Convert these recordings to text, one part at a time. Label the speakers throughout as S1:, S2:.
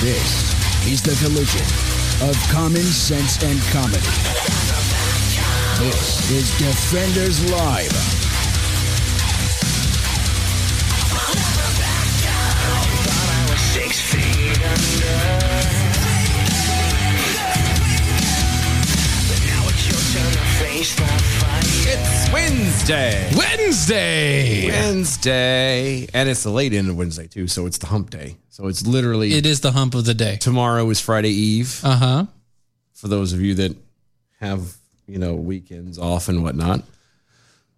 S1: This is the collision of common sense and comedy. This is Defenders Live.
S2: It's Wednesday.
S3: Wednesday.
S2: Wednesday. And it's the late end of Wednesday, too. So it's the hump day. So it's literally
S3: It is the hump of the day.
S2: tomorrow is Friday Eve
S3: Uh huh.
S2: for those of you that have, you know, weekends off and whatnot.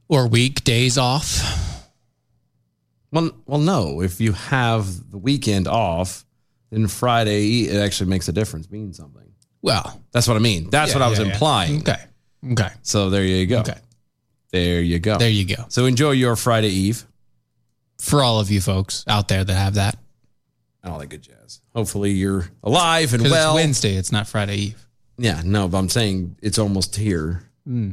S3: Or weekdays off.
S2: Well, well, no. If you have the weekend off, then Friday it actually makes a difference, means something.
S3: Well,
S2: That's what I mean. That's what I was
S3: yeah, yeah.
S2: implying.
S3: okay. Okay.
S2: So there you go.
S3: Okay.
S2: There you go.
S3: There you go.
S2: So enjoy your Friday Eve
S3: For all of you folks out there that have that.
S2: and all that good jazz. Hopefully you're alive and
S3: Because
S2: well.
S3: it's Wednesday, it's not Friday Eve.
S2: Yeah, no, but I'm saying it's almost here. If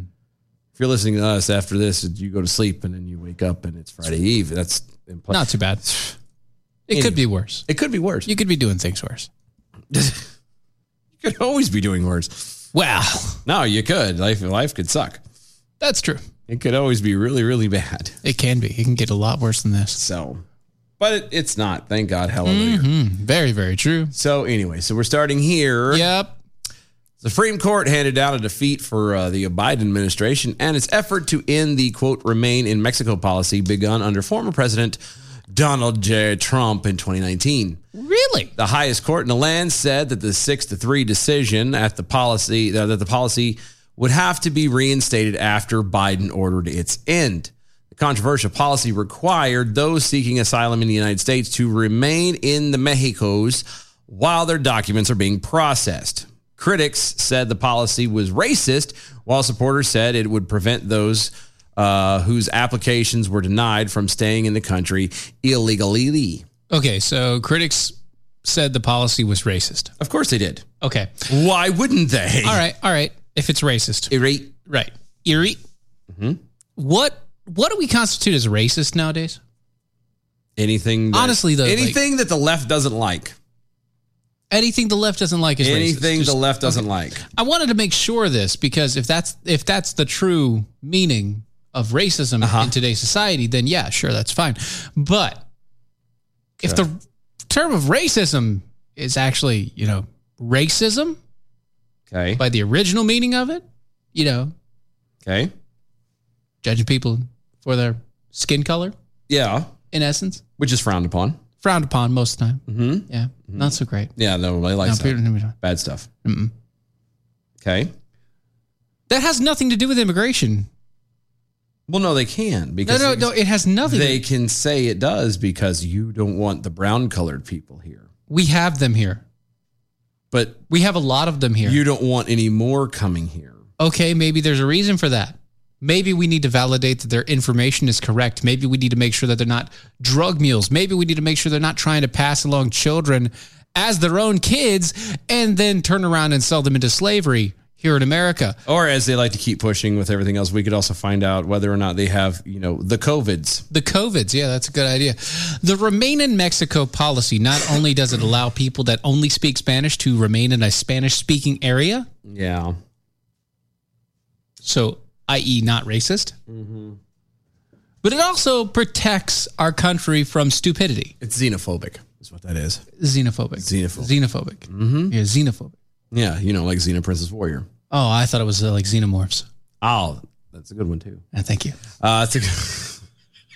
S2: you're listening to us after this, you go to sleep and then you wake up and it's Friday Eve. That's impl-
S3: Not too bad. It could be worse.
S2: It could be worse.
S3: You could be doing things worse.
S2: You could always be doing worse.
S3: Well,
S2: No, you could. Life life could suck.
S3: that's true.
S2: It could always be really, really bad.
S3: It can be. It can get a lot worse than this.
S2: So, but it, it's not. Thank God. Hallelujah.
S3: Hmm. Very, very true.
S2: So anyway, so we're starting here.
S3: Yep.
S2: The Supreme Court handed down a defeat for uh, the Biden administration and its effort to end the quote remain in Mexico policy begun under former President Donald J. Trump in 2019.
S3: Really?
S2: The highest court in the land said that the six to three decision at the policy uh, that the policy would have to be reinstated after Biden ordered its end. The controversial policy required those seeking asylum in the United States to remain in the Mexico's while their documents are being processed. Critics said the policy was racist, while supporters said it would prevent those uh, whose applications were denied from staying in the country illegally.
S3: Okay. So critics said the policy was racist.
S2: Of course, they did.
S3: Okay.
S2: Why wouldn't they?
S3: All right. All right. If it's racist.
S2: Irate.
S3: Right. Erie.
S2: Mm-hmm.
S3: What what do we constitute as racist nowadays?
S2: Anything. That,
S3: Honestly, though, like-
S2: anything that the left doesn't like.
S3: Anything the left doesn't like is
S2: Anything
S3: racist. Just-
S2: the left doesn't like.
S3: I wanted to make sure of this because if that's if that's the true meaning of racism
S2: Uh-huh.
S3: in today's society, then yeah, sure, that's fine. But if the term of racism is actually, you know, racism
S2: Okay.
S3: by the original meaning of it, you know,
S2: Okay.
S3: judging people for their skin color,
S2: Yeah.
S3: in essence,
S2: Which is frowned upon.
S3: frowned upon most of the time. Mm-hmm. Yeah, not so great.
S2: Yeah. Nobody likes
S3: No,
S2: that.
S3: people- people-
S2: Bad stuff. Okay.
S3: That has nothing to do with immigration.
S2: Well, no, they can
S3: No,
S2: because
S3: no, no. It has nothing.
S2: they can say it does because you don't want the brown colored people here,
S3: we have them here.
S2: but
S3: We have a lot of them here.
S2: you don't want any more coming here.
S3: okay, maybe there's a reason for that. Maybe we need to validate that their information is correct. Maybe we need to make sure that they're not drug mules. Maybe we need to make sure they're not trying to pass along children as their own kids and then turn around and sell them into slavery here in America.
S2: Or as they like to keep pushing with everything else, we could also find out whether or not they have, you know, the COVIDs.
S3: The COVIDs, yeah, that's a good idea. The Remain in Mexico policy not only does it allow people that only speak Spanish to remain in a Spanish speaking area,
S2: Yeah.
S3: so i.e. not racist, Mm-hmm. but it also protects our country from stupidity.
S2: It's xenophobic, is what that is.
S3: Xenophobic. Mm-hmm.
S2: Xenophobic.
S3: Xenophobic. Yeah, xenophobic.
S2: Yeah, you know, like Xena Princess Warrior.
S3: Oh, I thought it was uh, like xenomorphs.
S2: Oh, that's a good one too.
S3: Uh, thank you.
S2: Uh, it's a-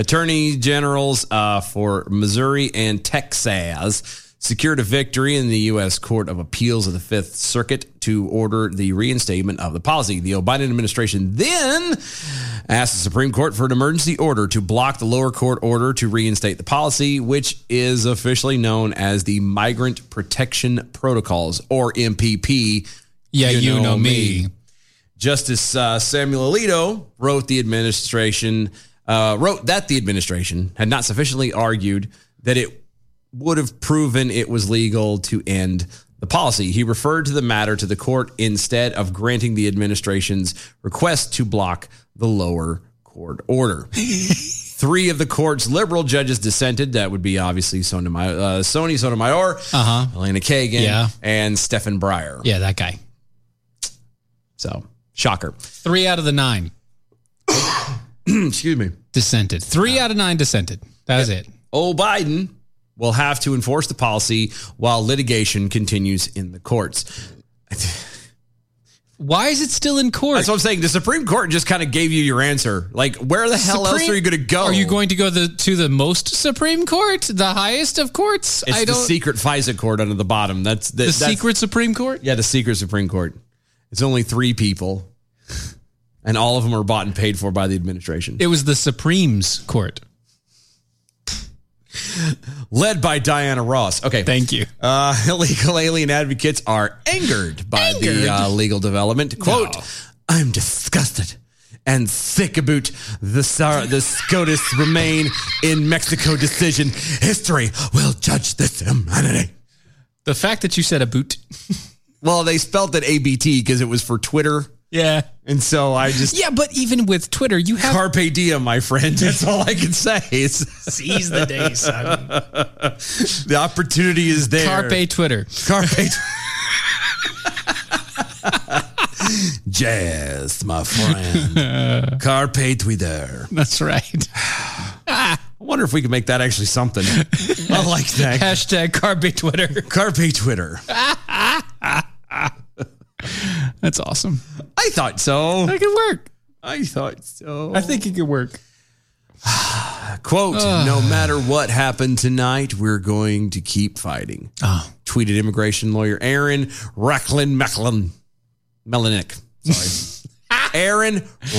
S2: Attorney generals uh, for Missouri and Texas secured a victory in the U.S. Court of Appeals of the Fifth Circuit to order the reinstatement of the policy. The Biden administration then asked the Supreme Court for an emergency order to block the lower court order to reinstate the policy, which is officially known as the Migrant Protection Protocols, or MPP.
S3: Yeah, you, know, me.
S2: Justice uh, Samuel Alito wrote the administration uh, wrote that the administration had not sufficiently argued that it would have proven it was legal to end the policy. He referred to the matter to the court instead of granting the administration's request to block the lower court order. Three of the court's liberal judges dissented. That would be obviously Sotomayor, uh, Sony Sotomayor, uh-huh. Elena Kagan,
S3: Yeah.
S2: and Stephen Breyer.
S3: Yeah, that guy.
S2: So, shocker.
S3: Three out of the nine
S2: Excuse me.
S3: dissented. Three out of nine dissented. That is it.
S2: old Oh, Biden will have to enforce the policy while litigation continues in the courts.
S3: Why is it still in court?
S2: That's what I'm saying. The Supreme Court just kind of gave you your answer. Like, where the hell else
S3: Supreme-
S2: are you going to go?
S3: Are you going to go the, to the most Supreme Court, the highest of courts?
S2: It's
S3: I
S2: the
S3: don't.
S2: secret FISA court under the bottom. That's that,
S3: the
S2: that's-
S3: secret Supreme Court.
S2: Yeah, the secret Supreme Court. It's only three people, and all of them are bought and paid for by the administration,
S3: It was the Supreme's Court.
S2: led by Diana Ross. Okay,
S3: Thank you.
S2: Uh, illegal alien advocates are angered by the uh, legal development. Quote, I'm disgusted and sick about the, Sar- the SCOTUS remain in Mexico decision. History will judge this humanity.
S3: The fact that you said a boot.
S2: Well, they spelt it ABT because it was for Twitter.
S3: Yeah.
S2: And so I just,
S3: Yeah, but even with Twitter, you have
S2: carpe diem, my friend. That's all I can say. It's,
S4: Seize the day, son.
S2: the opportunity is there.
S3: Carpe Twitter.
S2: Carpe. Jazz, my friend. Carpe Twitter.
S3: That's right.
S2: I wonder if we can make that actually something. I like that.
S3: Hashtag Carpe Twitter.
S2: Carpe Twitter.
S3: That's awesome.
S2: I thought so.
S3: That could work.
S2: I thought so.
S3: I think it could work.
S2: Quote No matter what happened tonight, we're going to keep fighting.
S3: Oh.
S2: Tweeted immigration lawyer Aaron Recklin Mecklin. Melanick. Sorry. Aaron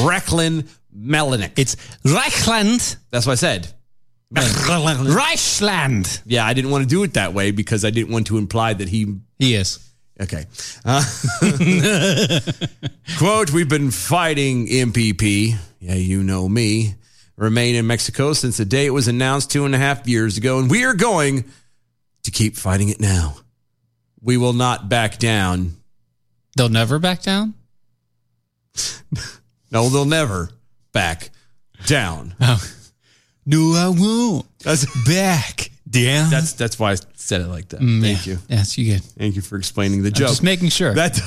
S2: Recklin Melanick.
S3: It's Reichland.
S2: That's what I said. Mecklin.
S3: Reichland.
S2: Yeah, I didn't want to do it that way because I didn't want to imply that he.
S3: He is.
S2: Okay. Uh, quote, we've been fighting MPP. Yeah, you know me. Remain in Mexico since the day it was announced two and a half years ago, and we are going to keep fighting it now. We will not back down.
S3: They'll never back down.
S2: No, they'll never back down.
S3: No, I won't.
S2: That's,
S3: Back down. Mm,
S2: that's, that's why I said it like that. Thank you.
S3: Yes, you good.
S2: Thank you for explaining the joke.
S3: Just making sure.
S2: That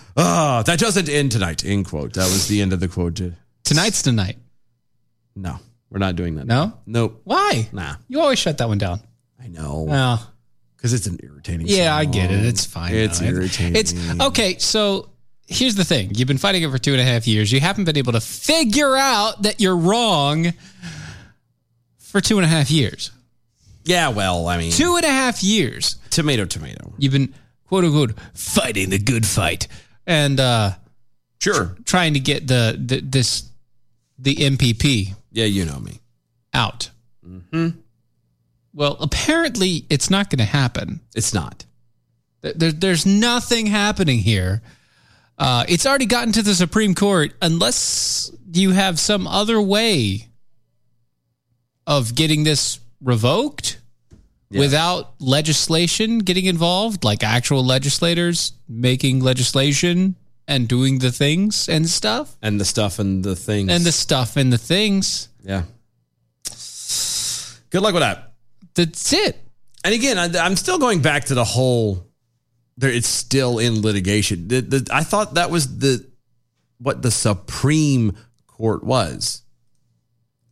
S2: Ah, that doesn't end tonight. End quote. That was the end of the quote.
S3: Tonight's tonight.
S2: No, we're not doing that.
S3: No?
S2: Nope.
S3: Why?
S2: Nah.
S3: You always shut that one down.
S2: I know
S3: Oh.
S2: because it's an irritating.
S3: Yeah, I
S2: song.
S3: get it. It's fine.
S2: It's
S3: though.
S2: irritating.
S3: It's okay. So here's the thing: you've been fighting it for two and a half years. You haven't been able to figure out that you're wrong for two and a half years.
S2: Yeah. Well, I mean,
S3: Two and a half years.
S2: tomato, tomato.
S3: You've been quote unquote fighting the good fight and uh,
S2: Sure.
S3: trying to get the, the this the MPP
S2: Yeah, you know me.
S3: out.
S2: Mm-hmm.
S3: Well, apparently it's not going to happen.
S2: It's not.
S3: Th- There, there's nothing happening here. Uh, it's already gotten to the Supreme Court, unless you have some other way of getting this revoked without legislation getting involved, like actual legislators making legislation and doing the things and stuff,
S2: And the stuff and the things.
S3: and the stuff and the things.
S2: yeah. Good luck with that.
S3: That's it.
S2: And again, I, I'm still going back to the whole. There, it's still in litigation. The, the, I thought that was the what the Supreme Court was.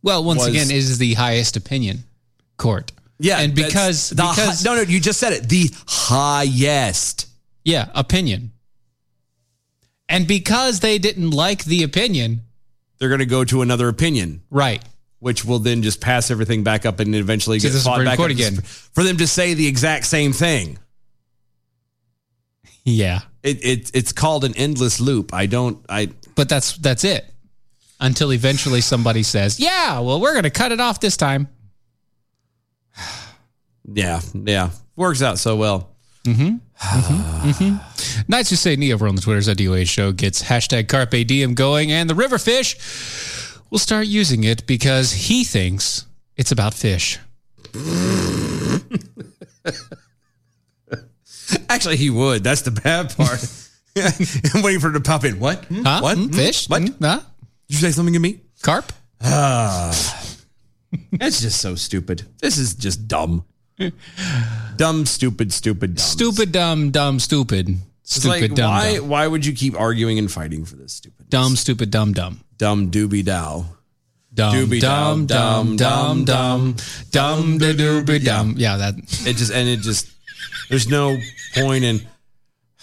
S3: Well, once
S2: Was-
S3: again, it is the highest opinion court. and
S2: that's
S3: because
S2: the hi-
S3: because
S2: no, no, you just said it. The highest.
S3: Yeah, opinion. And because they didn't like the opinion,
S2: they're going to go to another opinion,
S3: Right.
S2: which will then just pass everything back up and eventually
S3: To
S2: get
S3: the
S2: fought
S3: Supreme
S2: back
S3: Court
S2: up to
S3: again.
S2: Sup- for them to say the exact same thing.
S3: Yeah.
S2: It, it it's called an endless loop. I don't. I
S3: But that's that's it. Until eventually somebody says, "Yeah, well, we're going to cut it off this time."
S2: yeah yeah works out so well.
S3: Knights Who Say Knee over on the Twitters at DOA Show gets hashtag Carpe Diem going, and the Riverfish will start using it because he thinks it's about fish.
S2: Actually, he would. That's the bad part. I'm waiting for it to pop in. What? Hmm?
S3: Huh?
S2: What?
S3: Hmm?
S2: Hmm?
S3: Fish?
S2: What?
S3: Hmm? Huh?
S2: Did you say something to me?
S3: Carp?
S2: That's just so stupid. This is just dumb. dumb, stupid, stupid, dumb.
S3: Stupid, dumb, dumb, stupid.
S2: It's
S3: Stupid,
S2: like,
S3: dumb,
S2: why,
S3: dumb.
S2: why would you keep arguing and fighting for this stupid,
S3: Dumb, stupid, dumb, dumb.
S2: dumb doobie dow?
S3: Dumb,
S2: Doobie
S3: dumb,
S2: dum, dum,
S3: dumb, dumb, dumb, dumb, da doobie dumb. Yeah, that.
S2: It just, and it just, there's no point in,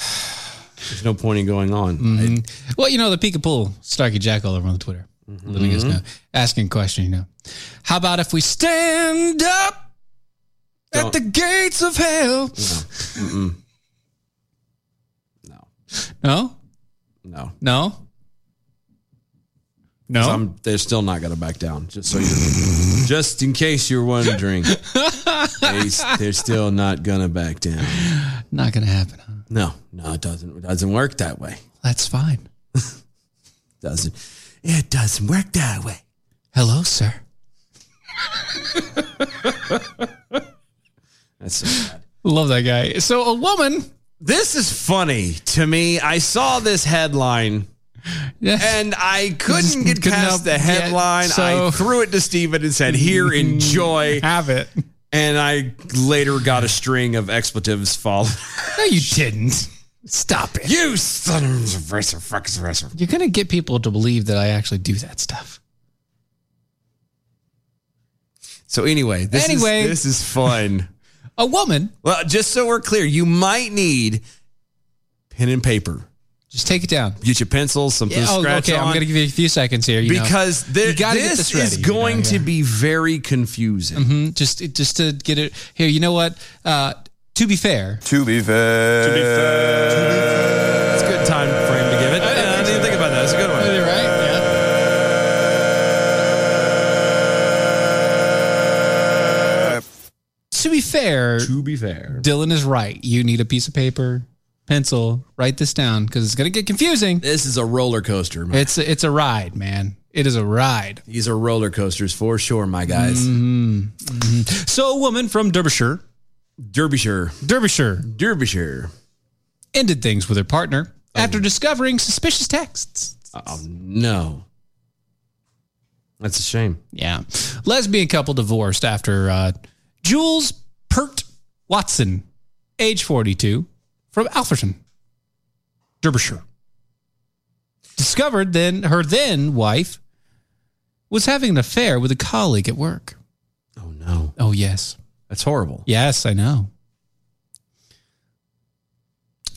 S2: there's no point in going on. I-
S3: Well, you know, the Pika Pool, Starkey Jack all over on the Twitter,
S2: Mm-hmm.
S3: letting us know, asking a question, you know. How about if we stand up
S2: Don't-
S3: at the gates of hell?
S2: no,
S3: No?
S2: no.
S3: No? No?
S2: So I'm, they're still not going to back down. Just so you, just in case you're wondering, they, they're still not going to back down.
S3: Not going to happen, huh?
S2: No, no, it doesn't. It doesn't work that way.
S3: That's fine.
S2: Doesn't. It doesn't work that way.
S3: Hello, sir.
S2: That's so bad.
S3: Love that guy. So a woman.
S2: This is funny to me. I saw this headline
S3: Yes.
S2: and I couldn't get
S3: Couldn't
S2: past
S3: help
S2: the
S3: yet,
S2: headline. I
S3: so-
S2: threw it to Steven and said, Here, enjoy.
S3: have it.
S2: And I later got a string of expletives fall.
S3: No, you didn't. Stop it.
S2: you son of a versa, fucks versa.
S3: You're going to get people to believe that I actually do that stuff.
S2: So, anyway, this,
S3: Anyway.
S2: Is, this is fun.
S3: A woman.
S2: well, just so we're clear, you might need pen and paper.
S3: Just take it down.
S2: Get your pencils, something
S3: Yeah,
S2: to
S3: oh,
S2: scratch
S3: okay.
S2: on.
S3: I'm going to give you a few seconds here. You know.
S2: because there,
S3: You gotta get
S2: this,
S3: this ready,
S2: is
S3: you know,
S2: going to
S3: yeah.
S2: be very confusing.
S3: Mm, just it- just to get it here. You know what? Uh, to be fair,
S4: To be fair. To be
S2: It's a good time frame to give it. I, didn't even think about that. It's a good one.
S3: right? Yeah. To be fair,
S2: To be fair,
S3: Dylan is right. You need a piece of paper, pencil. Write this down because it's going to get confusing.
S2: this is a roller coaster. Man.
S3: It's a, it's a ride, man. It is a ride.
S2: These are roller coasters for sure, my guys.
S3: Mm-hmm, So, a woman from Derbyshire,
S2: Derbyshire,
S3: Derbyshire,
S2: Derbyshire.
S3: ended things with her partner after discovering suspicious texts.
S2: Oh no, that's a shame.
S3: Yeah. Lesbian couple divorced after uh, Jules Pert Watson, age 42, from Alfreton, Derbyshire, discovered then her then wife was having an affair with a colleague at work.
S2: Oh no,
S3: Oh, yes.
S2: that's horrible.
S3: Yes, I know.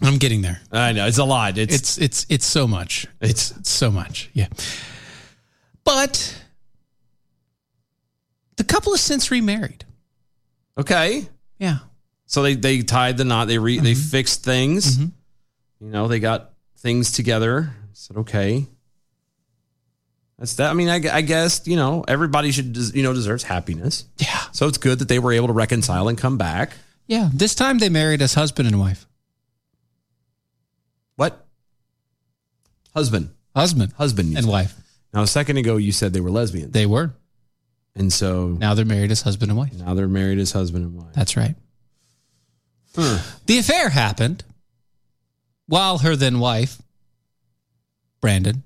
S3: I'm getting there.
S2: I know it's a lot. It's,
S3: It's it's it's so much.
S2: It's-
S3: It's, so much. Yeah. But the couple has since remarried.
S2: okay.
S3: Yeah.
S2: So they they tied the knot. They re they fixed things.
S3: Mhm.
S2: You know, they got things together. Said okay. That's that. I mean, I, gu- I guess you know everybody should des- you know deserves happiness.
S3: Yeah.
S2: So it's good that they were able to reconcile and come back.
S3: Yeah. This time they married as husband and wife.
S2: What? Husband,
S3: Husband
S2: husband. you
S3: and
S2: said.
S3: wife.
S2: Now a second ago you said they were lesbian,
S3: They were.
S2: and so
S3: Now they're married as husband and wife.
S2: now they're married as husband and wife.
S3: That's right.
S2: Huh.
S3: The affair happened while her then wife, Brandon,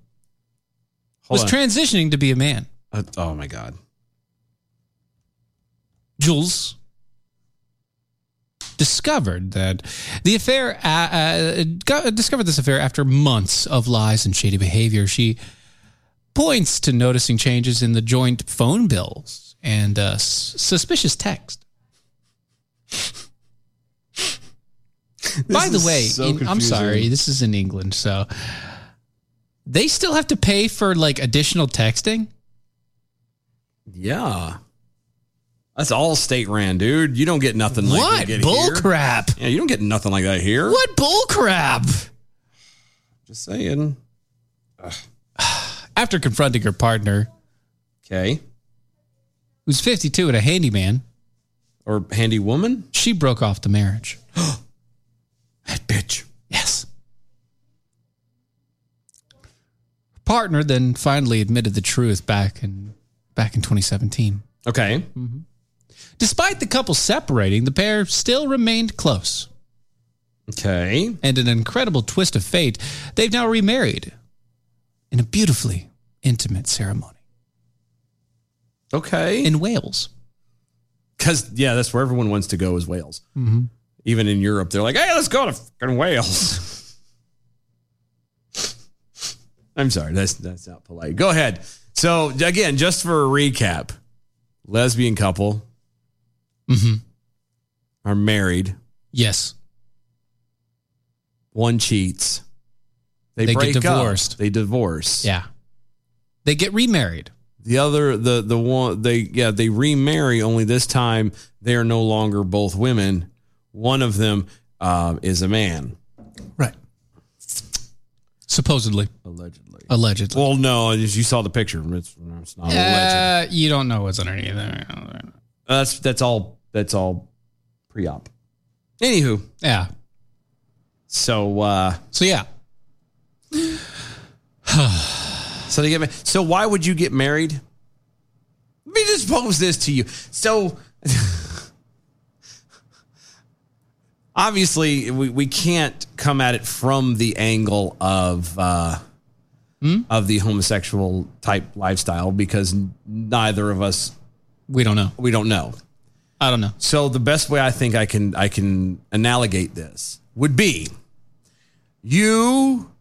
S2: Hold
S3: was
S2: on.
S3: transitioning to be a man.
S2: Uh, oh my god.
S3: Jules discovered that the affair uh, uh, got, discovered this affair after months of lies and shady behavior. She points to noticing changes in the joint phone bills and uh, s- suspicious text. By the
S2: is
S3: way,
S2: so
S3: in- I'm
S2: confusing.
S3: sorry, this is in England, so They still have to pay for like additional texting.
S2: Yeah. That's all state ran, dude. You don't get nothing like we
S3: What
S2: get
S3: bull
S2: here.
S3: crap?
S2: Yeah, you don't get nothing like that here.
S3: What bull crap?
S2: Just saying.
S3: After confronting her partner,
S2: Okay.
S3: who's 52 and a handyman,
S2: Or handy woman?
S3: she broke off the marriage.
S2: That bitch.
S3: Yes. Her partner then finally admitted the truth back in back in 2017.
S2: Okay.
S3: Despite the couple separating, the pair still remained close.
S2: Okay.
S3: And an incredible twist of fate, they've now remarried in a beautifully intimate ceremony
S2: Okay.
S3: in Wales.
S2: Because, yeah, that's where everyone wants to go is Wales.
S3: Mm-hmm.
S2: Even in Europe, they're like, hey, let's go to fucking Wales. I'm sorry. That's, that's not polite. Go ahead. So, again, just for a recap lesbian couple
S3: Mhm.
S2: are married,
S3: Yes.
S2: one cheats.
S3: They get
S2: break up.
S3: divorced.
S2: They divorce.
S3: Yeah. They get remarried.
S2: The other, the the one, they yeah, they remarry. Only this time, they are no longer both women. One of them uh, is a man,
S3: Right. Supposedly.
S2: allegedly.
S3: Allegedly.
S2: Well, no, as you saw the picture. It's, it's not alleged.
S3: Uh, you don't know what's underneath there.
S2: That's that's all. That's all pre-op. Anywho,
S3: Yeah.
S2: so uh,
S3: So yeah.
S2: so they get. ma- So why would you get married? Let me just pose this to you. So obviously we, we can't come at it from the angle of uh,
S3: Hmm?
S2: of the homosexual type lifestyle because neither of us
S3: We don't know.
S2: we don't know.
S3: I don't know.
S2: So the best way I think I can I can analogate this would be you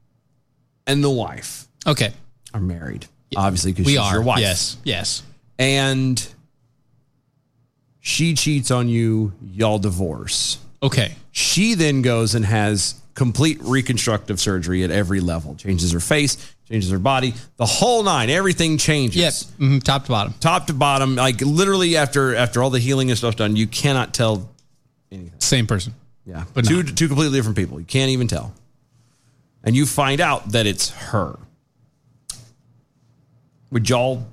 S2: and the wife
S3: Okay.
S2: are married. Obviously, because
S3: We
S2: she's
S3: are.
S2: your wife.
S3: Yes. Yes.
S2: And she cheats on you, y'all divorce.
S3: Okay.
S2: She then goes and has complete reconstructive surgery at every level. Changes her face, changes her body, the whole nine. Everything changes.
S3: Yes. Mhm. Top to bottom.
S2: Top to bottom, like literally after after all the healing and stuff done, you cannot tell
S3: Same person.
S2: Yeah,
S3: But
S2: two
S3: not.
S2: two completely different people. You can't even tell, and you find out that it's her. Would y'all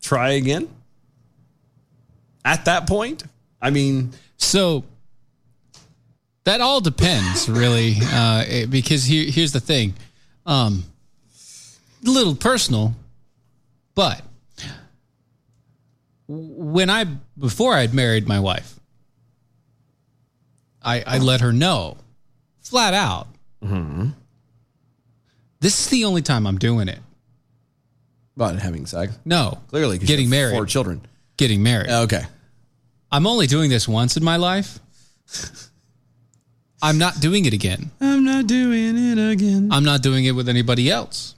S2: try again? At that point, I mean,
S3: So that all depends, really, uh, it- because here, here's the thing. Um, a little personal, but when I before I'd married my wife, I I let her know flat out.
S2: Mm-hmm.
S3: This is the only time I'm doing it.
S2: about having sex
S3: No,
S2: clearly 'cause you
S3: Getting
S2: have
S3: married.
S2: four children.
S3: getting married.
S2: Okay,
S3: I'm only doing this once in my life. I'm not doing it again.
S2: I'm not doing it again.
S3: I'm not doing it with anybody else.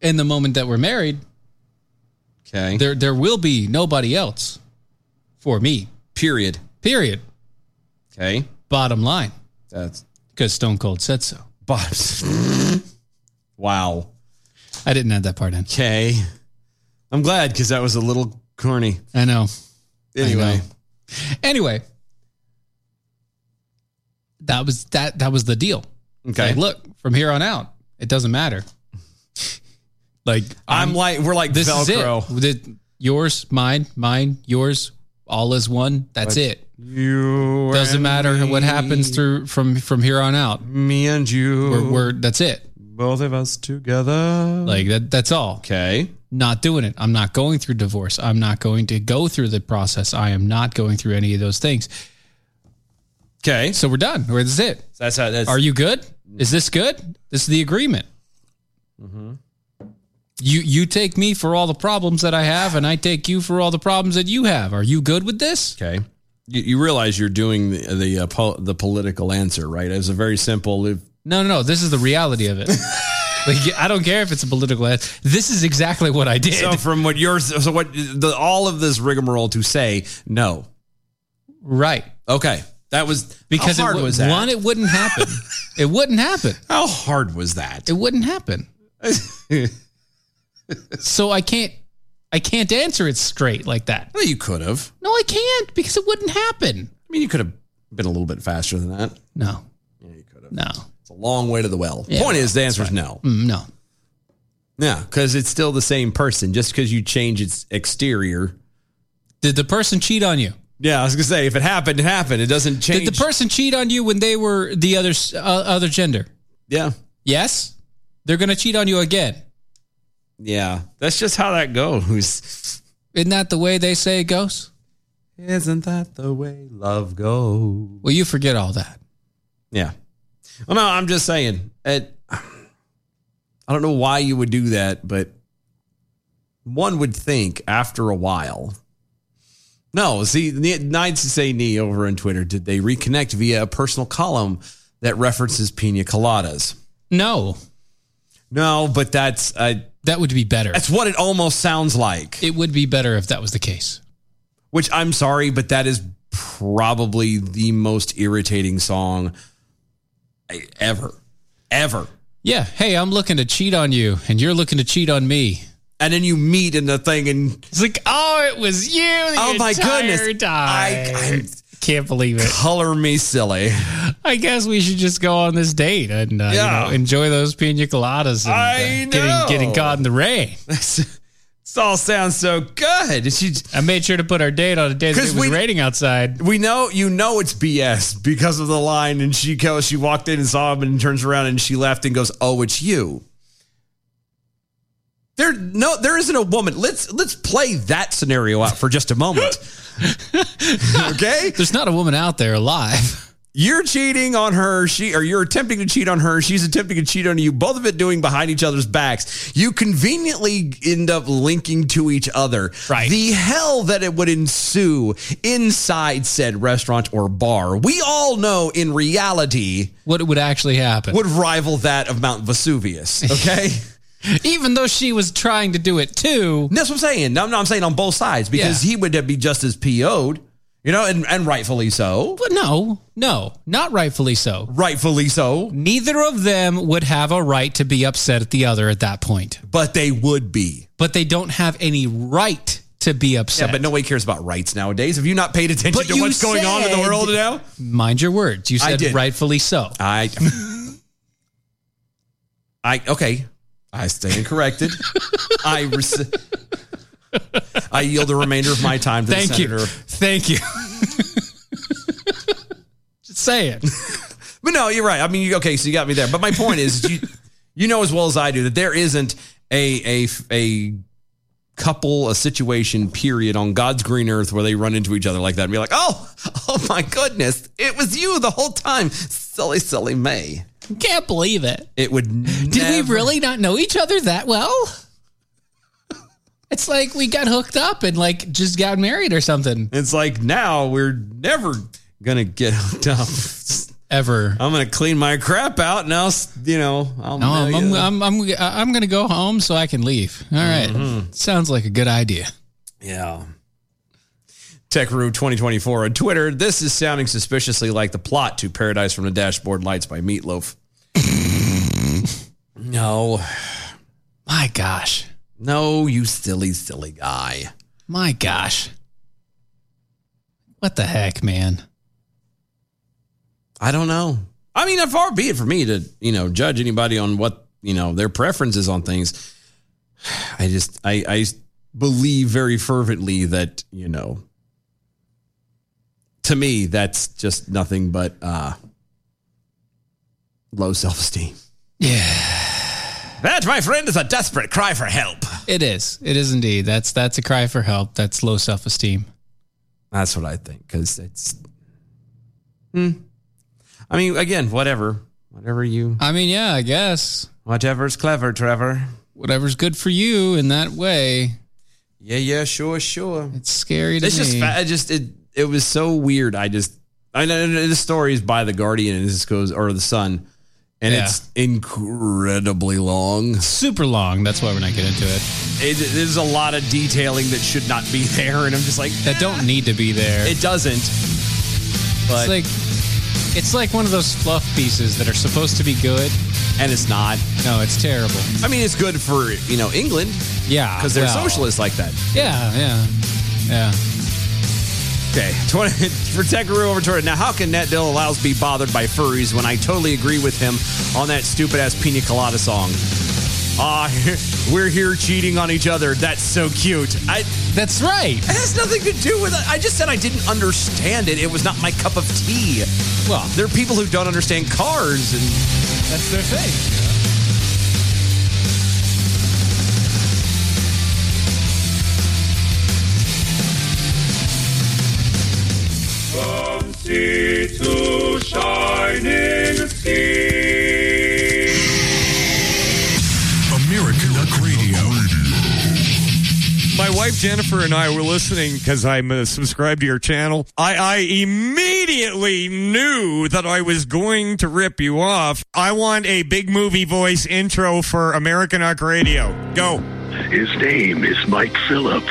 S3: In the moment that we're married,
S2: Okay,
S3: there there will be nobody else for me.
S2: period.
S3: Period.
S2: Okay,
S3: Bottom line,
S2: that's
S3: because Stone Cold said so.
S2: but wow.
S3: I didn't add that part in.
S2: Okay, I'm glad because that was a little corny.
S3: I know.
S2: Anyway,
S3: Anyway, that was that that was the deal.
S2: okay.
S3: Like, look, from here on out, it doesn't matter. Like
S2: I'm like we're like
S3: this
S2: Velcro.
S3: is it. The- yours, mine, mine, yours, all is one. That's it.
S2: You
S3: Doesn't
S2: and
S3: matter
S2: me,
S3: what happens through from from here on out.
S2: me and you.
S3: We're, we're that's it.
S2: both of us together.
S3: Like that that's all.
S2: Okay,
S3: Not doing it. I'm not going through divorce. I'm not going to go through the process. I am not going through any of those things.
S2: okay. So
S3: So we're done. Or this is it.
S2: that's how that's.
S3: Are you good? Is this good? This is the agreement.
S2: Mm-hmm.
S3: You you take me for all the problems that I have, and I take you for all the problems that you have. Are you good with this?
S2: okay? You, you realize you're doing the the, uh, po- the political answer, right? It's a very simple. If,
S3: No, no, no. This is the reality of it. like, I don't care if it's a political ad. This is exactly what I did.
S2: so from what yours, so what the all of this rigmarole to say no.
S3: right.
S2: Okay, that was
S3: Because
S2: how
S3: it
S2: hard
S3: w-
S2: was that?
S3: one, it wouldn't happen. it wouldn't happen.
S2: how hard was that?
S3: It wouldn't happen. so I can't I can't answer it straight like that.
S2: No, you could have.
S3: No, I can't because it wouldn't happen.
S2: I mean, you could have been a little bit faster than that.
S3: No.
S2: Yeah, you could have.
S3: No.
S2: It's a long way to the well.
S3: Yeah,
S2: Point is, the answer is no.
S3: Mm, no.
S2: No, because it's still the same person. Just because you change its exterior.
S3: Did the person cheat on you?
S2: Yeah, I was gonna say if it happened, it happened. It doesn't change.
S3: Did the person cheat on you when they were the other s- uh, other gender?
S2: yeah,
S3: Yes. They're going to cheat on you again.
S2: yeah. That's just how that goes.
S3: Isn't that the way they say it goes?
S2: Isn't that the way love goes?
S3: Well, you forget all that.
S2: Yeah. Well, no, I'm just saying. It, I don't know why you would do that, but one would think after a while. No, see, Nights Say Knee over on Twitter, did they reconnect via a personal column that references pina coladas?
S3: No.
S2: No, but that's uh,
S3: That would be better.
S2: that's what it almost sounds like.
S3: it would be better if that was the case.
S2: which I'm sorry, but that is probably the most irritating song I- ever, ever.
S3: Yeah. Hey, I'm looking to cheat on you and you're looking to cheat on me.
S2: and then you meet in the thing and
S3: It's like, oh, it was you. The
S2: oh my goodness
S3: I,
S2: I, I'm,
S3: can't believe it.
S2: color me silly
S3: I guess we should just go on this date and uh, you
S2: Yeah.
S3: know, enjoy those pina coladas and uh,
S2: I know.
S3: getting getting caught in the rain.
S2: this all sounds so good She-
S3: I made sure to put our date on a day that it
S2: 'Cause
S3: was
S2: we-
S3: raining outside.
S2: we know you know it's bs because of the line and she goes she walked in and saw him and turns around and she left and goes oh it's you there no there isn't a woman let's let's play that scenario out for just a moment okay
S3: There's not a woman out there alive.
S2: you're cheating on her she or you're attempting to cheat on her she's attempting to cheat on you both of it doing behind each other's backs you conveniently end up linking to each other
S3: Right.
S2: the hell that it would ensue inside said restaurant or bar we all know in reality
S3: What would actually happen?
S2: would rival that of mount vesuvius okay
S3: Even though she was trying to do it too.
S2: that's what i'm saying i'm, I'm saying on both sides because
S3: Yeah.
S2: he would be just as po'd you know and, and rightfully so
S3: But no, no, not rightfully so.
S2: rightfully so
S3: Neither of them would have a right to be upset at the other at that point.
S2: but they would be
S3: But they don't have any right to be upset.
S2: Yeah, but nobody cares about rights nowadays. Have you not paid attention
S3: But
S2: to
S3: you
S2: what's going on in the
S3: said-
S2: world now?
S3: Mind your words. You
S2: I
S3: said
S2: did.
S3: rightfully so.
S2: I, I okay. I stand corrected. I rec- I yield the remainder of my time to the
S3: Thank
S2: senator.
S3: you. Thank you. Just saying.
S2: But no, you're right. I mean, you, okay, so you got me there. But my point is, you you know as well as I do that there isn't a a a couple a situation period on God's green earth where they run into each other like that and be like, oh, oh my goodness, it was you the whole time, silly, silly May.
S3: Can't believe it.
S2: It would.
S3: Did we really not know each other that well? It's like we got hooked up and like just got married or something.
S2: It's like now we're never gonna get hooked up.
S3: Ever.
S2: I'm gonna clean my crap out, and I'll, s- you know, I'll.
S3: No, I'm,
S2: know
S3: I'm,
S2: you.
S3: I'm, I'm, I'm going to go home so I can leave. All right. Sounds like a good idea.
S2: yeah. TechRoo 2024 on Twitter. This is sounding suspiciously like the plot to Paradise from the Dashboard Lights by Meatloaf. no,
S3: My gosh.
S2: no, you silly, silly guy.
S3: My gosh. What the heck, man?
S2: I don't know. I mean, far be it for me to, you know, judge anybody on what, you know, their preferences on things. I just, I, I believe very fervently that, you know, to me, that's just nothing but uh, low self esteem.
S3: Yeah,
S2: That, my friend, is a desperate cry for help.
S3: it is. It is indeed. That's that's a cry for help. That's low self esteem.
S2: That's what I think because it's, hmm. I mean, again, whatever, whatever you,
S3: I mean, yeah, I guess
S2: whatever's clever, Trevor.
S3: whatever's good for you in that way.
S2: Yeah, yeah, sure, sure.
S3: It's scary to
S2: it's
S3: me.
S2: just fa- I just it it was so weird i just i know the story is by the guardian and this goes or the sun and
S3: Yeah.
S2: it's incredibly long
S3: super long. That's why we're not getting into it.
S2: it, there's a lot of detailing that should not be there and i'm just like
S3: That don't need to be there.
S2: it doesn't
S3: it's
S2: but
S3: like it's like one of those fluff pieces that are supposed to be good,
S2: and it's not.
S3: No, it's terrible.
S2: I mean, it's good for you know England
S3: Yeah.
S2: because they're
S3: well,
S2: socialists like that.
S3: Yeah, yeah. Yeah.
S2: Okay, 20, for Tekaroo over Twitter. Now, how can Nat Dill allows be bothered by furries when I totally agree with him on that stupid ass Pina Colada song? Ah, we're here cheating on each other. That's so cute. I,
S3: That's right.
S2: it has nothing to do with it. I just said I didn't understand it. It was not my cup of tea.
S3: Well,
S2: There are people who don't understand cars, and
S3: that's their thing.
S4: From sea to shining sea.
S5: American Duck Radio.
S6: My wife Jennifer and I were listening because I'm uh, subscribed to your channel. I, I immediately knew that I was going to rip you off. I want a big movie voice intro for American Arc Radio. Go.
S7: His name is Mike Phillip.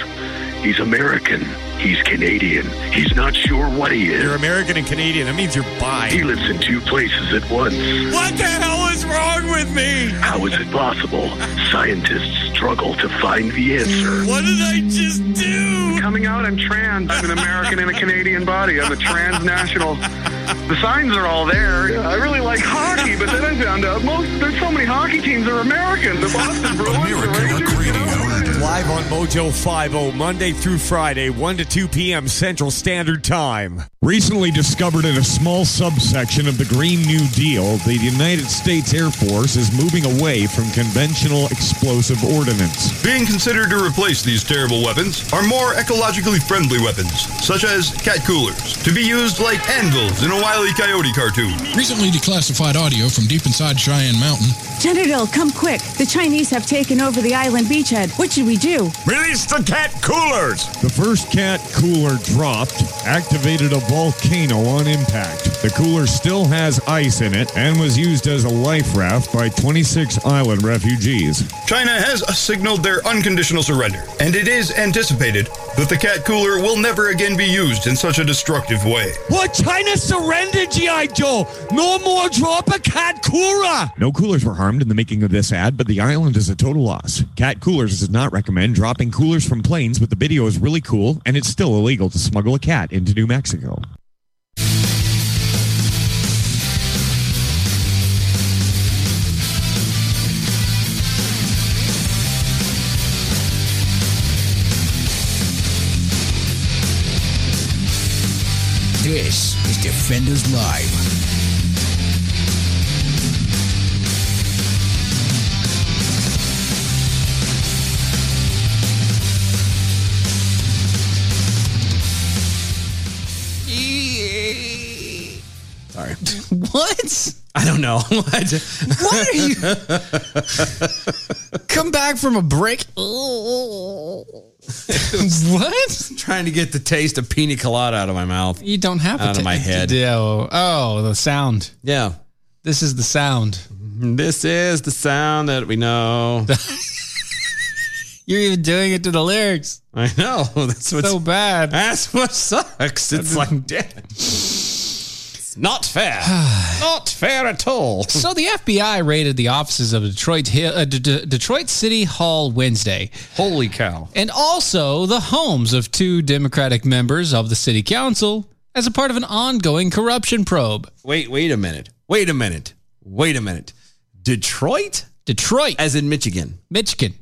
S7: He's American. He's Canadian. He's not sure what he
S6: You're
S7: is.
S6: American and Canadian. That means you're
S7: He
S6: bi.
S7: lives in two places at once.
S6: What the hell is wrong with me?
S7: How is it possible? Scientists struggle to find the answer.
S6: What did I just do?
S7: Coming out, I'm trans. I'm an American in a Canadian body. I'm a transnational. The signs are all there. I really like hockey, but then I found out most there's so many hockey teams are American. The Boston
S5: American Duck Radio.
S6: Live on Mojo 50 Monday through Friday 1 to 2 p.m. Central Standard Time.
S5: Recently discovered in a small subsection of the Green New Deal, the United States Air Force is moving away from conventional explosive ordnance.
S8: Being considered to replace these terrible weapons are more ecologically friendly weapons, such as cat coolers, to be used like anvils in a wily coyote cartoon.
S5: Recently declassified audio from deep inside Cheyenne Mountain.
S9: General, come quick. The Chinese have taken over the island beachhead. What should we do?
S6: Release the cat coolers!
S5: The first cat cooler dropped activated a volcano on impact. The cooler still has ice in it and was used as a life raft by 26 island refugees.
S8: China has signaled their unconditional surrender, and it is anticipated that the cat cooler will never again be used in such a destructive way.
S6: What? China surrendered, G.I. Joe! No more drop a cat cooler!
S5: No coolers were harmed in the making of this ad, but the island is a total loss. Cat Coolers does not recommend dropping coolers from planes, but the video is really cool, and it's still illegal to smuggle a cat into New Mexico.
S1: This is Defenders Live.
S2: sorry,
S3: What?
S2: I don't know. What?
S3: What are you? Come back from a break. what?
S2: Trying to get the taste of pina colada out of my mouth.
S3: You don't have
S2: Out
S3: to
S2: of my head.
S3: Oh, oh, the sound.
S2: Yeah,
S3: This is the sound.
S2: this is the sound that we know.
S3: You're even doing it to the lyrics.
S2: I know. That's what's
S3: So bad.
S2: That's what sucks. It's like, damn. It's not fair. not fair at all.
S3: So the FBI raided the offices of Detroit Hill, uh, D- D- Detroit City Hall Wednesday,
S2: Holy cow.
S3: and also the homes of two Democratic members of the City Council as a part of an ongoing corruption probe.
S2: Wait, wait a minute. Wait a minute. Wait a minute. Detroit?
S3: Detroit,
S2: As in Michigan.
S3: Michigan.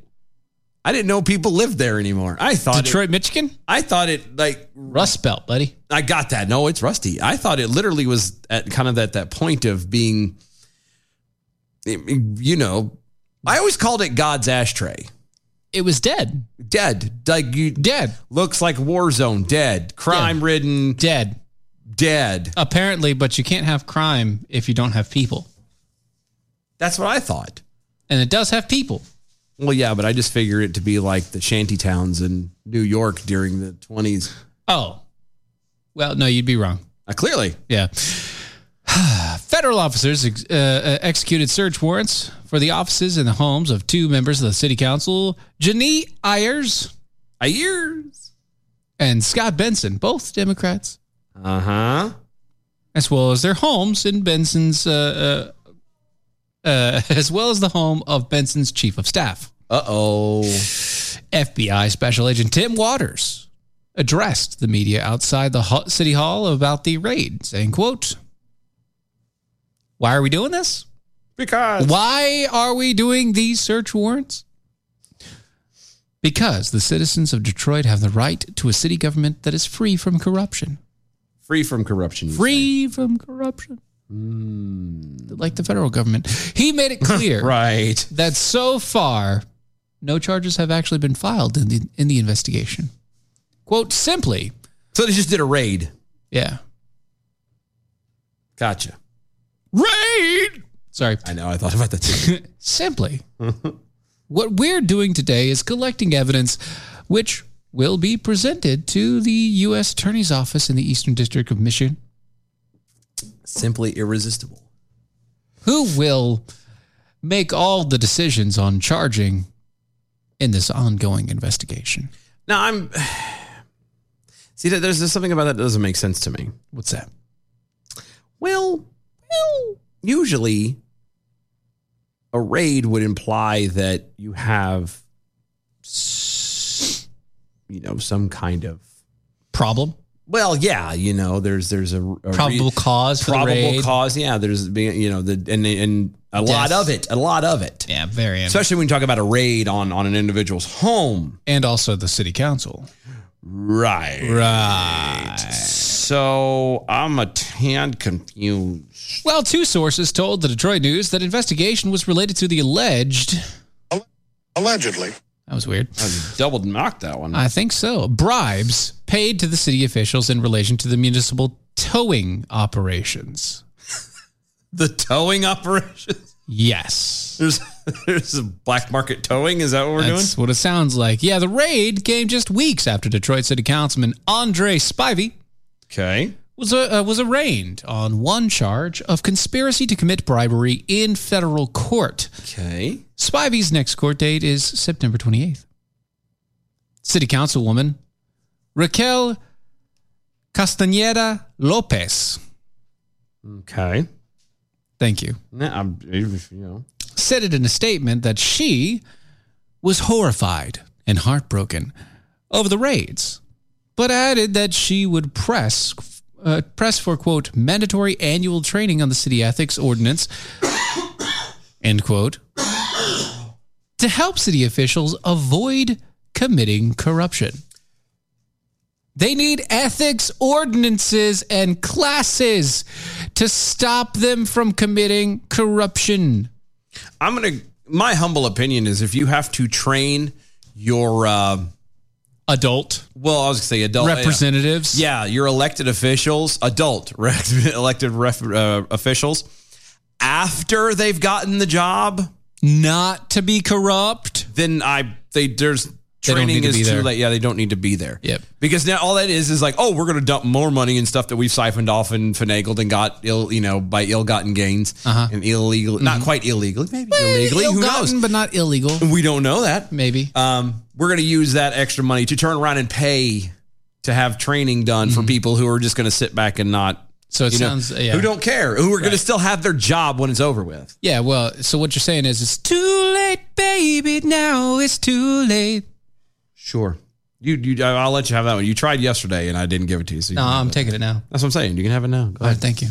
S2: I didn't know people lived there anymore. I thought It,
S3: Detroit, Michigan.
S2: I thought it like
S3: Rust Belt, buddy.
S2: I got that. No, it's rusty. I thought it literally was at kind of at that point of being you know, I always called it God's ashtray.
S3: It was dead.
S2: Dead. Like you
S3: Dead.
S2: looks like war zone, dead, crime ridden,
S3: Dead.
S2: dead.
S3: Apparently, but you can't have crime if you don't have people.
S2: That's what I thought.
S3: And it does have people.
S2: Well, yeah, but I just figured it to be like the shanty towns in New York during the twenties.
S3: Oh. Well, no, you'd be wrong.
S2: Uh, clearly,
S3: Yeah. Federal officers ex- uh, uh, executed search warrants for the offices and the homes of two members of the city council, Janine Ayers
S2: I years.
S3: and Scott Benson, both Democrats,
S2: Uh huh.
S3: as well as their homes in Benson's uh, uh, uh, as well as the home of Benson's chief of staff.
S2: Uh oh.
S3: FBI Special Agent Tim Waters addressed the media outside the hu- city hall about the raid, saying, "quote Why are we doing this?
S6: Because
S3: why are we doing these search warrants? Because the citizens of Detroit have the right to a city government that is free from corruption."
S2: Free from corruption. you
S3: free from corruption. Like the federal government. He made it clear
S2: right.
S3: that so far no charges have actually been filed in the in the investigation. Quote simply.
S2: So they just did a raid.
S3: Yeah.
S2: Gotcha.
S3: Raid. Sorry.
S2: I know. I thought about that too.
S3: Simply. what we're doing today is collecting evidence which will be presented to the US Attorney's Office in the Eastern District of Michigan
S2: Simply irresistible.
S3: who will make all the decisions on charging in this ongoing investigation.
S2: Now I'm. See, there- there's just something about that that doesn't make sense to me.
S3: What's that?
S2: Well, well, usually a raid would imply that you have, s- you know, some kind of
S3: Problem?
S2: Well, yeah, you know, there's there's a, a re-
S3: Probable cause for the
S2: probable
S3: raid.
S2: cause. Yeah, there's being you know the and and a lot
S3: Death.
S2: of it, a lot of it.
S3: Yeah, very.
S2: Especially when you talk about a raid on on an individual's home,
S3: and also the city council.
S2: right?
S3: Right.
S2: So I'm a tan confused.
S3: Well, two sources told the Detroit News that investigation was related to the alleged.
S10: Allegedly.
S3: That was weird.
S2: I was double knocked that one.
S3: I think so. Bribes paid to the city officials in relation to the municipal towing operations.
S2: the towing operation.
S3: Yes.
S2: There's there's a black market towing. Is that what we're
S3: That's what it sounds like. Yeah, the raid came just weeks after Detroit City Councilman Andre Spivey
S2: doing? Okay.
S3: was uh, uh, was arraigned on one charge of conspiracy to commit bribery in federal court.
S2: Okay.
S3: Spivey's next court date is September 28th. City Councilwoman Raquel Castañeda Lopez.
S2: Okay.
S3: Thank you.
S2: Nah, I'm, you know.
S3: said it in a statement that she was horrified and heartbroken over the raids, but added that she would press uh, press for quote mandatory annual training on the city ethics ordinance end quote to help city officials avoid committing corruption. They need ethics ordinances and classes to stop them from committing corruption.
S2: I'm gonna. My humble opinion is if you have to train your, uh,
S3: Adult
S2: well, I was gonna say adult
S3: representatives.
S2: Oh, Yeah, your elected officials, adult re- elected ref, uh, officials, after they've gotten the job,
S3: Not to be corrupt.
S2: then I they there's
S3: They don't need
S2: training
S3: to
S2: is
S3: be
S2: too
S3: there.
S2: late. Yeah, they don't need to be there.
S3: Yep.
S2: Because now all that is is like, oh, we're gonna dump more money and stuff that we've siphoned off and finagled and got ill, you know, by ill-gotten gains
S3: Uh-huh.
S2: and illegal, not quite illegally, maybe illegally. Who knows?
S3: Ill-gotten, Eh, but not illegal.
S2: We don't know that.
S3: Maybe.
S2: um, we're going to use that extra money to turn around and pay to have training done for people who are just going to sit back and not,
S3: So Mm-hmm. it
S2: you know,
S3: sounds. yeah.
S2: who don't care, who are going to
S3: Right.
S2: still have their job when it's over with.
S3: Yeah. Well. So what you're saying is, it's too late, baby. Now it's too late.
S2: Sure. You, you, I'll let you have that one. You tried yesterday and I didn't give it to you. So you
S3: No,
S2: can have
S3: I'm
S2: it.
S3: taking it now.
S2: That's what I'm saying. You can have it now. Go
S3: All right.
S2: ahead.
S3: Thank you.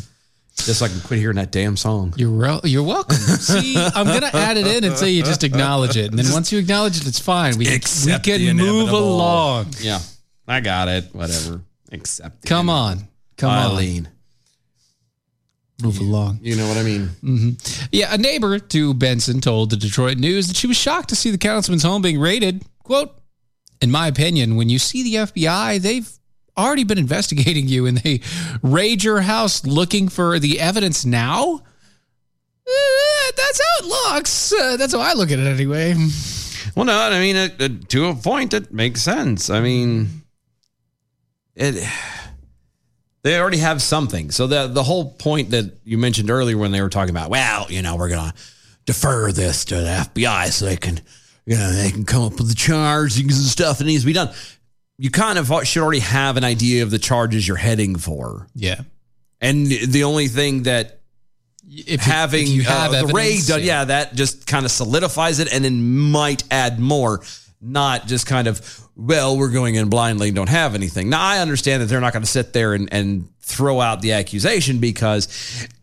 S2: Just so I can quit hearing that damn song.
S3: You're wel- you're welcome. See, I'm gonna add it in and say you just acknowledge it, and then once you acknowledge it, it's fine. We we
S2: Accept the
S3: can move
S2: inevitable.
S3: along.
S2: Yeah. I got it. Whatever. Accept it.
S3: Come on, come
S2: Eileen.
S3: on, move along.
S2: You know what I mean?
S3: Mm-hmm. Yeah, a neighbor to Benson told the Detroit News that she was shocked to see the councilman's home being raided. Quote, in my opinion, when you see the FBI, they've already been investigating you and they raid your house looking for the evidence now. Eh, That's how it looks. Uh, that's how I look at it anyway.
S2: Well, no, I mean, it, it- to a point, it makes sense. I mean, it. They already have something. So the the whole point that you mentioned earlier when they were talking about, well, you know, we're gonna defer this to the FBI so they can, you know, they can come up with the charges and stuff that needs to be done. You kind of should already have an idea of the charges you're heading for,
S3: Yeah.
S2: and the only thing that
S3: if you-
S2: having
S3: if you
S2: uh,
S3: have
S2: the ray
S3: evidence,
S2: done, yeah, that just kind of solidifies it and then might add more, not just kind of, well, we're going in blindly and don't have anything. Now, I understand that they're not going to sit there and, and throw out the accusation because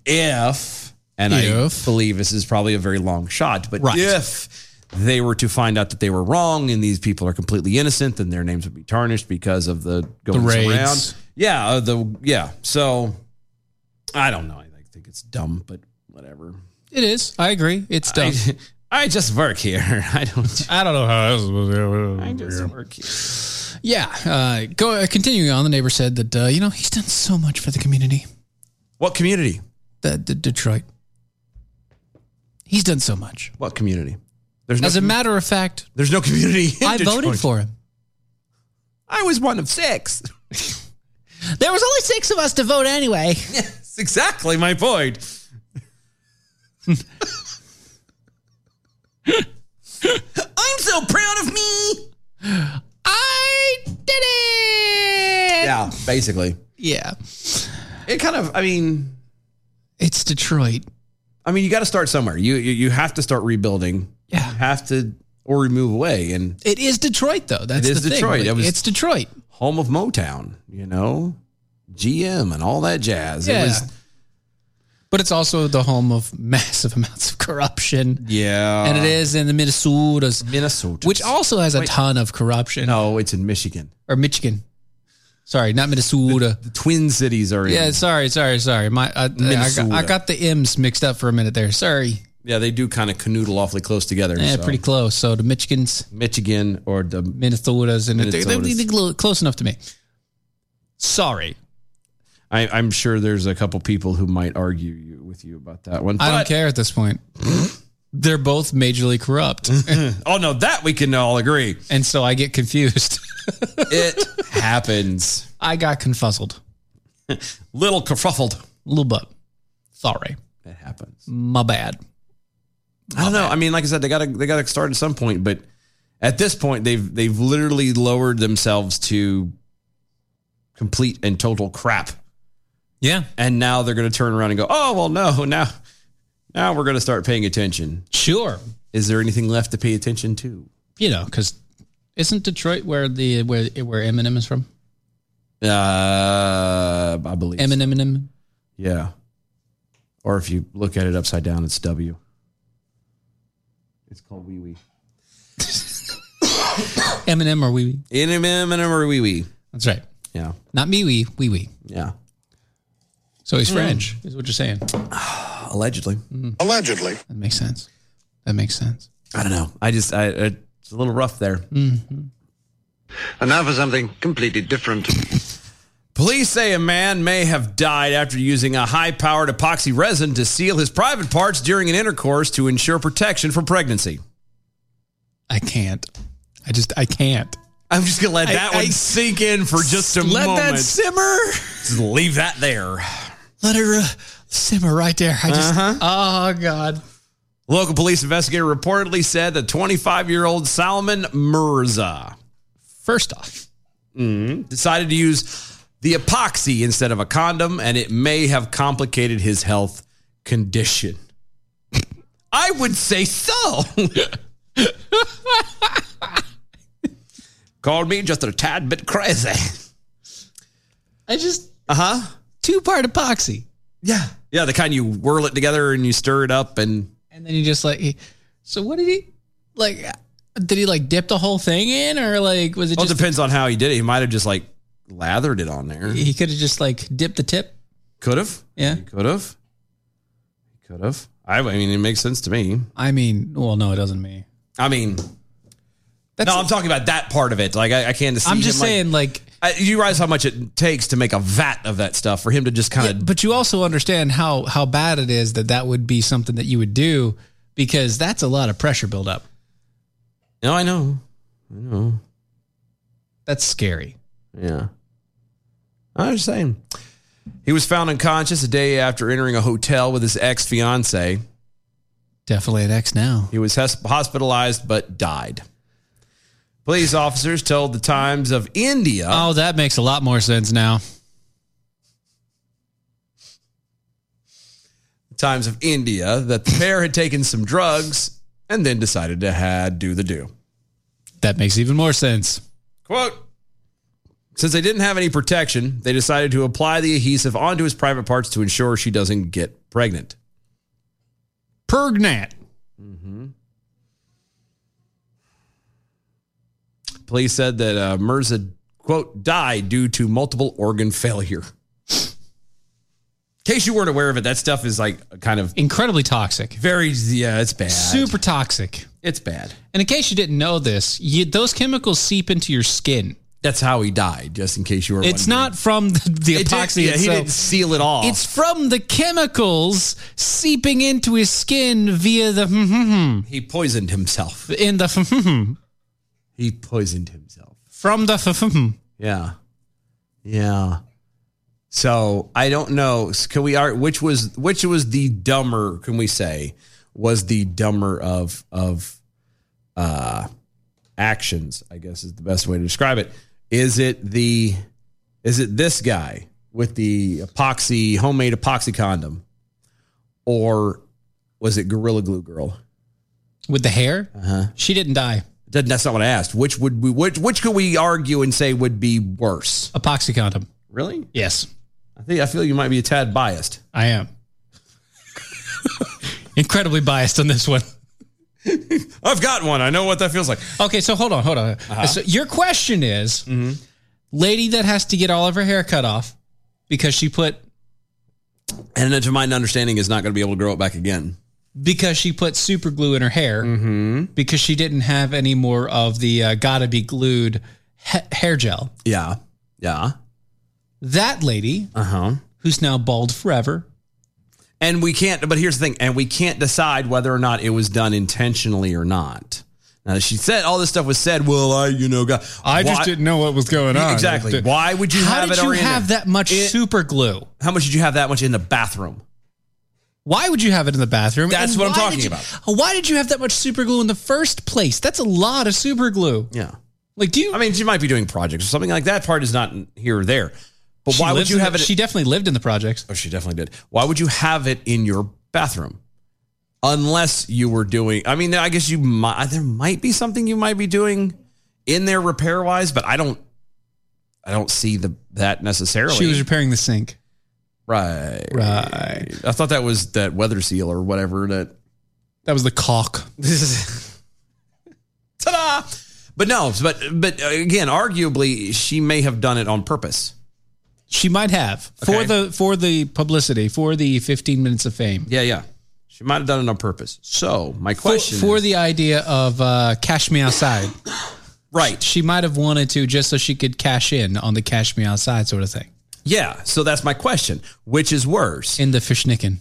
S2: if, and I believe this is probably a very long shot, but
S3: Right.
S2: if they were to find out that they were wrong and these people are completely innocent, then their names would be tarnished because of the going
S3: raids.
S2: around. Yeah, uh, the yeah. So I don't know. I think it's dumb, but whatever.
S3: It is. I agree. It's dumb.
S2: I, just work here. I don't.
S3: I don't know how this was. I just
S2: work here.
S3: Yeah. Uh, go uh, continuing on. The neighbor said that uh, you know he's done so much for the community.
S2: What community?
S3: The, the Detroit. He's done so much.
S2: What community? There's no
S3: As a
S2: commu-
S3: matter of fact,
S2: there's no community. in
S3: I voted
S2: Detroit.
S3: for him.
S2: I was one of six.
S3: There was only six of us to vote anyway.
S2: That's exactly my point. I'm so proud of me.
S3: I did it.
S2: Yeah, basically.
S3: Yeah.
S2: It kind of. I mean,
S3: it's Detroit.
S2: I mean, you got to start somewhere. You, you you have to start rebuilding. Yeah, you have to or move away and
S3: It is Detroit though. That's
S2: it is
S3: the thing.
S2: Detroit.
S3: Like,
S2: It was
S3: it's Detroit.
S2: home of Motown. You know, GM and all that jazz. It
S3: Yeah.
S2: was,
S3: But it's also the home of massive amounts of corruption.
S2: yeah,
S3: and it is in the Minnesota's
S2: Minnesota,
S3: which also has a ton of corruption.
S2: No, it's in Michigan
S3: or Michigan. Sorry, not Minnesota.
S2: The Twin Cities are in.
S3: yeah, sorry, sorry, sorry. My I, I, got,
S2: Minnesota.
S3: I got the M's mixed up for a minute there. Sorry.
S2: yeah, they do kind of canoodle awfully close together.
S3: Yeah,
S2: so.
S3: pretty close. So the Michigans,
S2: Michigan or the
S3: Minnesotas, and they- they-
S2: Minnesotas.
S3: they- they're close enough to me. Sorry.
S2: I, I'm sure there's a couple people who might argue you, with you about that one.
S3: I don't
S2: but-
S3: care at this point. They're both majorly corrupt.
S2: oh no, that we can all agree.
S3: And so I get confused.
S2: it happens.
S3: I got confuzzled.
S2: Little kerfuffled.
S3: Little bit. Sorry.
S2: It happens.
S3: My bad.
S2: I don't know. I mean, like I said, they gotta they gotta start at some point, but at this point they've they've literally lowered themselves to complete and total crap.
S3: Yeah.
S2: And now they're gonna turn around and go, Oh well no, now now we're gonna start paying attention.
S3: Sure.
S2: Is there anything left to pay attention to?
S3: You know, because isn't Detroit where the where where Eminem is from?
S2: Uh I believe.
S3: Eminem, Eminem.
S2: Yeah. Or if you look at it upside down, it's W. It's called Wee Wee.
S3: Eminem or Wee Wee.
S2: Eminem and or Wee Wee.
S3: That's right.
S2: Yeah.
S3: Not me Wee, Wee Wee.
S2: Yeah.
S3: So he's
S2: Mm.
S3: French, is what you're saying.
S2: Allegedly.
S10: Allegedly.
S3: That makes sense. That makes sense.
S2: I don't know. I just I it's a little rough there.
S11: And now for something completely different.
S2: Police say a man may have died after using a high powered epoxy resin to seal his private parts during an intercourse to ensure protection for pregnancy.
S3: I can't. I just I can't.
S2: I'm just gonna let
S3: I-
S2: that one
S3: I-
S2: sink in for just a
S3: Let
S2: moment.
S3: that simmer.
S2: Just leave that there.
S3: Let her uh, simmer right there. I just
S2: Uh-huh.
S3: oh god.
S2: Local police investigator reportedly said that 25 year old Salman Mirza,
S3: first off,
S2: decided to use the epoxy instead of a condom, and it may have complicated his health condition. I would say so. Called me just a tad bit crazy.
S3: I just
S2: Uh huh.
S3: two part epoxy.
S2: Yeah. Yeah, the kind you whirl it together and you stir it up and
S3: And then you just like he- so what did he like did he like dip the whole thing in or like was it
S2: well, it
S3: just
S2: depends on how he did it. He might have just like lathered it on there.
S3: he could have just like dipped the tip?
S2: Could have.
S3: Yeah.
S2: He could have. He could have. I, I mean, it makes sense to me.
S3: I mean, well no, it doesn't me.
S2: I mean, no, I'm talking about that part of it. Like, I, I can't. See
S3: I'm just
S2: him, like-
S3: saying like
S2: I, you realize how much it takes to make a vat of that stuff for him to just kind of.
S3: But you also understand how how bad it is that that would be something that you would do because that's a lot of pressure buildup.
S2: no, I know, I know.
S3: That's scary.
S2: Yeah, I was saying. He was found unconscious a day after entering a hotel with his ex fiancee
S3: Definitely an X now.
S2: He was hus- hospitalized but died. Police officers told the Times of India.
S3: Oh, that makes a lot more sense now.
S2: times of India that the pair had taken some drugs and then decided to had do the do.
S3: That makes even more sense.
S2: Quote Since they didn't have any protection, they decided to apply the adhesive onto his private parts to ensure she doesn't get pregnant.
S3: Pregnant.
S2: Police said that uh, Mirza, quote, died due to multiple organ failure. In case you weren't aware of it, that stuff is like kind of
S3: incredibly toxic.
S2: Very, yeah, it's bad.
S3: Super toxic.
S2: It's bad.
S3: And in case you didn't know this, you, those chemicals seep into your skin.
S2: That's how he died. Just in case you were.
S3: It's not from the, the
S2: It did-
S3: epoxy
S2: yeah, he
S3: itself.
S2: didn't seal it off.
S3: It's from the chemicals seeping into his skin via the. hmm,
S2: He poisoned himself.
S3: In the. hmm,
S2: He poisoned himself.
S3: From the.
S2: Yeah. Yeah. So I don't know. Can we are which was which was the dumber? Can we say was the dumber of of uh actions? I guess is the best way to describe it. Is it the is it this guy with the epoxy homemade epoxy condom, or was it Gorilla Glue Girl?
S3: With the hair?
S2: Uh-huh.
S3: She didn't die.
S2: That's not what I asked. Which would we which which could we argue and say would be worse?
S3: Epoxy condom.
S2: Really?
S3: Yes.
S2: I think I feel you might be a tad biased.
S3: I am. Incredibly biased on this one.
S2: I've got one. I know what that feels like.
S3: Okay, so hold on, hold on.
S2: Uh-huh.
S3: So your question is
S2: Mm-hmm.
S3: lady that has to get all of her hair cut off because she put
S2: And then to my understanding, is not going to be able to grow it back again.
S3: because she put super glue in her hair
S2: Mm-hmm.
S3: because she didn't have any more of the uh, gotta be glued ha- hair gel.
S2: Yeah. Yeah.
S3: That lady,
S2: Uh huh.
S3: who's now bald forever.
S2: And we can't. But here's the thing. And we can't decide whether or not it was done intentionally or not. Now she said all this stuff was said. Well, I you know got. Why-
S3: know what was going
S2: Exactly. Why would you
S3: How
S2: have
S3: did
S2: it
S3: you
S2: already in
S3: have
S2: there?
S3: that much
S2: It-
S3: super glue?
S2: How much did you have that much in the bathroom?
S3: Why would you have it in the bathroom?
S2: That's what I'm
S3: why
S2: talking
S3: did you- Why did you have that much super glue in the first place? That's a lot of super glue.
S2: Yeah.
S3: Like, do you?
S2: I mean, she might be doing projects or something like that. Part is not here or there. But
S3: She
S2: why would
S3: lives
S2: you
S3: in
S2: have
S3: the-
S2: it?
S3: She definitely lived in the projects.
S2: Oh, she definitely did. Why would you have it in your bathroom? Unless you were doing, I mean, I guess you might, there might be something you might be doing in there repair wise, but I don't, I don't see the that necessarily.
S3: She was repairing the sink.
S2: right,
S3: Right.
S2: I thought that was that weather seal or whatever that.
S3: That was the caulk.
S2: Ta-da! But no, but but again, arguably, she may have done it on purpose.
S3: She might have for
S2: Okay.
S3: the for the publicity for the 15 minutes of fame.
S2: Yeah, yeah, she might have done it on purpose. So my
S3: For,
S2: question
S3: for
S2: is-
S3: the idea of uh, cash me outside.
S2: right,
S3: She might have wanted to just so she could cash in on the cash me outside sort of thing.
S2: yeah. So that's my question. Which is worse?
S3: In the fishnickin.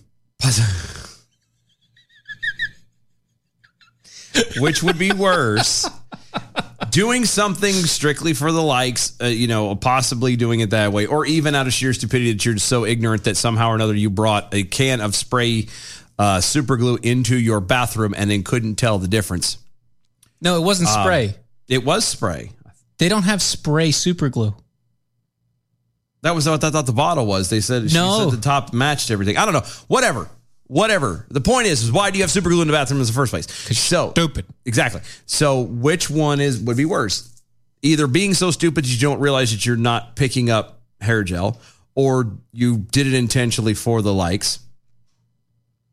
S2: which would be worse doing something strictly for the likes uh, you know possibly doing it that way or even out of sheer stupidity that you're just so ignorant that somehow or another you brought a can of spray uh, super glue into your bathroom and then couldn't tell the difference
S3: No, it wasn't
S2: Um,
S3: spray.
S2: it was spray
S3: they don't have spray super glue.
S2: that was what i thought the bottle was they said she
S3: No.
S2: said the top matched everything i don't know whatever whatever the point is, is why do you have super glue in the bathroom in the first place so
S3: Stupid.
S2: Exactly. So which one is would be worse? Either being so stupid you don't realize that you're not picking up hair gel, or you did it intentionally for the likes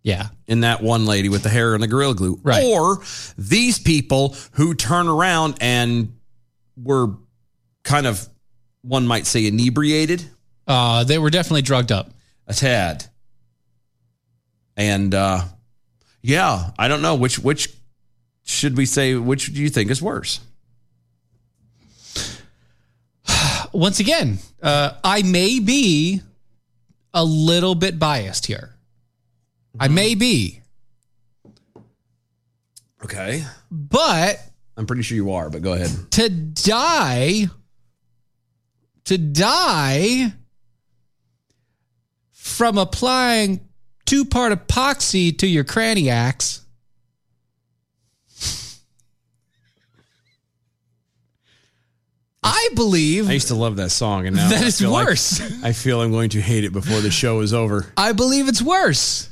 S3: Yeah.
S2: in that one lady with the hair and the gorilla glue,
S3: Right.
S2: or these people who turn around and were kind of one might say inebriated
S3: Uh, they were definitely drugged up.
S2: a tad, and uh, yeah, I don't know which which should we say which do you think is worse?
S3: Once again, uh, I may be a little bit biased here. I may be,
S2: Okay.
S3: but
S2: I'm pretty sure you are, but go ahead.
S3: to die, to die from applying two part epoxy to your cranny axe. I believe
S2: I used to love that song, and now
S3: That
S2: I
S3: is
S2: feel like-
S3: worse.
S2: I feel I'm going to hate it before the show is over.
S3: I believe it's worse.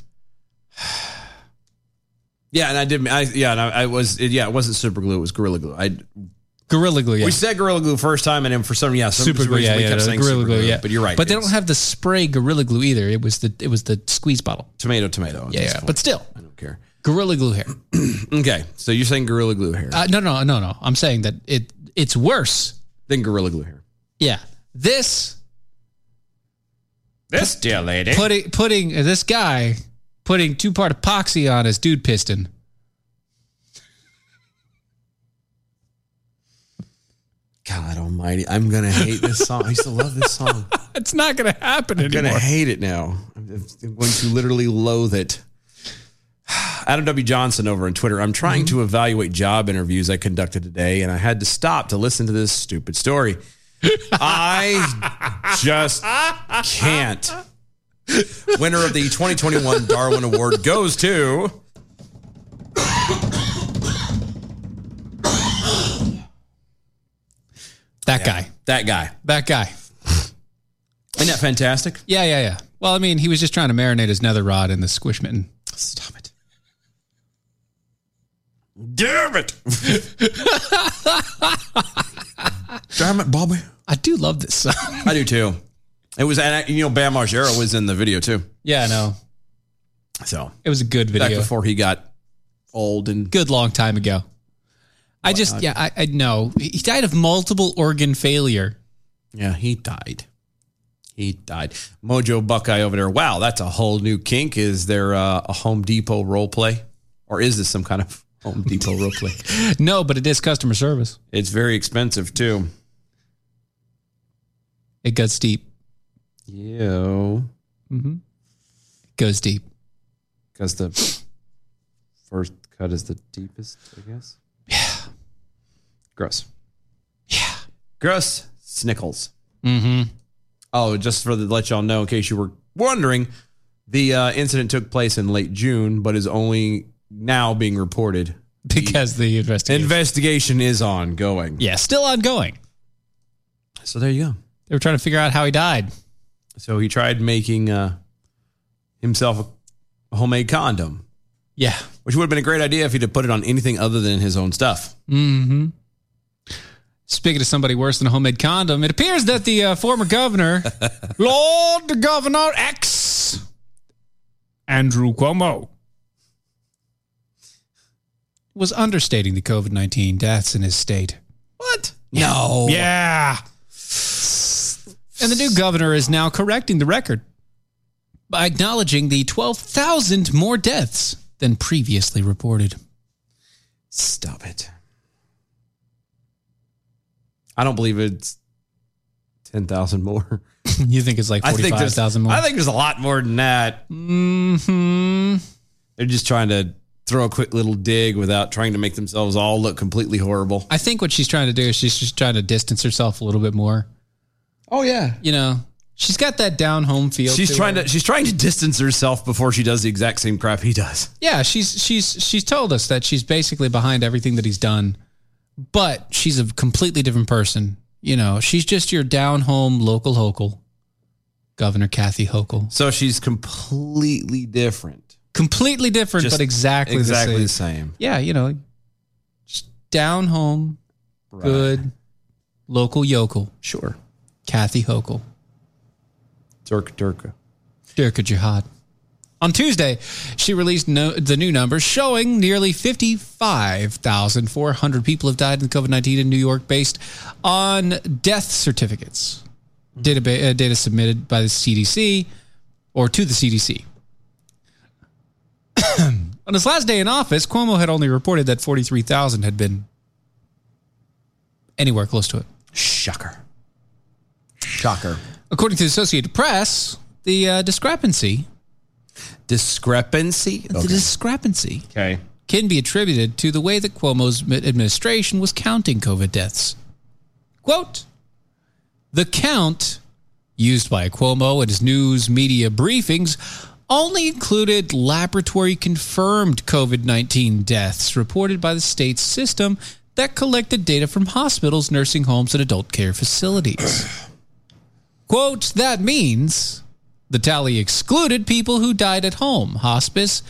S2: Yeah, and I did. I yeah, and I, I was. It, yeah, it wasn't super glue. It was gorilla glue. I
S3: gorilla glue. Yeah.
S2: We said gorilla glue first time, and then for some yeah, some super reason we kept saying
S3: Gorilla
S2: super glue.
S3: Glue,
S2: Yeah, but you're right.
S3: But they
S2: It's
S3: don't have the spray Gorilla Glue either. It was the it was the squeeze bottle.
S2: tomato, tomato. at
S3: Yeah,
S2: this
S3: yeah,
S2: point.
S3: but still.
S2: I don't care.
S3: Gorilla Glue hair.
S2: okay, so you're saying gorilla glue hair
S3: Uh, no, no, no, no. I'm saying that it it's worse.
S2: then gorilla glue hair.
S3: Yeah. This
S6: This dear lady.
S3: putting putting this guy putting two part epoxy on his dude piston.
S2: God Almighty, I'm gonna hate this song. I used to love this song.
S3: It's not gonna happen
S2: I'm
S3: anymore.
S2: gonna hate it now. I'm I'm going to literally loathe it. Adam W. Johnson over on Twitter. I'm trying to evaluate job interviews I conducted today, and I had to stop to listen to this stupid story. I just can't. Winner of the 2021 Darwin Award goes to.
S3: That guy.
S2: That guy.
S3: That guy.
S2: Isn't that fantastic?
S3: Yeah, yeah, yeah. Well, I mean, he was just trying to marinate his nether rod in the squish mitten.
S2: Stop it. Damn it. Damn it, Bobby.
S3: I do love this song.
S2: I do too. It was, and I- you know, Bam Margera was in the video too.
S3: Yeah, I know.
S2: So
S3: It was a good video.
S2: back before he got old and
S3: good long time ago. I just, yeah, I, I know. He died of multiple organ failure.
S2: yeah, he died. He died. Mojo Buckeye over there. Wow, that's a whole new kink. Is there uh, a Home Depot role play, or is this some kind of Home Depot role play?
S3: No, but it is customer service.
S2: It's very expensive too.
S3: It goes deep.
S2: Yo,
S3: Mm-hmm. Goes deep.
S2: because the first cut is the deepest, I guess. Yeah. Gross.
S3: Yeah.
S2: Gross. Snickles.
S3: Mm-hmm.
S2: Oh, just for the, let y'all know, in case you were wondering, the uh, incident took place in late June, but is only now being reported.
S3: Because the
S2: The
S3: investigation.
S2: investigation is ongoing.
S3: yeah, still ongoing.
S2: So there you go.
S3: They were trying to figure out how he died.
S2: So he tried making uh, himself a homemade condom,
S3: Yeah.
S2: which would have been a great idea if he'd have put it on anything other than his own stuff.
S3: Mm-hmm. Speaking of somebody worse than a homemade condom, it appears that the uh, former governor, Lord the Governor X, Andrew Cuomo, was understating the COVID 19 deaths in his state.
S2: What? No.
S3: Yeah. And the new governor is now correcting the record by acknowledging the 12,000 more deaths than previously reported.
S2: Stop it. I don't believe it's 10,000 more.
S3: you think it's like
S2: I think there's-
S3: 45,000 more?
S2: I think there's a lot more than that.
S3: hmm
S2: They're just trying to throw a quick little dig without trying to make themselves all look completely horrible.
S3: I think what she's trying to do is she's just trying to distance herself a little bit more.
S2: Oh yeah.
S3: You know, she's got that down home feel.
S2: She's trying to she's trying to distance herself before she does the exact same crap he does.
S3: Yeah, she's she's she's told us that she's basically behind everything that he's done, but she's a completely different person. You know, she's just your down home local hokel, Governor Kathy Hochul.
S2: So she's completely different.
S3: Completely different,
S2: Just
S3: but exactly
S2: exactly
S3: the
S2: the
S3: same.
S2: same.
S3: Yeah, you know, just down home,
S2: Right.
S3: good local yokel,
S2: Sure.
S3: Kathy Hochul.
S2: Dirk Durka.
S3: Durka Jihad. On Tuesday, she released no, the new numbers showing nearly 55,400 people have died in COVID 19 in New York based on death certificates, data, uh, data submitted by the CDC or to the CDC. on his last day in office, Cuomo had only reported that 43,000 had been anywhere close to it.
S2: Shocker. Shocker.
S3: According to the Associated Press, the uh, discrepancy
S2: Discrepancy.
S3: The discrepancy
S2: Okay.
S3: can be attributed to the way that Cuomo's mi- administration was counting COVID deaths. Quote The count used by Cuomo in his news media briefings only included laboratory confirmed COVID 19 deaths reported by the state's system that collected data from hospitals, nursing homes, and adult care facilities. Quote That means the tally excluded people who died at home, hospice,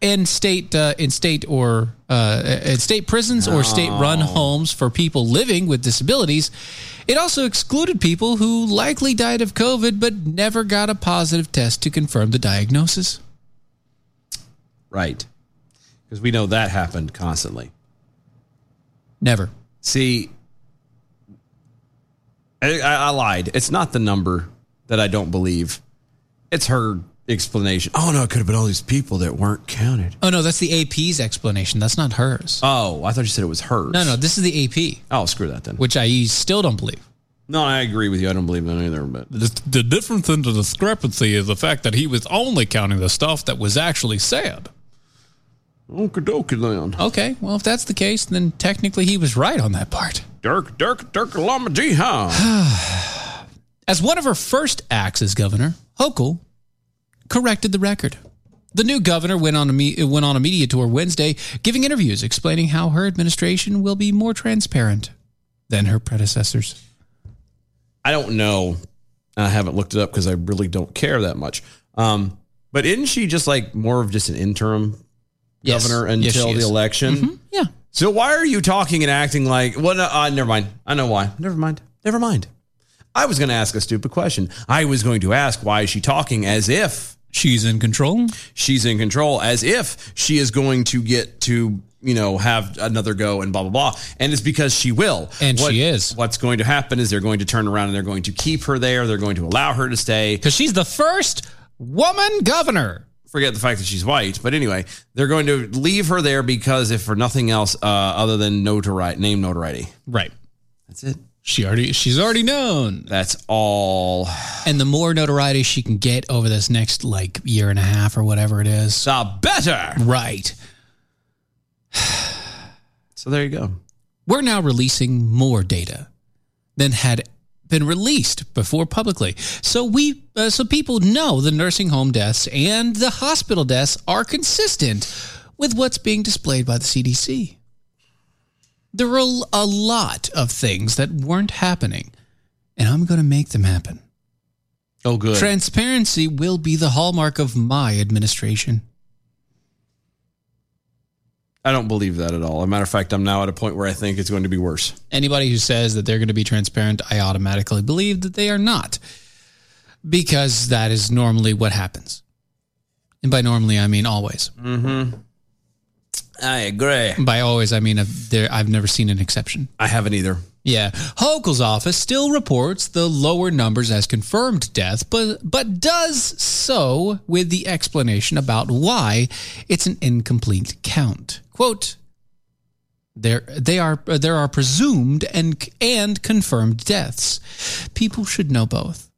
S3: in state uh, in state or uh, in state prisons or state run homes for people living with disabilities. It also excluded people who likely died of COVID but never got a positive test to confirm the diagnosis.
S2: Right. Because we know that happened constantly.
S3: Never.
S2: See, I, I, I lied. It's not the number that I don't believe, it's her explanation. Oh, no, it could have been all these people that weren't counted.
S3: Oh no, that's the AP's explanation. That's not hers.
S2: Oh, I thought you said it was hers.
S3: No, no, this is the AP,
S2: Oh, screw that then.
S3: which I still don't believe.
S2: No, I agree with you. I don't believe that either, but.
S12: The, the difference in the discrepancy is the fact that he was only counting the stuff that was actually said.
S3: Okay, well, if that's the case, then technically he was right on that part.
S2: Dirk, Dirk, Dirk Lombardi, huh?
S3: As one of her first acts as governor, Hochul corrected the record. The new governor went on a me- went on a media tour Wednesday, giving interviews explaining how her administration will be more transparent than her predecessors.
S2: I don't know. I haven't looked it up because I really don't care that much. Um, but isn't she just like more of just an interim
S3: Yes.
S2: governor
S3: Yes,
S2: until
S3: she
S2: the
S3: is. Mm-hmm.
S2: election?
S3: Yeah.
S2: So why are you talking and acting like? Well, no, uh, never mind. I know why. Never mind. Never mind. I was going to ask a stupid question. I was going to ask why is she talking as if
S3: she's in control?
S2: She's in control as if she is going to get to you know have another go and blah blah blah. And it's because she will.
S3: And
S2: What-
S3: she is.
S2: What's going to happen is they're going to turn around and they're going to keep her there. They're going to allow her to stay.
S3: Because she's the first woman governor.
S2: Forget the fact that she's white, but anyway, they're going to leave her there because if for nothing else uh, other than notoriety, name notoriety.
S3: Right.
S2: That's it.
S3: She already she's already known.
S2: That's all.
S3: And the more notoriety she can get over this next like year and a half or whatever it is.
S2: The better.
S3: Right.
S2: So there you go.
S3: We're now releasing more data than had been released before publicly. So we uh, so people know the nursing home deaths and the hospital deaths are consistent with what's being displayed by the CDC. There are a- a lot of things that weren't happening and I'm going to make them happen.
S2: Oh, good.
S3: Transparency will be the hallmark of my administration.
S2: I don't believe that at all. As a matter of fact, I'm now at a point where I think it's going to be worse.
S3: Anybody who says that they're going to be transparent, I automatically believe that they are not because that is normally what happens. And by normally, I mean always.
S2: Mm-hmm. I agree.
S3: By always, I mean I've, there, I've never seen an exception.
S2: I haven't either.
S3: Yeah. Hochul's office still reports the lower numbers as confirmed death, but, but does so with the explanation about why it's an incomplete count. Quote, there, they are, there are presumed and, and confirmed deaths. People should know both.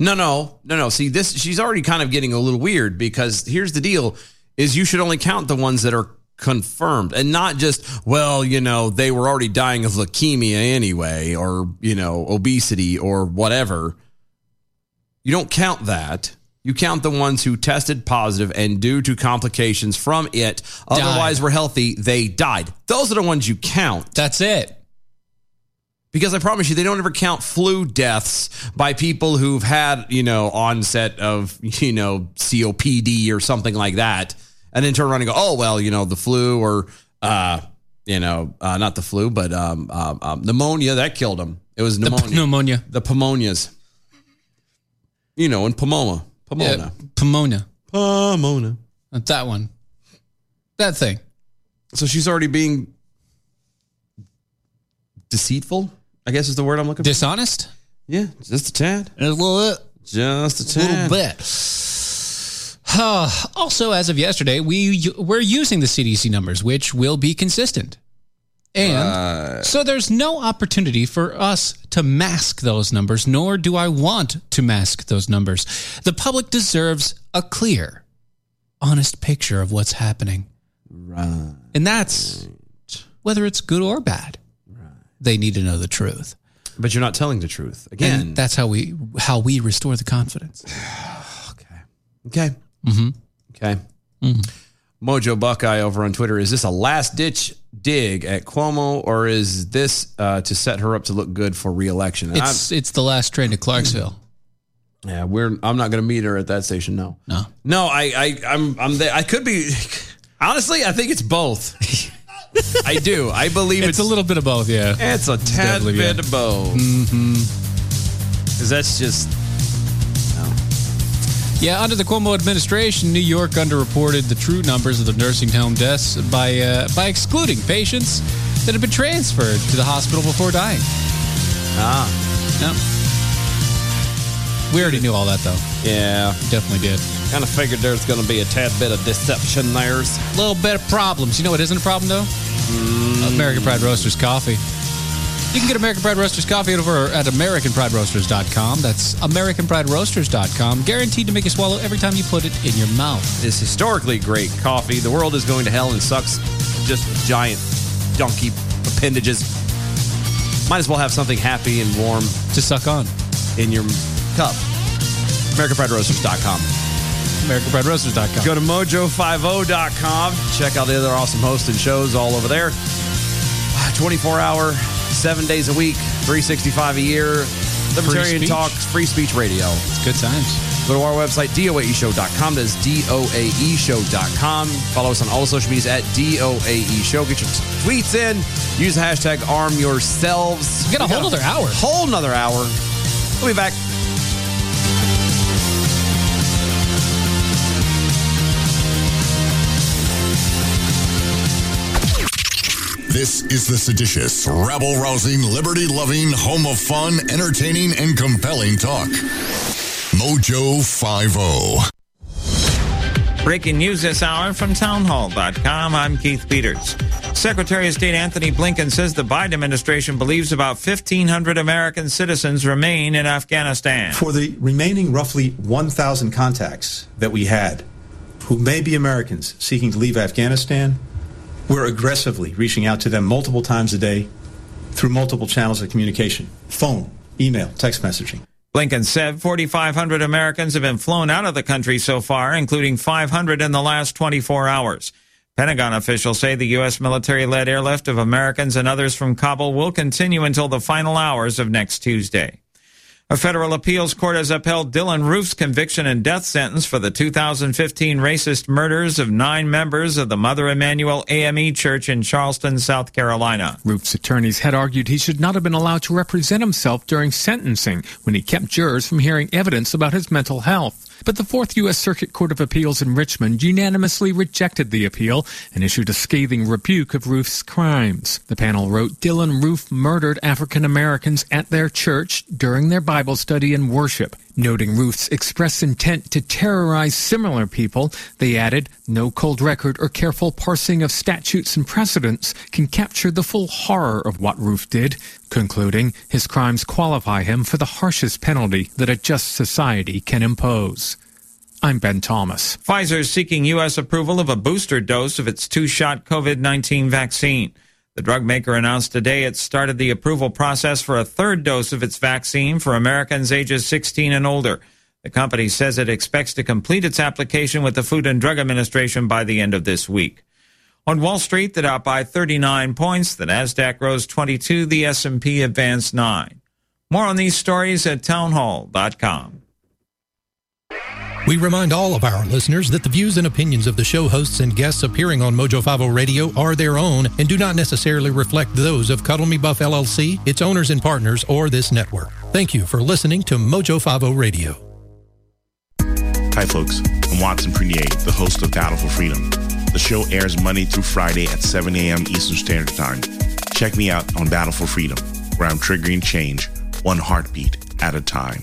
S2: No, no, no, no. See, this she's already kind of getting a little weird because here's the deal: is you should only count the ones that are confirmed and not just well, you know, they were already dying of leukemia anyway, or you know, obesity or whatever. You don't count that. You count the ones who tested positive and due to complications from it, otherwise were healthy, they died. Those are the ones you count.
S3: That's it.
S2: Because I promise you, they don't ever count flu deaths by people who've had, you know, onset of, you know, COPD or something like that. And then turn around and go, oh, well, you know, the flu or, uh, you know, uh, not the flu, but um, um, um, pneumonia, that killed them. It was pneumonia. The,
S3: Pneumonia.
S2: pneumonias. You know, and Pomona. Pomona.
S3: Yeah, Pomona.
S2: Pomona.
S3: Not That one. That thing.
S2: So she's already being deceitful, I guess is the word I'm looking for.
S3: Dishonest?
S2: Yeah, just a tad.
S3: A little bit.
S2: Just a tad.
S3: little bit. Uh, also, as of yesterday, we we're using the CDC numbers, which will be consistent, and so there's no opportunity for us to mask those numbers. Nor do I want to mask those numbers. The public deserves a clear, honest picture of what's happening,
S2: Right.
S3: and that's whether it's good or bad. They need to know the truth.
S2: But you're not telling the truth. Again.
S3: And that's how we how we restore the confidence.
S2: okay.
S3: hmm
S2: Okay. Mojo Buckeye over on Twitter. Is this a last ditch dig at Cuomo or is this uh, to set her up to look good for reelection? And
S3: It's it's the last train to Clarksville.
S2: I'm, yeah, we're I'm not gonna meet her at that station, no.
S3: No.
S2: No, I, I I'm I'm there. I could be Honestly, I think it's both. I do. I believe it's,
S13: a little bit of both. Yeah,
S2: it's a tad
S13: definitely, yeah.
S2: bit of both.
S13: hmm
S2: Because that's just
S13: Yeah, under the Cuomo administration, New York underreported the true numbers of the nursing home deaths by uh, by excluding patients that had been transferred to the hospital before dying.
S2: Ah,
S13: We already knew all that though.
S2: Yeah,
S13: definitely did.
S2: Kind of figured there's going to be a tad bit of deception there. A
S13: little bit of problems. You know what isn't a problem though?
S7: Mm.
S13: American Pride Roasters coffee. You can get American Pride Roasters coffee over at AmericanPrideRoasters.com. That's AmericanPrideRoasters.com. Guaranteed to make you swallow every time you put it in your mouth.
S2: is historically great coffee. The world is going to hell and sucks. Just giant donkey appendages. Might as well have something happy and warm to
S13: suck on
S2: in your cup. AmericanFriedRoasters.com.
S13: AmericanPrideRoasters.com.
S2: Go to mojo50.com. Check out the other awesome hosts and shows all over there. 24 hour, seven days a week, 365 a year. Libertarian
S13: speech.
S2: Talk, Free Speech Radio. It's
S13: good times.
S2: Go to our website, doaeshow.com. That is E doaeshow.com. Follow us on all social medias at doaeshow. E Get your tweets in. Use the hashtag arm yourselves.
S13: We got a whole nother hour.
S2: Whole nother hour. We'll be back.
S14: This is the seditious, rabble rousing, liberty loving, home of fun, entertaining, and compelling talk. Mojo oh. 50.
S7: Breaking news this hour from townhall.com. I'm Keith Peters. Secretary of State Anthony Blinken says the Biden administration believes about 1,500 American citizens remain in Afghanistan.
S15: For the remaining roughly 1,000 contacts that we had who may be Americans seeking to leave Afghanistan, we're aggressively reaching out to them multiple times a day through multiple channels of communication phone, email, text messaging.
S7: Blinken said 4,500 Americans have been flown out of the country so far, including 500 in the last 24 hours. Pentagon officials say the U.S. military led airlift of Americans and others from Kabul will continue until the final hours of next Tuesday. A federal appeals court has upheld Dylan Roof's conviction and death sentence for the 2015 racist murders of nine members of the Mother Emanuel AME Church in Charleston, South Carolina.
S3: Roof's attorneys had argued he should not have been allowed to represent himself during sentencing when he kept jurors from hearing evidence about his mental health. But the Fourth U.S. Circuit Court of Appeals in Richmond unanimously rejected the appeal and issued a scathing rebuke of Roof's crimes. The panel wrote Dylan Roof murdered African Americans at their church during their Bible study and worship. Noting Ruth's express intent to terrorize similar people, they added, no cold record or careful parsing of statutes and precedents can capture the full horror of what Ruth did, concluding his crimes qualify him for the harshest penalty that a just society can impose. I'm Ben Thomas.
S7: Pfizer is seeking U.S. approval of a booster dose of its two shot COVID 19 vaccine. The drug maker announced today it started the approval process for a third dose of its vaccine for Americans ages 16 and older. The company says it expects to complete its application with the Food and Drug Administration by the end of this week. On Wall Street, the Dow by 39 points, the Nasdaq rose 22, the S&P advanced 9. More on these stories at townhall.com.
S16: We remind all of our listeners that the views and opinions of the show hosts and guests appearing on Mojo 50 Radio are their own and do not necessarily reflect those of Cuddle Me Buff LLC, its owners and partners, or this network. Thank you for listening to Mojo 50 Radio.
S8: Hi, folks. I'm Watson Prunier, the host of Battle for Freedom. The show airs Monday through Friday at 7 a.m. Eastern Standard Time. Check me out on Battle for Freedom, where I'm triggering change one heartbeat at a time.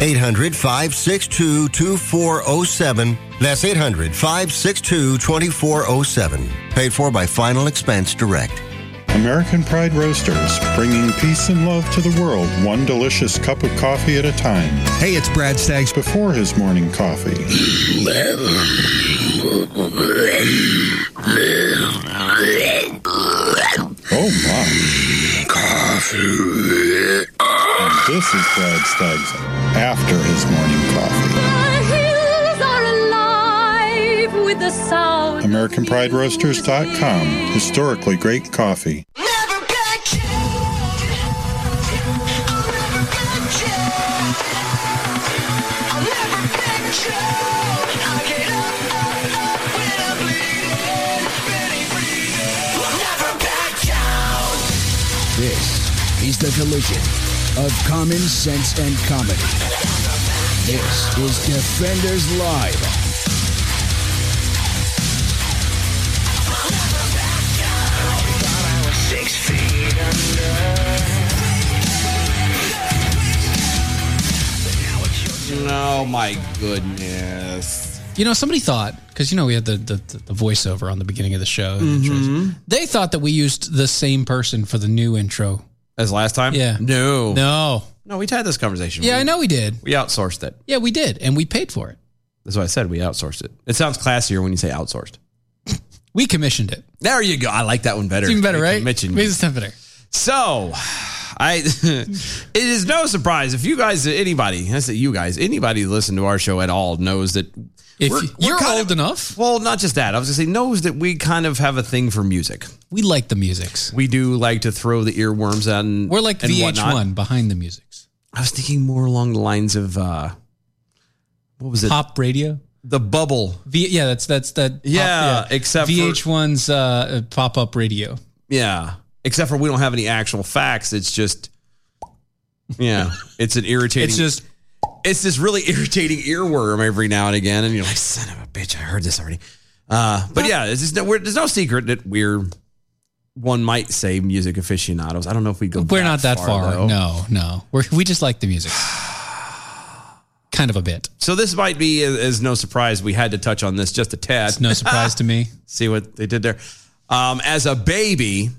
S17: 800 562 2407. That's 800 562 2407. Paid for by Final Expense Direct.
S18: American Pride Roasters, bringing peace and love to the world, one delicious cup of coffee at a time.
S19: Hey, it's Brad Staggs.
S18: Before his morning coffee. oh my. Coffee. And this is Brad Staggs after his morning coffee. AmericanPrideRoasters.com. Historically great coffee.
S1: This is the collision of common sense and comedy. This is Defenders Live.
S2: Oh my goodness.
S3: You know, somebody thought because you know we had the, the the voiceover on the beginning of the show.
S2: Mm.
S3: and intros. They thought that we used the same person for the new intro.
S2: As last time?
S3: Yeah.
S2: No.
S3: No.
S2: No, we had this conversation.
S3: Yeah,
S2: We-
S3: I know we did.
S2: We outsourced it.
S3: Yeah, we did, and we paid for it.
S2: That's what I said. We outsourced it. It sounds classier when you say outsourced.
S3: We commissioned it.
S2: There you go. I like that one better.
S3: It's even better,
S2: We
S3: right?
S2: commissioned
S3: Maybe
S2: it.
S3: it's not better.
S2: So, I it is no surprise if you guys, anybody, I say you guys, anybody who listen to our show at all knows that
S3: If you're
S2: kind
S3: old
S2: of-
S3: enough,
S2: well, not just that. I was gonna say knows that we kind of have a thing for music.
S3: We like the musics.
S2: We do like to throw the earworms out. And,
S3: We're like
S2: and
S3: VH1
S2: whatnot.
S3: behind the musics.
S2: I was thinking more along the lines of uh, what was it?
S3: Pop radio.
S2: The bubble.
S3: V- yeah, that's that's that. pop-
S2: Yeah, except for-
S3: VH1's uh, pop up radio.
S2: Yeah. Except for we don't have any actual facts. It's just, yeah, it's an irritating.
S3: It's just-
S2: it's this really irritating earworm every now and again, and you're like, son of a bitch, I heard this already. Uh, but yeah, it's just, no- we're, there's no secret that we're one might say music aficionados. I don't know if we go.
S3: We're not that far.
S2: though.
S3: No, no. We're, we just like the music. kind of a bit.
S2: So this might be as- as no surprise. We had to touch on this just a tad. It's
S3: no surprise to me.
S2: See what they did there. Um, as a baby,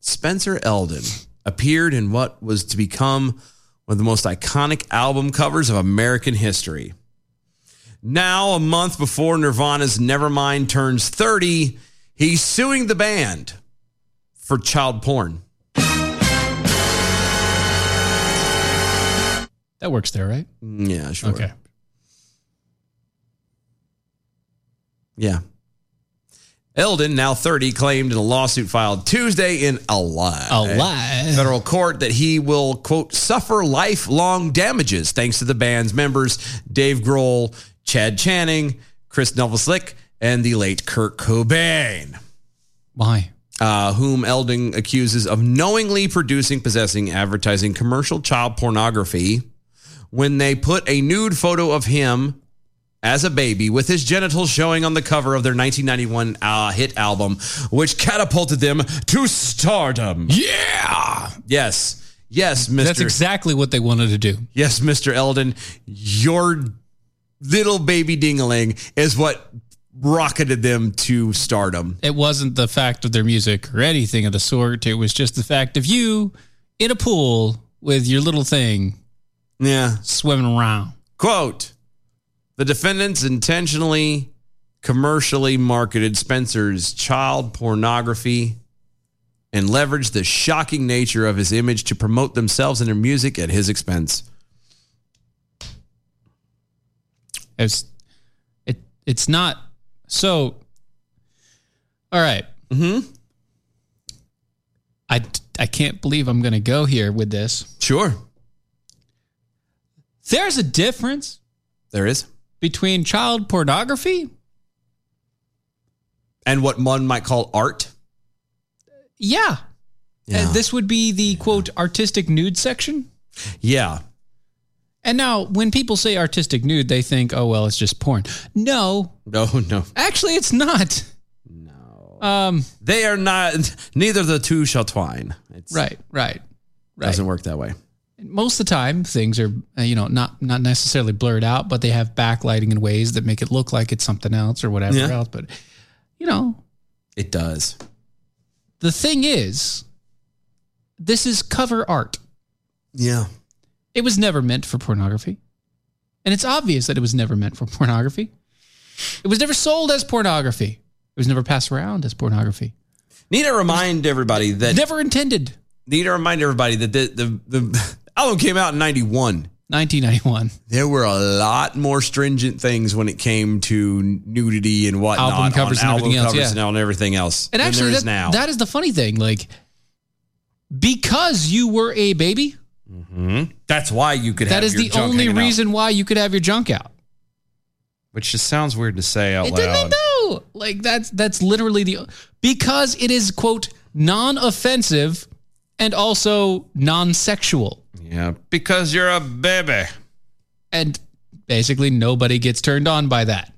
S2: Spencer Eldon appeared in what was to become one of the most iconic album covers of American history. Now, a month before Nirvana's Nevermind turns 30, he's suing the band for child porn.
S3: That works there, right?
S2: Mm, Yeah, sure.
S3: Okay.
S2: Yeah. Eldon, now 30, claimed in a lawsuit filed Tuesday in Allied,
S3: Allied.
S2: federal court that he will, quote, suffer lifelong damages thanks to the band's members, Dave Grohl, Chad Channing, Chris Novoselic, and the late Kurt Cobain.
S3: Why?
S2: Uh, whom Eldon accuses of knowingly producing, possessing, advertising commercial child pornography when they put a nude photo of him as a baby with his genitals showing on the cover of their 1991 uh, hit album, which catapulted them to stardom. Yeah. Yes. Yes, Mr.
S3: That's exactly what they wanted to do.
S2: Yes, Mr. Eldon, your little baby dingaling is what rocketed them to stardom.
S3: It wasn't the fact of their music or anything of the sort. It was just the fact of you in a pool with your little thing
S2: Yeah.
S3: swimming around.
S2: Quote The defendants intentionally commercially marketed Spencer's child pornography and leveraged the shocking nature of his image to promote themselves and their music at his expense.
S3: It's it it's not so. All right.
S2: Mm-hmm.
S3: I I can't believe I'm going to go here with this.
S2: Sure.
S3: There's a difference
S2: There is.
S3: between child pornography.
S2: And what one might call art.
S3: Yeah.
S2: Yeah.
S3: Uh, this would be the quote artistic nude section.
S2: Yeah.
S14: And now, when people say artistic nude, they think, oh, well, it's just porn. No.
S2: No, no.
S14: Actually, it's not.
S2: No. Um, they are not, neither of the two shall twine. It's,
S14: right, right, right.
S2: Doesn't work that way.
S14: Most of the time, things are, uh, you know, not, not necessarily blurred out, but they have backlighting in ways that make it look like it's something else or whatever
S2: Yeah.
S14: else. But, you know,
S2: It does.
S14: the thing is, this is cover art.
S2: Yeah.
S14: It was never meant for pornography. And it's obvious that it was never meant for pornography. It was never sold as pornography. It was never passed around as pornography.
S2: Need to remind everybody that
S14: Never intended.
S2: need to remind everybody that the the, the album came out in '91.
S14: 1991.
S2: There were a lot more stringent things when it came to nudity and whatnot
S14: Album covers and
S2: on album
S14: everything else,
S2: covers
S14: yeah.
S2: and on everything else.
S14: And
S2: than
S14: actually,
S2: there is
S14: that,
S2: now
S14: that is the funny thing. Like, because you were a baby,
S2: Mhm. that's why you could.
S14: that
S2: have
S14: is
S2: your
S14: the
S2: junk
S14: only
S2: hanging out.
S14: reason why you could have your junk out.
S2: Which just sounds weird to say out
S14: It
S2: loud.
S14: didn't know. Like that's that's literally the because it is quote non-offensive and also non-sexual
S2: Yeah, because you're a baby.
S14: and basically nobody gets turned on by that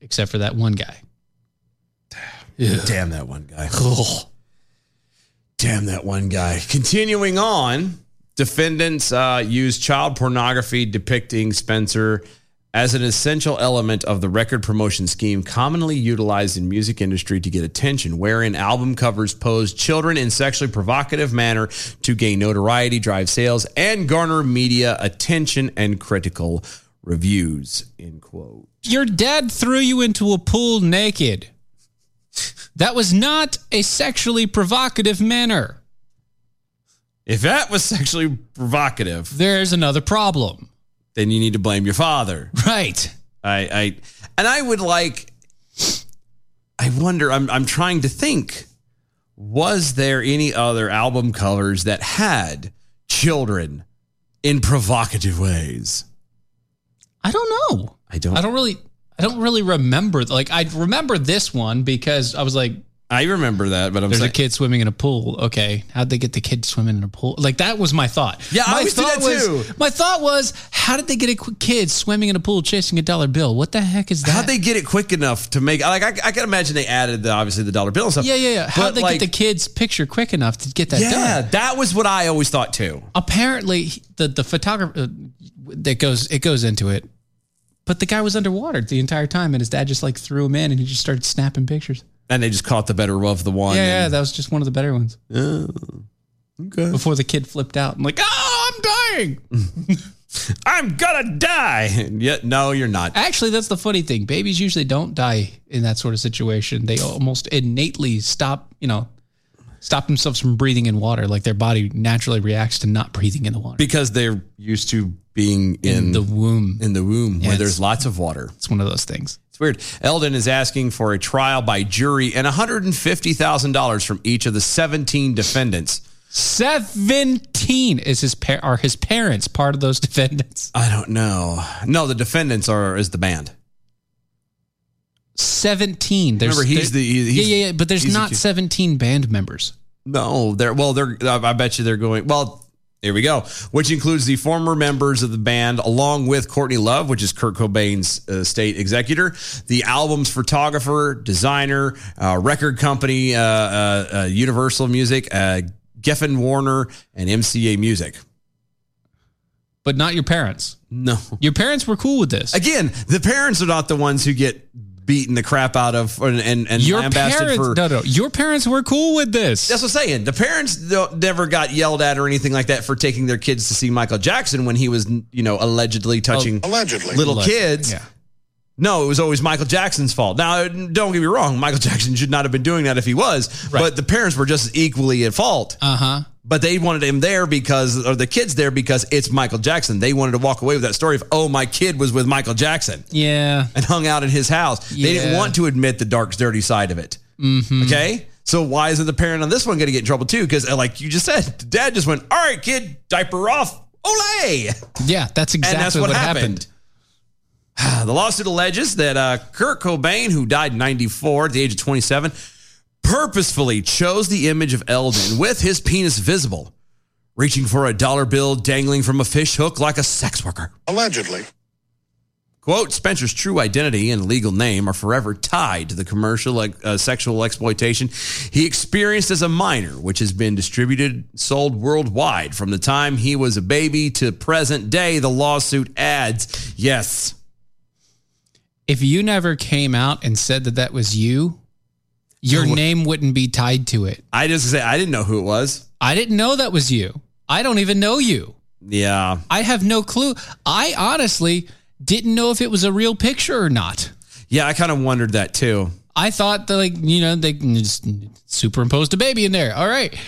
S14: except for that one guy.
S2: Damn that one guy. Damn that one guy. Continuing on, defendants uh, use child pornography depicting Spencer as an essential element of the record promotion scheme commonly utilized in music industry to get attention wherein album covers pose children in sexually provocative manner to gain notoriety drive sales and garner media attention and critical reviews end quote
S14: Your dad threw you into a pool naked. That was not a sexually provocative manner.
S2: if that was sexually provocative
S14: There's another problem.
S2: then you need to blame your father
S14: Right.
S2: I, I and I would like I wonder I'm I'm trying to think was there any other album covers that had children in provocative ways?
S14: I don't know.
S2: I don't
S14: I don't really I don't really remember like I remember this one because I was like
S2: I remember that, but I'm
S14: there's
S2: saying
S14: a kid swimming in a pool. Okay. How'd they get the kid swimming in a pool? Like that was my thought.
S2: Yeah, I
S14: my
S2: always did that
S14: was,
S2: too.
S14: My thought was, how did they get a qu- kid swimming in a pool chasing a dollar bill? What the heck is that?
S2: How'd they get it quick enough to make like I, I can imagine they added the, obviously the dollar bill and stuff.
S14: Yeah, yeah, yeah. How'd
S2: but,
S14: they
S2: like,
S14: get the kid's picture quick enough to get that
S2: yeah,
S14: done?
S2: that was what I always thought too.
S14: Apparently the the photographer uh, that goes it goes into it. But the guy was underwater the entire time and his dad just like threw him in and he just started snapping pictures.
S2: And they just caught the better of the one.
S14: Yeah, yeah,
S2: and-
S14: that was just one of the better ones.
S2: okay.
S14: Before the kid flipped out and like, oh, I'm dying.
S2: I'm gonna die. Yeah, no, you're not.
S14: Actually, that's the funny thing. Babies usually don't die in that sort of situation. They almost innately stop, you know, stop themselves from breathing in water. Like their body naturally reacts to not breathing in the water.
S2: because they're used to being in,
S14: in the womb.
S2: in the womb
S14: Yeah,
S2: where
S14: it's-
S2: there's lots of water.
S14: It's one of those things.
S2: It's weird. Eldon is asking for a trial by jury and $150,000 from each of the 17 defendants.
S14: 17 is his par- are his parents part of those defendants.
S2: I don't know. No, the defendants are is the band.
S14: 17. There's,
S2: Remember, he's
S14: there-
S2: the- he- he's-
S14: Yeah, yeah, yeah, but there's
S2: he's the
S14: not
S2: kid.
S14: 17 band members.
S2: No, they're well, they're I I bet you they're going well. Here we go, which includes the former members of the band, along with Courtney Love, which is Kurt Cobain's uh, state executor, the album's photographer, designer, uh, record company, uh, uh, uh, Universal Music, uh, Geffen Warner, and MCA Music.
S14: But not your parents.
S2: No.
S14: Your parents were cool with this.
S2: Again, the parents are not the ones who get beaten the crap out of and, and, and
S14: your
S2: lambasted
S14: parents,
S2: for.
S14: no, no, your parents were cool with this.
S2: That's what I'm saying. The parents don't, never got yelled at or anything like that for taking their kids to see Michael Jackson when he was, you know, allegedly touching
S20: Allegedly.
S2: little
S14: Allegedly,
S2: kids.
S14: yeah.
S2: No, it was always Michael Jackson's fault. Now, don't get me wrong. Michael Jackson should not have been doing that if he was, but the parents were just equally at fault.
S14: Uh huh.
S2: But they wanted him there because, or the kids there because it's Michael Jackson. They wanted to walk away with that story of, oh, my kid was with Michael Jackson
S14: Yeah.
S2: and hung out at his house. They didn't
S14: Yeah. Mm-hmm.
S2: want to admit the dark, dirty side of it. Okay. So why isn't the parent on this one going to get in trouble too? Because like you just said, dad just went, all right, kid, diaper off. Olay.
S14: Yeah, that's exactly
S2: and that's
S14: what,
S2: what,
S14: happened.
S2: happened. The lawsuit alleges that uh, Kurt Cobain, who died in 94 at the age of 27, purposefully chose the image of Eldon with his penis visible, reaching for a dollar bill dangling from a fish hook like a sex worker.
S21: Allegedly.
S2: Quote, Spencer's true identity and legal name are forever tied to the commercial uh, sexual exploitation he experienced as a minor, which has been distributed, sold worldwide. From the time he was a baby to present day, the lawsuit adds, yes.
S14: If you never came out and said that that was you, your
S2: Who-
S14: name wouldn't be tied to it.
S2: I just say, I didn't know who it was.
S14: I didn't know that was you. I don't even know you.
S2: Yeah.
S14: I have no clue. I honestly didn't know if it was a real picture or not.
S2: Yeah, I kind of wondered that too.
S14: I thought that, like, you know, they just superimposed a baby in there. All right.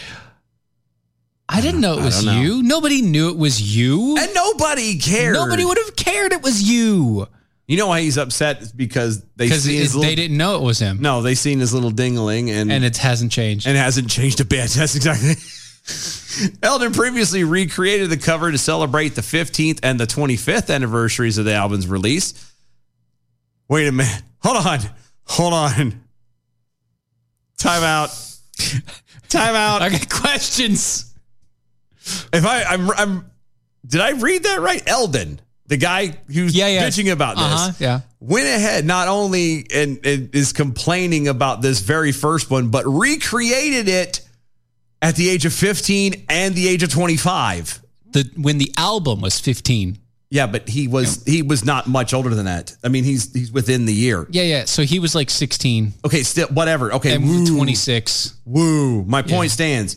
S14: I didn't know it
S2: I
S14: was
S2: don't know.
S14: you. Nobody knew it was you.
S2: And nobody cared.
S14: Nobody would have cared it was you.
S2: You know why he's upset? It's because they
S14: Because
S2: seen his
S14: they
S2: little,
S14: didn't know it was him.
S2: no, they seen his little dingling and
S14: And it hasn't changed.
S2: and hasn't changed a bit. That's exactly. Elden previously recreated the cover to celebrate the 15th and the 25th anniversaries of the album's release. Wait a minute. Hold on. Hold on. Time out. Time out.
S14: I got questions.
S2: If I I'm I'm did I read that right? Elden, the guy who's
S14: Yeah, yeah.
S2: bitching about this
S14: Uh-huh, yeah.
S2: went ahead not only and, and is complaining about this very first one, but recreated it at the age of 15 and the age of 25.
S14: The when the album was 15.
S2: Yeah, but he was he was not much older than that. I mean, he's he's within the year.
S14: Yeah, yeah. So he was like 16
S2: Okay, still whatever. Okay,
S14: and
S2: woo,
S14: 26.
S2: Woo, my point
S14: Yeah.
S2: stands.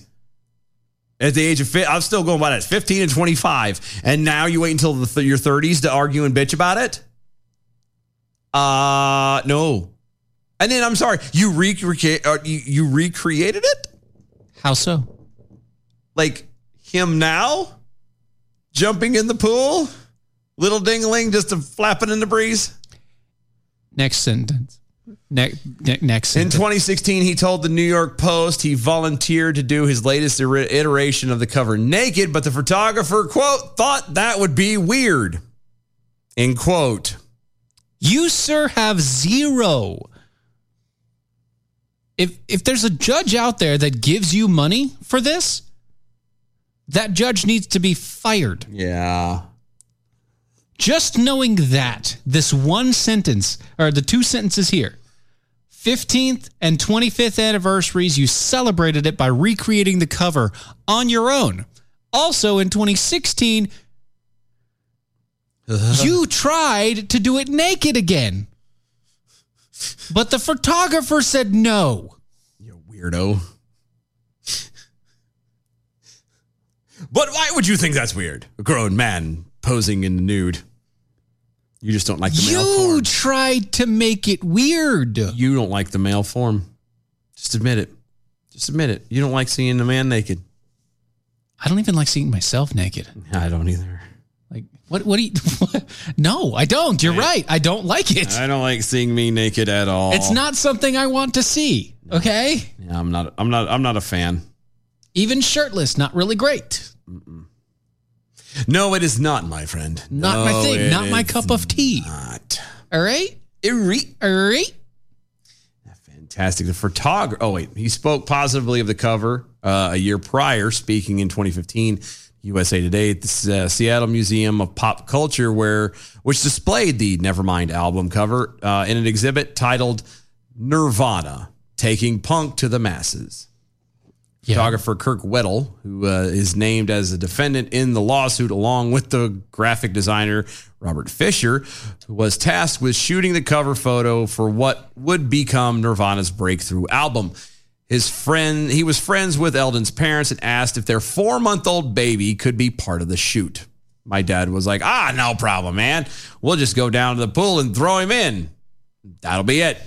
S2: At the age of, fi- I'm still going by that. 15 and 25, and now you wait until the th- your 30s to argue and bitch about it. Uh no. And then I'm sorry, you recreate, uh, you, you recreated it
S14: How so?
S2: like him now, jumping in the pool, little dingling, just a flapping in the breeze.
S14: Next sentence. Ne- ne- next
S2: In
S14: sentence.
S2: 2016, he told the New York Post he volunteered to do his latest ir- iteration of the cover naked, but the photographer, quote, thought that would be weird, end quote.
S14: You sir have zero. If if there's a judge out there that gives you money for this, that judge needs to be fired.
S2: Yeah.
S14: Just knowing that this one sentence or the two sentences here. 15th and 25th anniversaries, you celebrated it by recreating the cover on your own. Also in 2016, you tried to do it naked again. But the photographer said no.
S2: You weirdo. but why would you think that's weird? A grown man posing in the nude. You just don't like the male
S14: You
S2: form.
S14: tried to make it weird.
S2: You don't like the male form. Just admit it. Just admit it. You don't like seeing a man naked.
S14: I don't even like seeing myself naked.
S2: I don't either.
S14: Like what? What do you? No, I don't. You're right. I don't like it.
S2: I don't like seeing me naked at all.
S14: It's not something I want to see. Okay,
S2: Yeah, I'm not. I'm not. I'm not a fan.
S14: even shirtless, not really great.
S2: No, it is not, my friend.
S14: Not my thing. Not my cup of tea.
S2: Not
S14: All right. All right. All right.
S2: fantastic. The photographer. Oh wait, he spoke positively of the cover uh, a year prior, speaking in 2015. USA Today at the uh, Seattle Museum of Pop Culture, where which displayed the Nevermind album cover uh, in an exhibit titled "Nirvana: Taking Punk to the Masses." photographer Kirk Weddle, who uh, is named as a defendant in the lawsuit, along with the graphic designer Robert Fisher, who was tasked with shooting the cover photo for what would become Nirvana's breakthrough album. His friend, he was friends with Eldon's parents and asked if their four month old baby could be part of the shoot. My dad was like, ah, no problem, man. We'll just go down to the pool and throw him in. That'll be it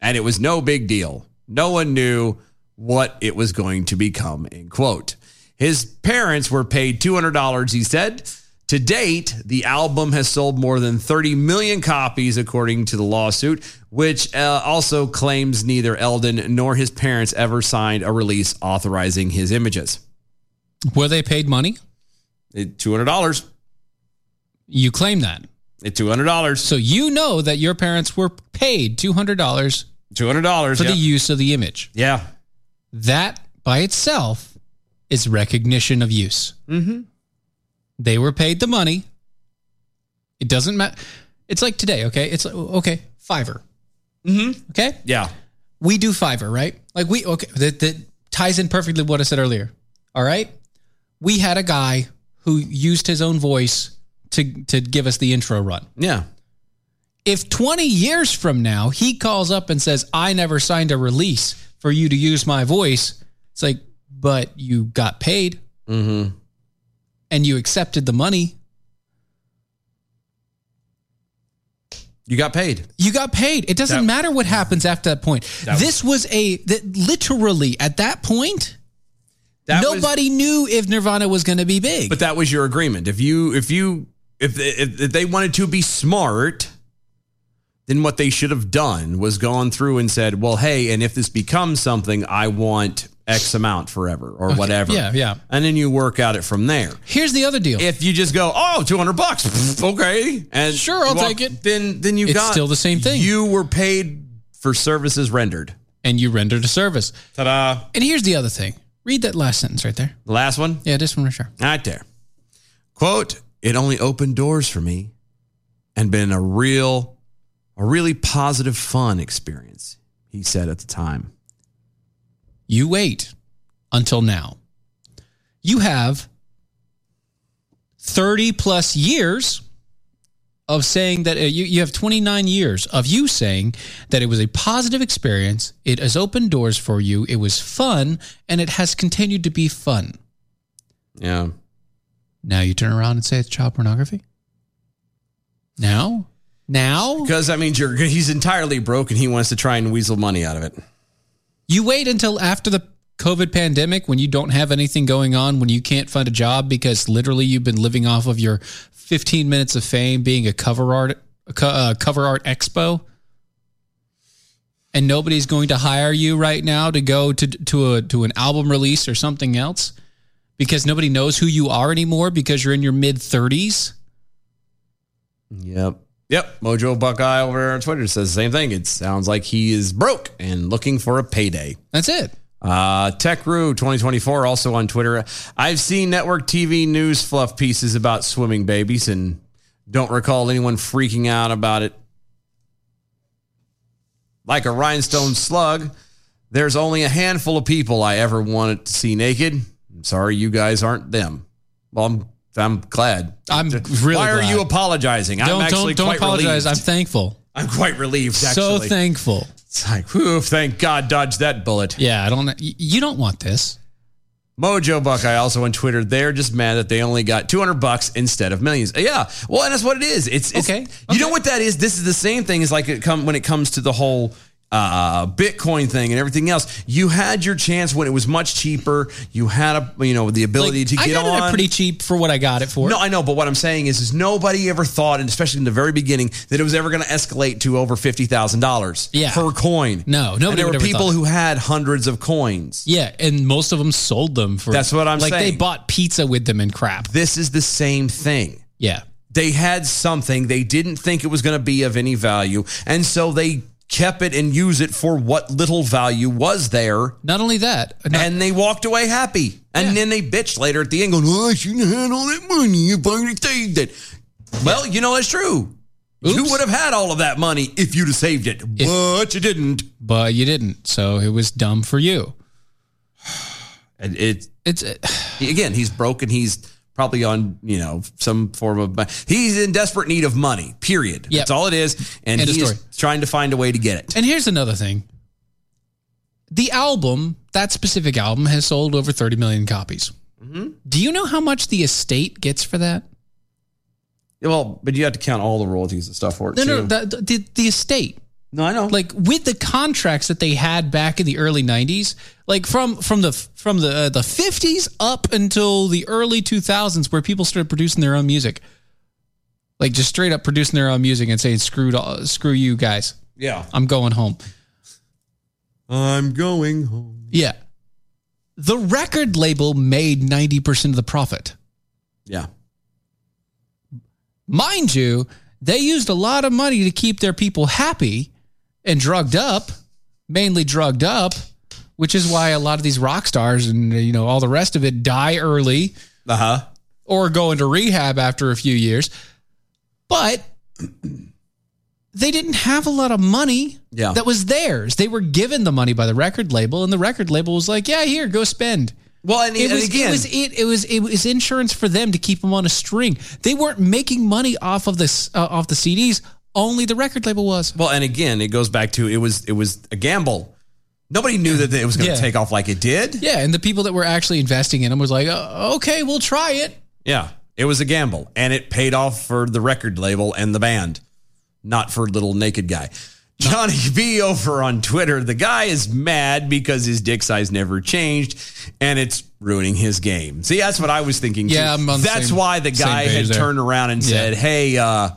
S2: and it was no big deal. No one knew what it was going to become, end quote. His parents were paid $200, he said. To date, the album has sold more than 30 million copies, according to the lawsuit, which uh, also claims neither Eldon nor his parents ever signed a release authorizing his images.
S14: Were they paid money?
S2: It- $200.
S14: You claim that.
S2: It $200.
S14: So you know that your parents were paid two hundred dollars
S2: $200.
S14: for
S2: yeah.
S14: the use of the image.
S2: yeah.
S14: That by itself is recognition of use.
S2: Mm-hmm.
S14: They were paid the money. It doesn't matter. It's like today, okay? It's like, okay, Fiverr.
S2: Mm-hmm.
S14: Okay?
S2: Yeah.
S14: We do Fiverr, right? Like we, okay, that, that ties in perfectly what I said earlier. All right? We had a guy who used his own voice to, to give us the intro run.
S2: Yeah.
S14: If 20 years from now he calls up and says, I never signed a release for you to use my voice, it's like, but you got paid
S2: Mm-hmm.
S14: and you accepted the money.
S2: You got paid.
S14: You got paid. It doesn't
S2: That-
S14: matter what happens after that point.
S2: That
S14: this was a that literally at that point,
S2: That was-
S14: nobody knew if Nirvana was going to be big.
S2: But that was your agreement. If you if you if if, if they wanted to be smart, then what they should have done was gone through and said, "Well, hey, and if this becomes something, I want X amount forever or
S14: Okay,
S2: whatever."
S14: yeah, yeah.
S2: And then you work out it from there.
S14: Here's the other deal.
S2: If you just go, "Oh, 200 bucks." pff, Okay. And
S14: Sure, I'll
S2: you
S14: take it.
S2: Then then you
S14: It's
S2: got
S14: still the same thing.
S2: You were paid for services rendered.
S14: and you rendered a service.
S2: Ta-da.
S14: And here's the other thing. Read that last sentence right there.
S2: Last one.
S14: Yeah, this one right there.
S2: Right there. Quote, it only opened doors for me and been a real, a really positive, fun experience, he said at the time.
S14: You wait until now. You have 30 plus years of saying that uh, you, you have 29 years of you saying that it was a positive experience. It has opened doors for you. It was fun and it has continued to be fun.
S2: Yeah.
S14: Now you turn around and say it's child pornography. Now, now
S2: Because that means you're, he's entirely broke and he wants to try and weasel money out of it.
S14: You wait until after the COVID pandemic when you don't have anything going on, when you can't find a job because literally you've been living off of your 15 minutes of fame being a cover art a co- uh, cover art expo. And nobody's going to hire you right now to go to to a to an album release or something else because nobody knows who you are anymore because you're in your mid 30s.
S2: Yep. Yep. Mojo Buckeye over there on Twitter says the same thing. It sounds like he is broke and looking for a payday.
S14: That's it.
S2: Uh, TechRoo 2024 also on Twitter. I've seen network TV news fluff pieces about swimming babies and don't recall anyone freaking out about it. Like a rhinestone slug, there's only a handful of people I ever wanted to see naked. I'm sorry you guys aren't them. Well, I'm I'm glad.
S14: I'm really
S2: Why
S14: glad.
S2: are you apologizing? I'm
S14: Don't- don't-
S2: actually
S14: don't
S2: quite
S14: apologize.
S2: relieved.
S14: I'm thankful.
S2: I'm quite relieved.
S14: So
S2: Actually,
S14: thankful.
S2: it's like, whew, thank God, dodged that bullet.
S14: Yeah, I don't y- you don't want this.
S2: Mojo Buckeye also on Twitter. They're just mad that they only got 200 bucks instead of millions. Uh, Yeah. Well, and that's what it is. It's, it's
S14: Okay,
S2: You know what that is? This is the same thing as like it come when it comes to the whole uh, Bitcoin thing and everything else. You had your chance when it was much cheaper. You had a you know the ability
S14: Like,
S2: to
S14: I
S2: get
S14: got
S2: on
S14: it at pretty cheap for what I got it for.
S2: No, I know, but what I'm saying is, is nobody ever thought, and especially in the very beginning, that it was ever going to escalate to over fifty thousand dollars
S14: Yeah.
S2: per coin.
S14: No,
S2: And
S14: nobody
S2: there
S14: would
S2: were
S14: ever
S2: people
S14: thought.
S2: who had hundreds of coins.
S14: Yeah, and most of them sold them for.
S2: That's what I'm
S14: like
S2: saying.
S14: they bought pizza with them and crap.
S2: This is the same thing.
S14: Yeah,
S2: they had something they didn't think it was going to be of any value and so they kept it and used it for what little value was there
S14: not only that, uh, not-
S2: and they walked away happy and then they bitched later at the end going oh i shouldn't have had all that money if i would saved it well you know that's true you
S14: Oops.
S2: would have had all of that money if you'd have saved it but you didn't
S14: but you didn't, so it was dumb for you.
S2: and it
S14: It's uh,
S2: again he's broken he's probably on you know some form of he's in desperate need of money period
S14: Yep.
S2: that's all it is and
S14: End of
S2: he's
S14: story.
S2: trying to find a way to get it
S14: and here's another thing. The album, that specific album, has sold over 30 million copies.
S2: Mm-hmm.
S14: Do you know how much the estate gets for that?
S2: Yeah, Well, but you have to count all the royalties and stuff for it
S14: No,
S2: too.
S14: no, the, the, the estate.
S2: no, I know.
S14: like with the contracts that they had back in the early 90s like from from the from the uh, the 50s up until the early 2000s where people started producing their own music like just straight up producing their own music and saying screw it all, screw you guys
S2: yeah,
S14: i'm going home
S2: I'm going home.
S14: yeah the record label made 90% of the profit
S2: Yeah,
S14: mind you they used a lot of money to keep their people happy and drugged up mainly drugged up which is why a lot of these rock stars and you know all the rest of it die early,
S2: uh huh,
S14: or go into rehab after a few years. But they didn't have a lot of money
S2: Yeah.
S14: that was theirs. They were given the money by the record label, and the record label was like, "Yeah, here, go spend."
S2: Well, and,
S14: It
S2: and
S14: was,
S2: again,
S14: it was it, it was it was insurance for them to keep them on a string. They weren't making money off of this uh, off the CDs. Only the record label was.
S2: well, and again, it goes back to it was it was a gamble. Nobody knew that it was going to
S14: Yeah.
S2: take off like it did.
S14: Yeah, and the people that were actually investing in them was like, "Oh, okay, we'll try it.
S2: Yeah, it was a gamble, and it paid off for the record label and the band, not for little naked guy. Johnny B over on Twitter. The guy is mad because his dick size never changed, and it's ruining his game. See, that's what I was thinking.
S14: Yeah,
S2: too.
S14: I'm on the
S2: that's
S14: same-
S2: why the
S14: same
S2: guy
S14: page
S2: had
S14: there.
S2: turned around and
S14: Yeah.
S2: said, "Hey, uh,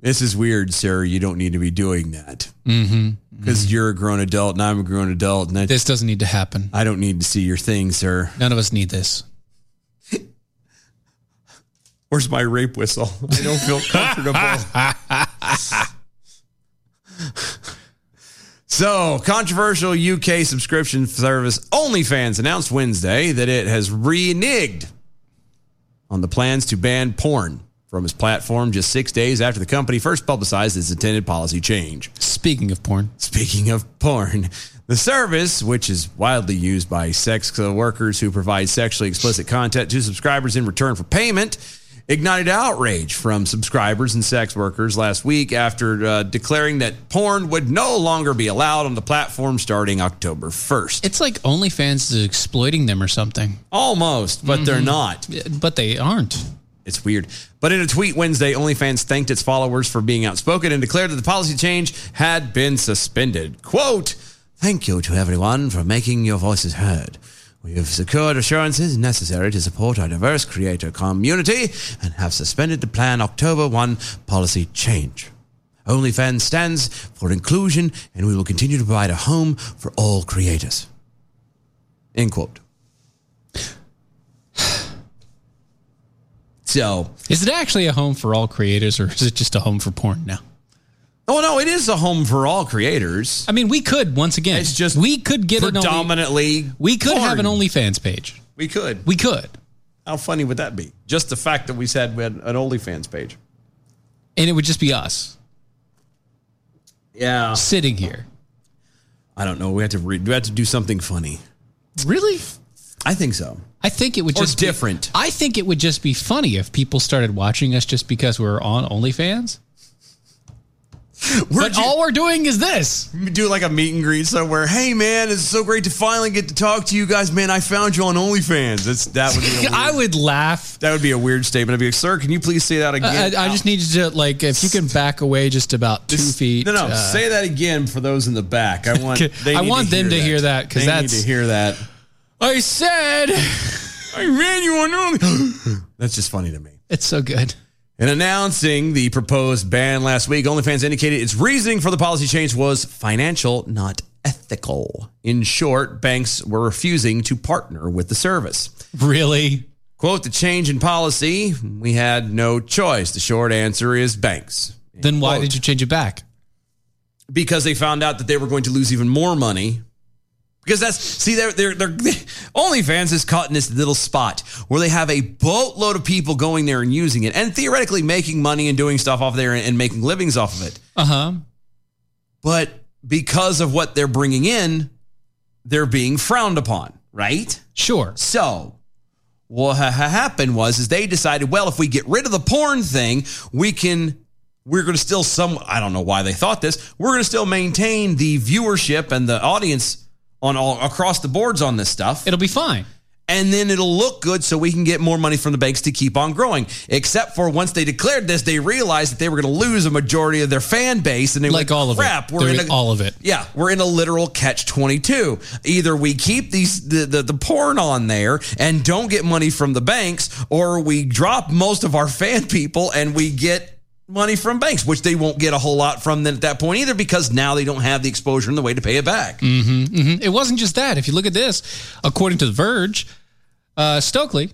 S2: this is weird, sir. You don't need to be doing that
S14: Mm-hmm.
S2: because you're a grown adult and I'm a grown adult, and I,
S14: This doesn't need to happen.
S2: I don't need to see your thing, sir.
S14: None of us need this."
S2: Where's my rape whistle? I don't feel comfortable. so, controversial UK subscription service OnlyFans announced Wednesday that it has reneged on the plans to ban porn from its platform just six days after the company first publicized its intended policy change.
S14: Speaking of porn,
S2: Speaking of porn, the service, which is widely used by sex workers who provide sexually explicit content to subscribers in return for payment, ignited outrage from subscribers and sex workers last week after uh, declaring that porn would no longer be allowed on the platform starting October 1st.
S14: it's like OnlyFans is exploiting them or something,
S2: Almost, but they're
S14: Mhm.
S2: not.
S14: but they aren't.
S2: It's weird. But in a tweet Wednesday, OnlyFans thanked its followers for being outspoken and declared that the policy change had been suspended. Quote, Thank you to everyone for making your voices heard. We have secured assurances necessary to support our diverse creator community and have suspended the plan October 1 policy change. OnlyFans stands for inclusion and we will continue to provide a home for all creators. End quote. So,
S14: Is it actually a home for all creators, or is it just a home for porn now?
S2: oh no, it is a home for all creators.
S14: I mean, we could once again.
S2: It's just
S14: we could get an only,
S2: predominantly
S14: we could have an
S2: porn.
S14: OnlyFans page.
S2: we could
S14: We could,
S2: how funny would that be just the fact that we said we had an OnlyFans page
S14: and it would just be us
S2: yeah
S14: sitting here.
S2: I don't know we have to read we have to do something funny
S14: Really?
S2: I think so
S14: I think it would
S2: Or
S14: just be-
S2: different.
S14: I think it would just be funny if people started watching us just because we're on OnlyFans. but
S2: you-
S14: all we're doing is this.
S2: We do like a meet and greet somewhere hey man it's so great to finally get to talk to you guys man I found you on OnlyFans that's that would be a weird,
S14: I would laugh.
S2: that would be a weird statement I'd be like sir can you please say that
S14: I,
S2: again
S14: I- I just need you to like if you can back away just about two feet.
S2: no no
S14: uh,
S2: say that again for those in the back I want they
S14: I
S2: need
S14: want them to hear that, 'cause
S2: They need
S14: that's-
S2: to hear that
S14: I said
S2: I ran you on Only that's just funny to me
S14: it's so good.
S2: In announcing the proposed ban last week, OnlyFans indicated its reasoning for the policy change was financial, not ethical. In short, banks were refusing to partner with the service.
S14: Really?
S2: Quote the change in policy, we had no choice. The short answer is banks.
S14: Then why did you change it back?
S2: Because they found out that they were going to lose even more money. Because that's see, they're they're they're OnlyFans is caught in this little spot where they have a boatload of people going there and using it and theoretically making money and doing stuff off there and- and making livings off of it.
S14: Uh huh.
S2: but because of what they're bringing in, they're being frowned upon, right?
S14: Sure.
S2: So what ha- ha- happened was is they decided, well, if we get rid of the porn thing, we can we're going to still some I don't know why they thought this. We're going to still maintain the viewership and the audience on all across the boards on this stuff
S14: It'll be fine.
S2: and then it'll look good so we can get more money from the banks to keep on growing. Except for once they declared this, they realized that they were going to lose a majority of their fan base and they
S14: Like
S2: went,
S14: all of it.
S2: crap,
S14: They're
S2: We're in
S14: in
S2: a,
S14: all of it.
S2: Yeah, we're in a literal catch 22. Either we keep these the, the the porn on there and don't get money from the banks or we drop most of our fan people and we get money from banks, which they won't get a whole lot from then at that point either because now they don't have the exposure and the way to pay it back.
S14: Mhm. It wasn't just that. If you look at this, according to The Verge, uh, Stokely.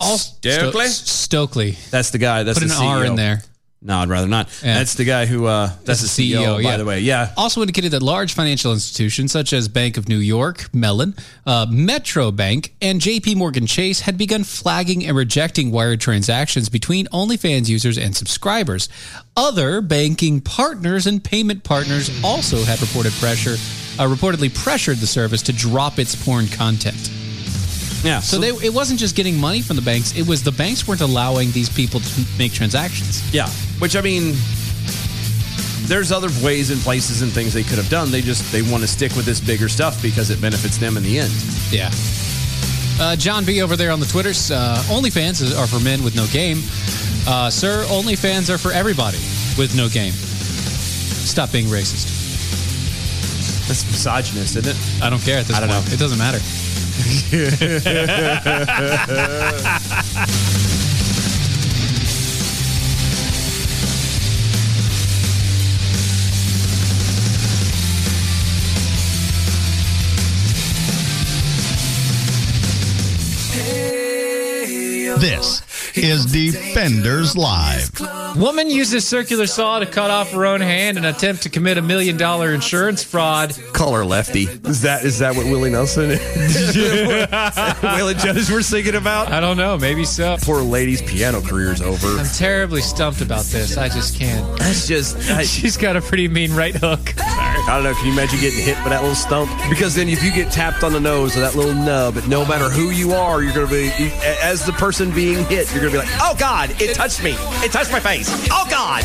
S14: All
S2: Oh, Stokely?
S14: Stokely.
S2: That's the guy, that's
S14: Put
S2: the
S14: an R
S2: CEO.
S14: in there.
S2: No, I'd rather not.
S14: Yeah.
S2: That's the guy who. Uh, that's, the CEO, by
S14: E yeah.
S2: the way. Yeah,
S14: Also indicated that large financial institutions such as Bank of New York, Mellon, uh, Metro Bank, and J.P. Morgan Chase had begun flagging and rejecting wired transactions between OnlyFans users and subscribers. Other banking partners and payment partners also had reported pressure, uh, reportedly pressured the service to drop its porn content.
S2: Yeah.
S14: So, they, it wasn't just getting money from the banks; it was the banks weren't allowing these people to make transactions.
S2: Yeah. Which I mean, there's other ways and places and things they could have done. They just they want to stick with this bigger stuff because it benefits them in the end.
S14: Yeah. Uh, John B over there on the Twitters. Uh, OnlyFans is, are for men with no game. Uh, sir, OnlyFans are for everybody with no game. Stop being racist.
S2: That's misogynist, isn't it?
S14: I don't care at this
S2: I don't
S14: point. It doesn't matter.
S22: This is Defenders Live.
S3: Woman uses circular saw to cut off her own hand in attempt to commit a million dollar insurance fraud.
S23: Call her lefty. Is that is that what Willie Nelson? Willie Jones we're singing about?
S3: I don't know. Maybe so.
S23: Poor lady's piano career's over.
S3: I'm terribly stumped about this. I just can't.
S23: That's just.
S3: She's got a pretty mean right hook.
S23: I don't know. Can you imagine getting hit by that little stump? Because then, if you get tapped on the nose or that little nub, no matter who you are, you're going to be, as the person being hit, you're going to be like, oh God, it touched me. It touched my face. Oh God.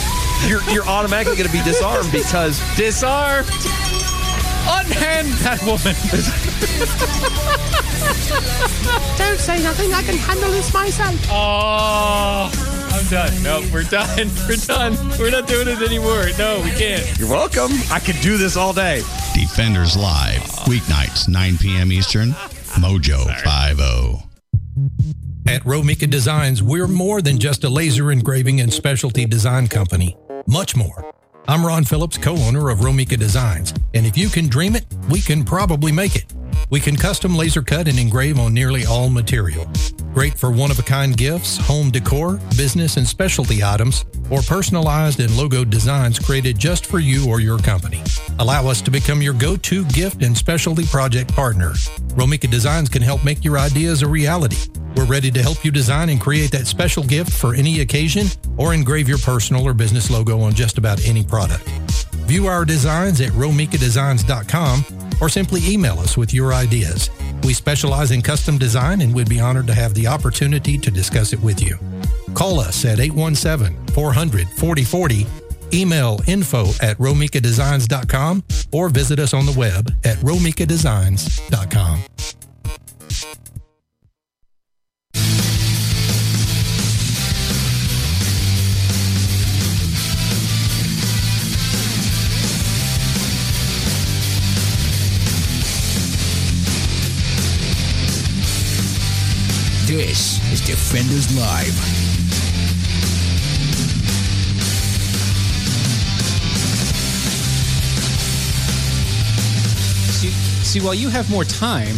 S23: You're, you're automatically going to be disarmed because.
S3: Disarmed. Unhand that woman.
S5: Don't say nothing. I can handle this myself.
S3: Oh, I'm done. Nope, we're done. We're done. We're not doing it anymore. No, we can't.
S23: You're welcome. I could do this all day.
S22: Defenders Live, weeknights, 9 p.m. Eastern, Mojo 50.
S24: At Romica Designs, we're more than just a laser engraving and specialty design company. Much more. I'm Ron Phillips, co owner of Romica Designs, and if you can dream it, we can probably make it. We can custom laser cut and engrave on nearly all material. Great for one of a kind gifts, home decor, business and specialty items, or personalized and logoed designs created just for you or your company. Allow us to become your go to gift and specialty project partner. Romica Designs can help make your ideas a reality. We're ready to help you design and create that special gift for any occasion or engrave your personal or business logo on just about any product. View our designs at romikadesigns.com or simply email us with your ideas. We specialize in custom design and we'd be honored to have the opportunity to discuss it with you. Call us at 817 400 4040, email info at romikadesigns.com, or visit us on the web at romikadesigns.com.
S25: This is Defenders Live.
S14: See, see, while you have more time,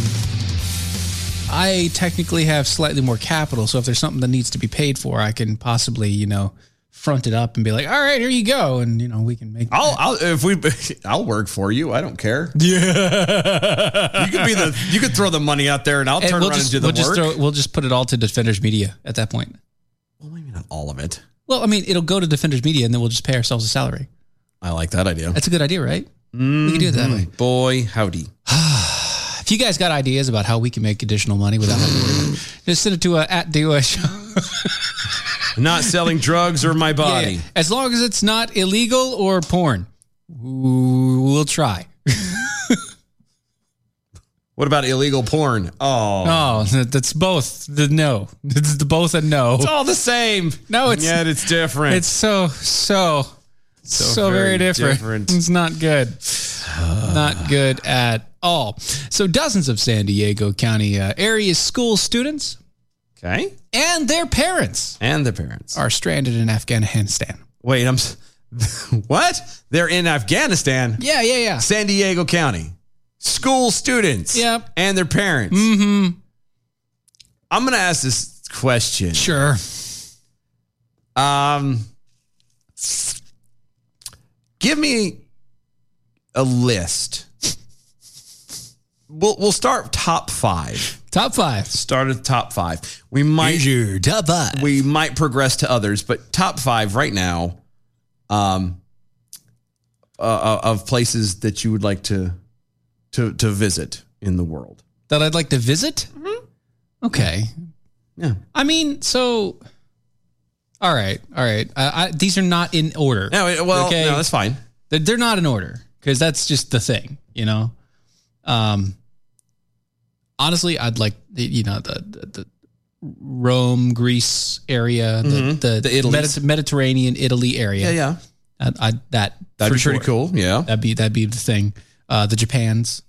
S14: I technically have slightly more capital. So if there's something that needs to be paid for, I can possibly, you know, front it up and be like, all right, here you go. And, you know, we can make.
S2: I'll, I'll if we I'll work for you. I don't care.
S14: Yeah.
S2: You could be the you could throw the money out there and I'll turn
S14: we'll
S2: around
S14: just,
S2: and do the
S14: we'll
S2: work.
S14: Just throw, we'll just put it all to Defenders Media at that point.
S2: Not all of it.
S14: Well, I mean, it'll go to Defenders Media and then we'll just pay ourselves a salary.
S2: I like that idea.
S14: That's a good idea, right? We can do it that way.
S2: Boy, howdy.
S14: If you guys got ideas about how we can make additional money without having to worry about it, just send it to uh, at DOS show.
S2: Not selling drugs or my body.
S14: Yeah, As long as it's not illegal or porn, Ooh, we'll try.
S2: What about illegal porn? Oh.
S14: Oh, that's both the no. It's the both a no.
S2: It's all the same.
S14: No, it's
S2: yet it's different.
S14: It's so so so, very,
S2: very
S14: different. Ah.
S2: different.
S14: It's not good. not good at all. So dozens of San Diego County uh, area school students,
S2: okay,
S14: and their parents
S2: and their parents
S14: are stranded in Afghanistan.
S2: Wait, I'm s- what? They're in Afghanistan.
S14: Yeah, yeah, yeah.
S2: San Diego County. School students.
S14: Yep.
S2: And their parents.
S14: Mm-hmm.
S2: I'm gonna ask this question.
S14: Sure.
S2: Um Give me a list. We'll we'll start top five.
S14: Top five.
S2: Start at top five. We might
S14: Here's your top five.
S2: We might progress to others, but top five right now, um, uh, of places that you would like to to to visit in the world.
S14: That I'd like to visit? Okay.
S2: Yeah.
S14: I mean, so. All right. All right. I, I, these are not in order.
S2: No, it- well, no, that's fine.
S14: They're, they're not in order because that's just the thing, you know? Um, honestly, I'd like, the- you know, the, the, the Rome, Greece area, the,
S2: Mhm.
S14: the,
S2: The Italy.
S14: Mediter- Mediterranean, Italy area.
S2: Yeah, yeah.
S14: I'd, I'd, that,
S2: That'd
S14: for
S2: be pretty cool, yeah.
S14: That'd be, that'd be the thing. Uh, the Japans.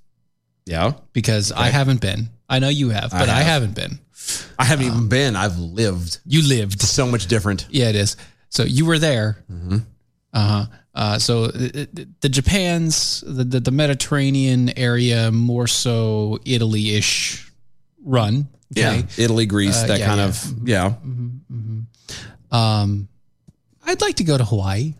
S2: Yeah.
S14: Because I
S2: Okay.
S14: haven't been. I know you have,
S2: I
S14: but I
S2: have.
S14: haven't been.
S2: I haven't even been. I've lived.
S14: You lived.
S2: So much different.
S14: Yeah, it is. So you were there.
S2: Mm-hmm.
S14: Uh-huh. Uh So the, the- the Japan's the, the the Mediterranean area more so Italy ish run.
S2: Yeah, Italy, Greece,
S14: Uh,
S2: that
S14: yeah,
S2: kind
S14: yeah.
S2: of yeah.
S14: Um, I'd like to go to Hawaii.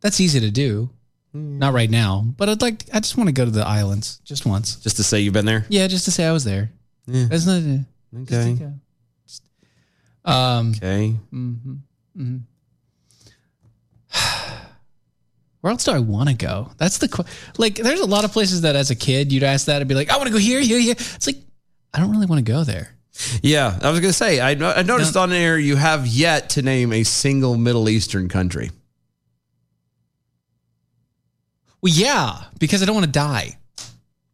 S14: That's easy to do.
S2: Hmm.
S14: Not right now, but I'd like. I just want to go to the islands just once.
S2: Just to say you've been there.
S14: Yeah, just to say I was there. That's not.
S2: Okay.
S14: Um,
S2: okay.
S14: hmm Where else do I want to go? That's the qu- like. There's a lot of places that as a kid you'd ask that and be like, I want to go here, here, here. It's like I don't really want to go there.
S2: Yeah, I was gonna say. I, no- I noticed on air you have yet to name a single Middle Eastern country.
S14: Well, yeah, because I don't want to die.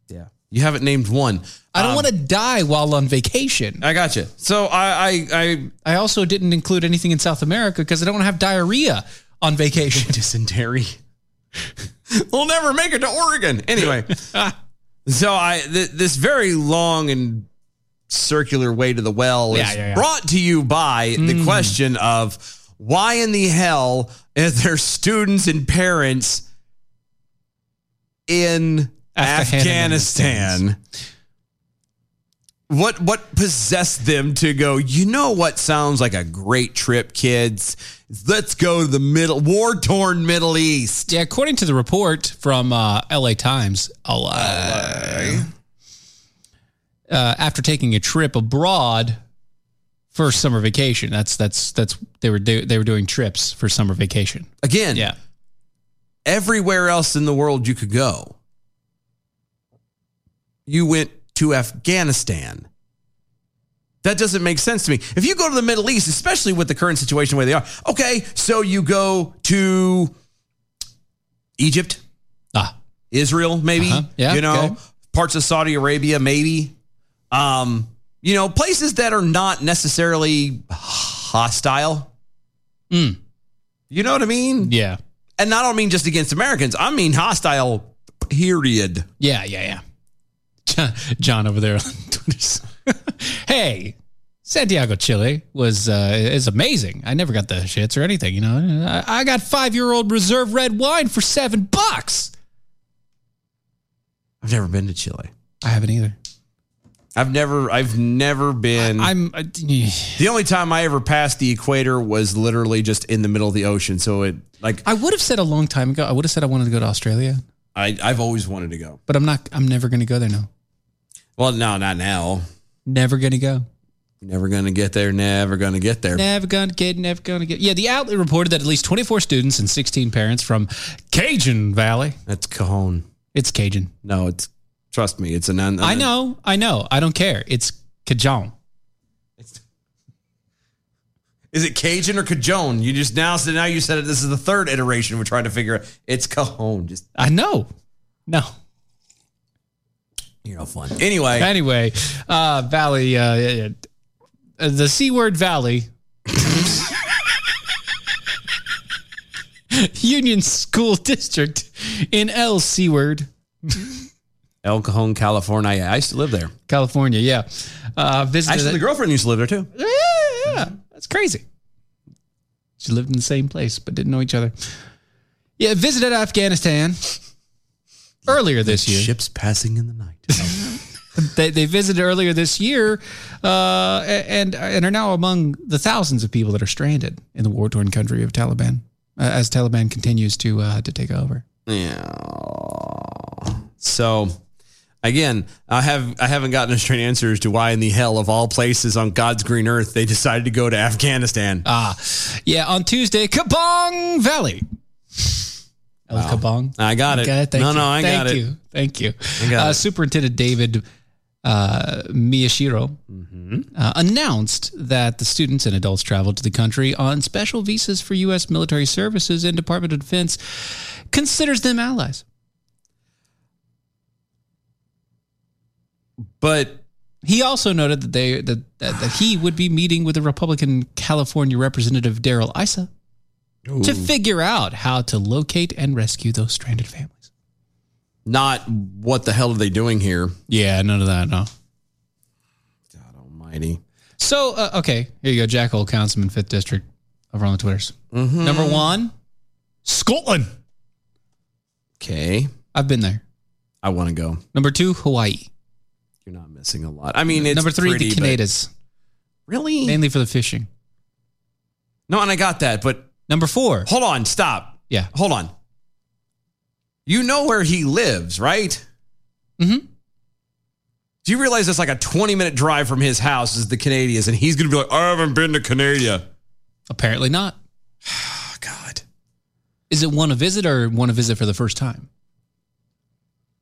S2: Yeah, you haven't named one.
S14: I don't
S2: Um,
S14: want to die while on vacation.
S2: I gotcha. So I, I,
S14: I also didn't include anything in South America because I don't want to have diarrhea on vacation.
S2: Dysentery. we'll never make it to Oregon. Anyway, so I th- this very long and circular way to the well
S14: Yeah,
S2: is
S14: yeah, yeah.
S2: brought to you by the
S14: Mm.
S2: question of why in the hell is there students and parents in
S14: Afghanistan.
S2: Afghanistan? What what possessed them to go? You know what sounds like a great trip, kids. Let's go to the middle war torn Middle East.
S14: Yeah, according to the report from uh, LA Times, LA, Uh, after taking a trip abroad for summer vacation, that's that's that's they were do, they were doing trips for summer vacation.
S2: Again,
S14: yeah,
S2: everywhere else in the world you could go. You went to Afghanistan. That doesn't make sense to me. If you go to the Middle East, especially with the current situation where they are, okay, so you go to Egypt,
S14: ah.
S2: Israel, maybe,
S14: Uh-huh. Yeah,
S2: you know,
S14: okay.
S2: parts of Saudi Arabia, maybe, um, you know, places that are not necessarily hostile.
S14: Mm.
S2: You know what I mean?
S14: Yeah.
S2: And I don't mean just against Americans. I mean hostile, period.
S14: yeah, yeah, yeah. John, John over there on Twitter. says, hey, Santiago, Chile was uh, is amazing. I never got the shits or anything. You know, I, I got five year old reserve red wine for seven bucks.
S2: I've never been to Chile.
S14: I haven't either.
S2: I've never, I've never been.
S14: I'm uh, the
S2: only time I ever passed the equator was literally just in the middle of the ocean. So it, like,
S14: I would have said a long time ago. I would have said I wanted to go to Australia,
S2: I, I've always wanted to go.
S14: but I'm not. I'm never going to go there now.
S2: Well, no, not now.
S14: Never going to go.
S2: Never gonna get there. Never gonna get there.
S14: Never going to get. Never going to get. Yeah, the outlet reported that at least 24 students and 16 parents from Cajun Valley.
S2: That's Cajon.
S14: It's Cajun.
S2: No, it's. Trust me, it's an. un-
S14: I know. I know. I don't care. It's Cajun.
S2: Is it Cajun or Cajon? You just now said now you said it. This is the third iteration we're trying to figure out. It's Cajon. Just
S14: I know. No.
S2: you're no fun. Anyway,
S14: Anyway, uh, Valley, uh, yeah, yeah. Uh, the C word Valley. Union School District in L C word.
S2: El Cajon, California. I used to live there.
S14: California, yeah. Uh, visited
S2: Actually, the girlfriend used to live there too.
S14: Yeah, that's crazy. She lived in the same place but didn't know each other. Yeah, visited Afghanistan earlier this year.
S2: Ships passing in the night.
S14: they, they visited earlier this year uh, and and are now among the thousands of people that are stranded in the war torn country of Taliban. uh, as Taliban continues to uh, to take over.
S2: Yeah. So again, I have I haven't gotten a straight answer as to why in the hell of all places on God's green earth they decided to go to Afghanistan.
S14: Ah, yeah. On Tuesday, Kabong Valley. El
S2: Wow.
S14: Kabong.
S2: I got it.
S14: Got it. Thank
S2: no,
S14: you.
S2: no, I
S14: Thank
S2: got it.
S14: you. Thank you.
S2: I got
S14: uh,
S2: it.
S14: Superintendent David uh, Miyashiro
S2: Mm-hmm.
S14: uh, announced that the students and adults traveled to the country on special visas for U.S. military services and Department of Defense considers them allies.
S2: But
S14: he also noted that they that that, that he would be meeting with the Republican California Representative Daryl Issa to figure out how to locate and rescue those stranded families.
S2: Not what the hell are they doing here?
S14: Yeah, none of that. No.
S2: Almighty.
S14: So, uh, okay, here you go, Jack Hole, Councilman, 5th District, over on the Twitters.
S2: Mm-hmm.
S14: Number one, Scotland.
S2: Okay.
S14: I've been there.
S2: I want to go.
S14: Number two, Hawaii.
S2: You're not missing a lot. I mean, it's
S14: number three,
S2: pretty,
S14: the
S2: but-
S14: Canadas.
S2: Really?
S14: Mainly for the fishing.
S2: No, and I got that, but
S14: number four.
S2: Hold on, stop.
S14: Yeah.
S2: Hold on. You know where he lives, right?
S14: Mm-hmm.
S2: Do you realize that's like a 20 minute drive from his house is the Canadians, and he's gonna be like, I haven't been to Canada.
S14: Apparently not. God. Oh, Is it one to visit or one to visit for the first time?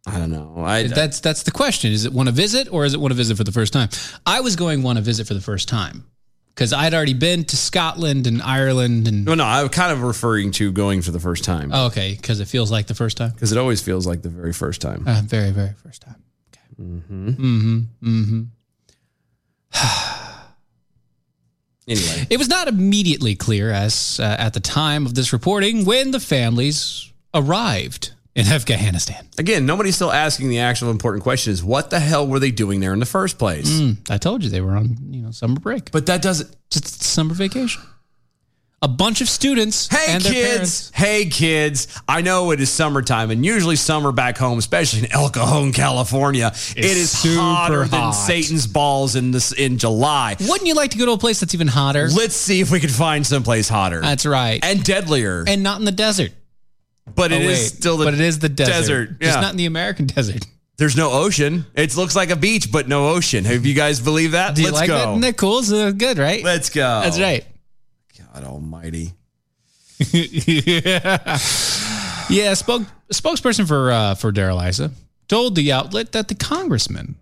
S2: I don't know. I
S14: that's that's the question. Is it one to visit or is it one to visit for the first time? I was going one to visit for the first time because I'd already been to Scotland and Ireland and
S2: No, no, I'm kind of referring to going for the first time.
S14: oh, okay because it feels like the first time.
S2: Because it always feels like the very first time.
S14: Uh, very very first time.
S2: hmm
S14: Mm-hmm. Mm-hmm.
S2: Anyway,
S14: It was not immediately clear as uh, at the time of this reporting when the families arrived in Afghanistan.
S2: again, nobody's still asking the actual important question: is what the hell were they doing there in the first place?
S14: Mm, I told you they were on you know summer break,
S2: but that doesn't
S14: just summer vacation. A bunch of students.
S2: Hey
S14: and their parents-
S2: kids, hey kids! I know it is summertime, and usually summer back home, especially in El Cajon, California, it
S14: It's
S2: is
S14: super
S2: hotter than
S14: hot.
S2: Satan's balls in this in July.
S14: Wouldn't you like to go to a place that's even hotter?
S2: Let's see if we can find someplace hotter.
S14: That's right.
S2: and deadlier.
S14: And not in the desert.
S2: but it is
S14: Oh, wait.
S2: still the
S14: But it is the desert.
S2: Yeah.
S14: Just not in the American desert.
S2: There's no ocean. It looks like a beach, but no ocean. Have you guys believe that?
S14: Do you
S2: Let's
S14: like
S2: go.
S14: that? Isn't that cool? It's uh, good, right?
S2: Let's go.
S14: That's right.
S2: God Almighty.
S14: yeah. Yeah, spoke, spokesperson for uh, for Daryl Issa told the outlet that the congressman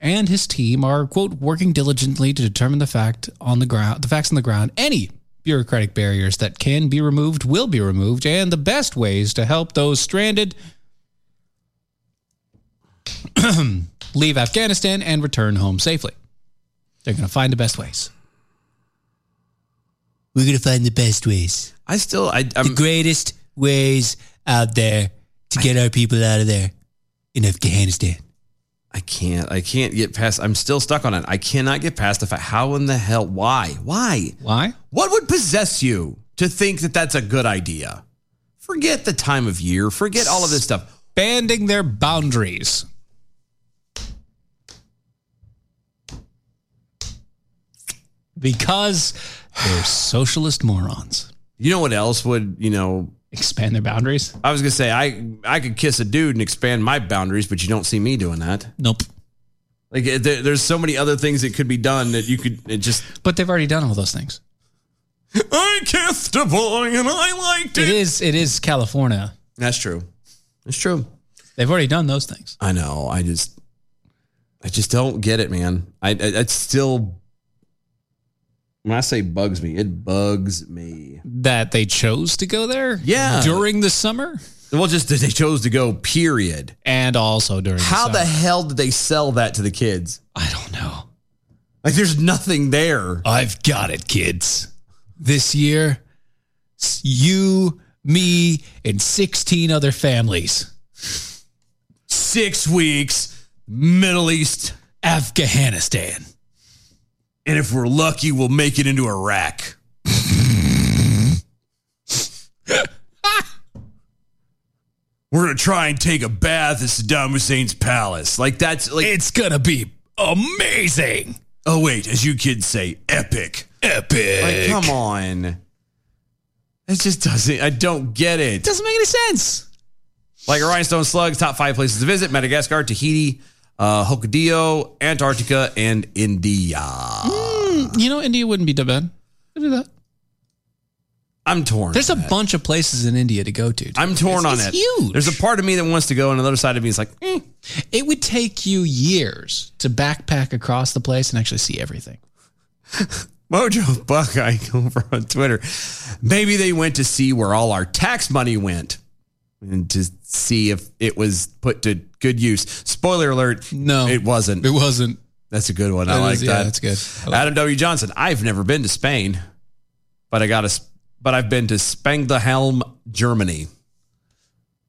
S14: and his team are quote working diligently to determine the fact on the ground, the facts on the ground. Any bureaucratic barriers that can be removed will be removed, and the best ways to help those stranded leave Afghanistan and return home safely. They're going to find the best ways.
S26: We're going to find the best ways.
S2: I still, I, I'm,
S14: Um,
S26: the greatest ways out there to get our people out of there in Afghanistan.
S2: I can't. I can't get past. I'm still stuck on it. I cannot get past the fact. How in the hell? Why? Why?
S14: Why?
S2: What would possess you to think that that's a good idea? Forget the time of year. Forget all of this stuff.
S14: Banding their boundaries. Because they're socialist morons.
S2: You know what else would you know?
S14: Expand their boundaries.
S2: I was gonna say I I could kiss a dude and expand my boundaries, but you don't see me doing that.
S14: Nope.
S2: Like eh, there, there's so many other things that could be done that you could it just.
S14: But they've already done all those things.
S2: I kissed a boy and I liked
S14: It is it is California.
S2: That's true. It's true.
S14: They've already done those things.
S2: I know. I just, I just don't get it, man. I, I it still. When I say bugs me, it bugs me.
S14: That they chose to go there?
S2: Yeah.
S14: During the summer?
S2: Well, just that they chose to go. Period.
S14: And also during
S2: How
S14: the
S2: the
S14: summer.
S2: hell did they sell that to the kids? I don't know. Like, there's nothing there.
S26: I've got it, kids. This year, s- you, me, and 16 other families.
S2: Six weeks, Middle East,
S26: Afghanistan.
S2: And if we're lucky, we'll make it into Iraq. we're gonna try and take a bath at Saddam Hussein's palace. Like that's like it's gonna be amazing. Oh wait, as you kids say, epic. Epic. Like, come on. It just doesn't. I don't get it. it
S27: doesn't make any sense.
S2: Like rhinestone slugs, top five places to visit: Madagascar, Tahiti, uh, Hokkaido, Antarctica, and India.
S14: Mm, you know, India wouldn't be too bad. I'd do that.
S2: I'm torn.
S14: There's a
S2: on that.
S14: bunch of places in India to go to. dude.
S2: I'm torn
S14: It's-
S2: on
S14: it's
S2: it.
S14: Huge.
S2: There's a part of me that wants to go, and another side of me is like, eh.
S14: It would take you years to backpack across the place and actually see everything.
S2: Mojo Buckeye over on Twitter. Maybe they went to see where all our tax money went and to see if it was put to good use. Spoiler alert.
S14: No.
S2: It wasn't.
S14: It wasn't.
S2: That's a good one. I
S14: It
S2: like
S14: is- yeah,
S2: that.
S14: that's good. I like
S2: Adam W. Johnson. I've never been to Spain, but I got a, but I've been to Spangdahelm, Germany.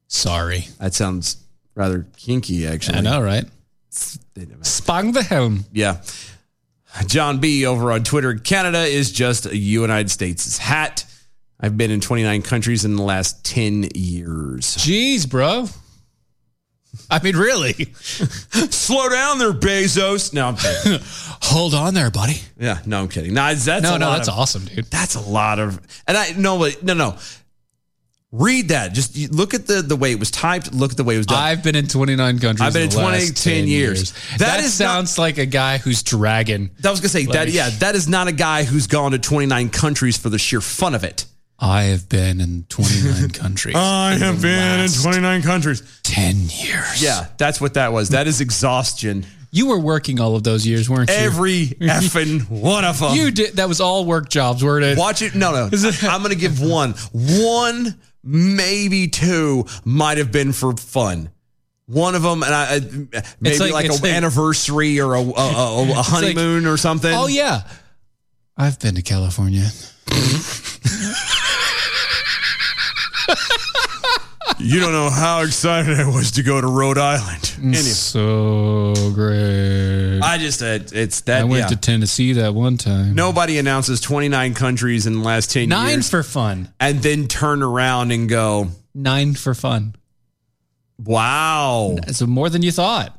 S14: Sorry.
S2: That sounds rather kinky, actually.
S14: I know, right? Spang the helm.
S2: Yeah. John B over on Twitter. Canada is just a United States hat. I've been in 29 countries in the last 10 years.
S14: Jeez, bro. I mean, really?
S2: Slow down there, Bezos. No, I'm kidding.
S14: Hold on there, buddy.
S2: yeah, no, I'm kidding. No, that's
S14: no,
S2: a
S14: no,
S2: lot
S14: that's
S2: of-
S14: awesome, dude.
S2: That's a lot of, and I no, but no, no. Read that. Just you- look at the the way it was typed. Look at the way it was done.
S14: I've been in 29 countries.
S2: I've been in
S14: the last
S2: 20, 10 years.
S14: That,
S2: That is not-
S14: sounds like a guy who's dragging.
S2: I was gonna say that.
S14: Like-
S2: Yeah, that is not a guy who's gone to 29 countries for the sheer fun of it.
S14: I have been in 29 countries.
S2: I have been in 29 countries.
S14: 10 years.
S2: Yeah, that's what that was. That is exhaustion.
S14: You were working all of those years, weren't you?
S2: Every effing one of them.
S14: you did. That was all work jobs, weren't it?
S2: Watch it. No, no. I'm going to give one. One, maybe two, might have been for fun. One of them, and I, I maybe
S14: like-
S2: like, an
S14: it's like-
S2: anniversary or a, a, a- a
S14: It's like-
S2: honeymoon or something.
S14: Oh yeah, I've been to California.
S2: You don't know how excited I was to go to Rhode Island.
S14: Mm. So great.
S2: I just, uh, it's that.
S14: I went
S2: yeah.
S14: to Tennessee that one time.
S2: Nobody announces 29 countries in the last 10
S14: Nine
S2: years
S14: for fun.
S2: and then turn around and go,
S14: Nine for fun.
S2: wow.
S14: So more than you thought.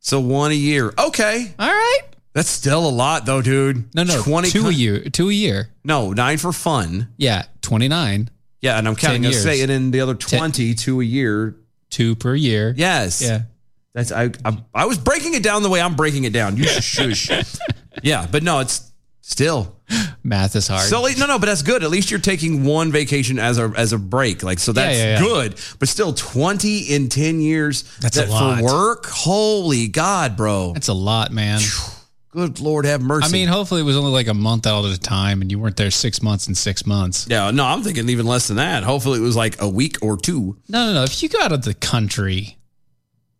S2: So one a year. Okay.
S14: All right.
S2: That's still a lot, though, dude.
S14: No, no.
S2: 20
S14: two
S2: co-
S14: a year. Two a year.
S2: No, nine for fun.
S14: Yeah, twenty nine.
S2: Yeah, and I'm counting
S14: Ten
S2: us
S14: years.
S2: saying in the other 20, two a year.
S14: Two per year.
S2: Yes.
S14: Yeah.
S2: That's I, I I was breaking it down the way I'm breaking it down. You shush. yeah, but no, it's still.
S14: Math is hard.
S2: So like, no, no, but that's good. At least you're taking one vacation as a as a break. Like so, that's
S14: yeah, yeah.
S2: good. But still, twenty in ten years.
S14: That's a
S2: that
S14: lot.
S2: for work. Holy God, bro!
S14: That's a lot, man.
S2: Good Lord, have mercy.
S14: I mean, hopefully it was only like a month out at a time, and you weren't there six months and six months.
S2: yeah, no, I'm thinking even less than that. Hopefully, it was like a week or two.
S14: No, no, no. If you go out of the country,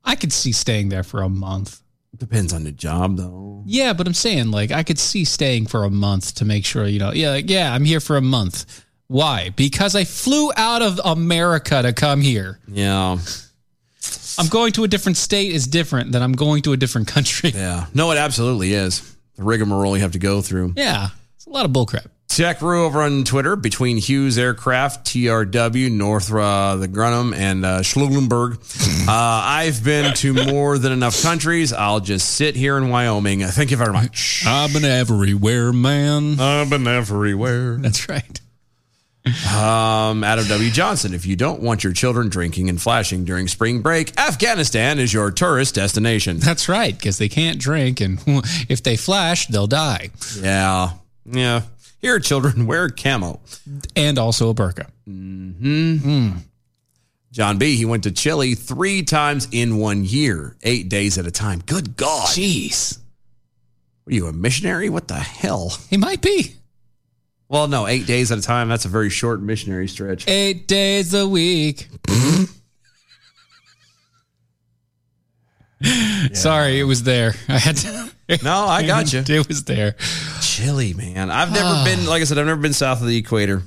S14: I could see staying there for a month.
S2: Depends on the job, though.
S14: Yeah, but I'm saying like I could see staying for a month to make sure, you know, yeah, like, yeah, I'm here for a month. Why? Because I flew out of America to come here.
S2: Yeah,
S14: I'm going to a different state is different than I'm going to a different country.
S2: yeah. No, it absolutely is the rigmarole you have to go through.
S14: Yeah. It's a lot of bullcrap.
S2: Tech Rue over on Twitter between Hughes Aircraft, TRW, Northrop, the Grunham, and uh, Schlugenberg. Uh, I've been to more than enough countries. I'll just sit here in Wyoming. Thank you very much.
S14: I've been everywhere, man.
S2: I've been everywhere.
S14: That's right.
S2: Um, Adam W. Johnson, if you don't want your children drinking and flashing during spring break, Afghanistan is your tourist destination.
S14: That's right, because they can't drink, and if they flash, they'll die.
S2: Yeah. Yeah. Here, children, wear camo.
S14: And also a burqa.
S2: John B. He went to Chile three times in one year, eight days at a time. Good God.
S14: Jeez.
S2: What are you, a missionary? What the hell?
S14: He might be.
S2: Well, no, eight days at a time. That's a very short missionary stretch.
S14: Eight days a week. Sorry, it was there. I had to.
S2: No, I got you.
S14: It was there.
S2: Chile, man. I've never
S14: Ah.
S2: been, like I said, I've never been south of the equator.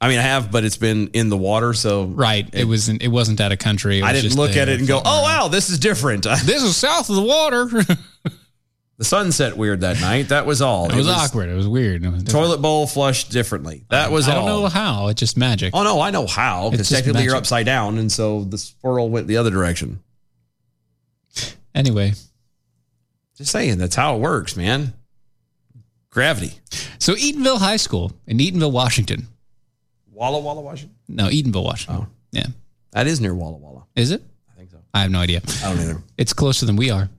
S2: I mean, I have, but it's been in the water. So
S14: Right. It, wasn't. It wasn't out of country. It
S2: I
S14: was
S2: didn't
S14: just
S2: look at
S14: there.
S2: it and go, oh, wow, this is different. the
S14: "This is south of the water." it
S2: sun set weird that night. That was all.
S14: was awkward. It was weird. It was different.
S2: Toilet bowl flushed differently. That was
S14: I
S2: all.
S14: don't know how. It's just magic.
S2: Oh no, I know how.
S14: It's
S2: Because
S14: just
S2: technically you're
S14: magic.
S2: upside down, and so the swirl went the other direction.
S14: Anyway,
S2: Just saying, that's how it works, man. Gravity.
S14: so Eatonville High School in Eatonville, Washington,
S2: Walla Walla, Washington.
S14: No, Edenville, Washington. Oh. Yeah.
S2: That is near Walla Walla.
S14: Is it? I think so. I have no idea.
S2: I don't either.
S14: It's closer than we are.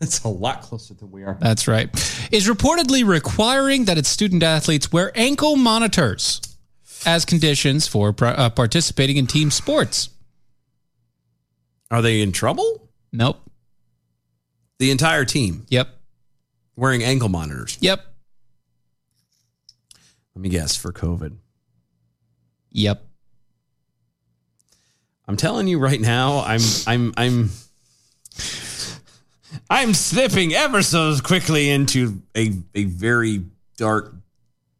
S2: It's a lot closer than we are.
S14: That's right. Is reportedly requiring that its student athletes wear ankle monitors as conditions for par- uh, participating in team sports.
S2: Are they in trouble?
S14: Nope.
S2: The entire team
S14: Yep.
S2: wearing ankle monitors.
S14: Yep.
S2: Let me guess for COVID.
S14: Yep.
S2: I'm telling you right now, I'm I'm I'm I'm slipping ever so quickly into a a very dark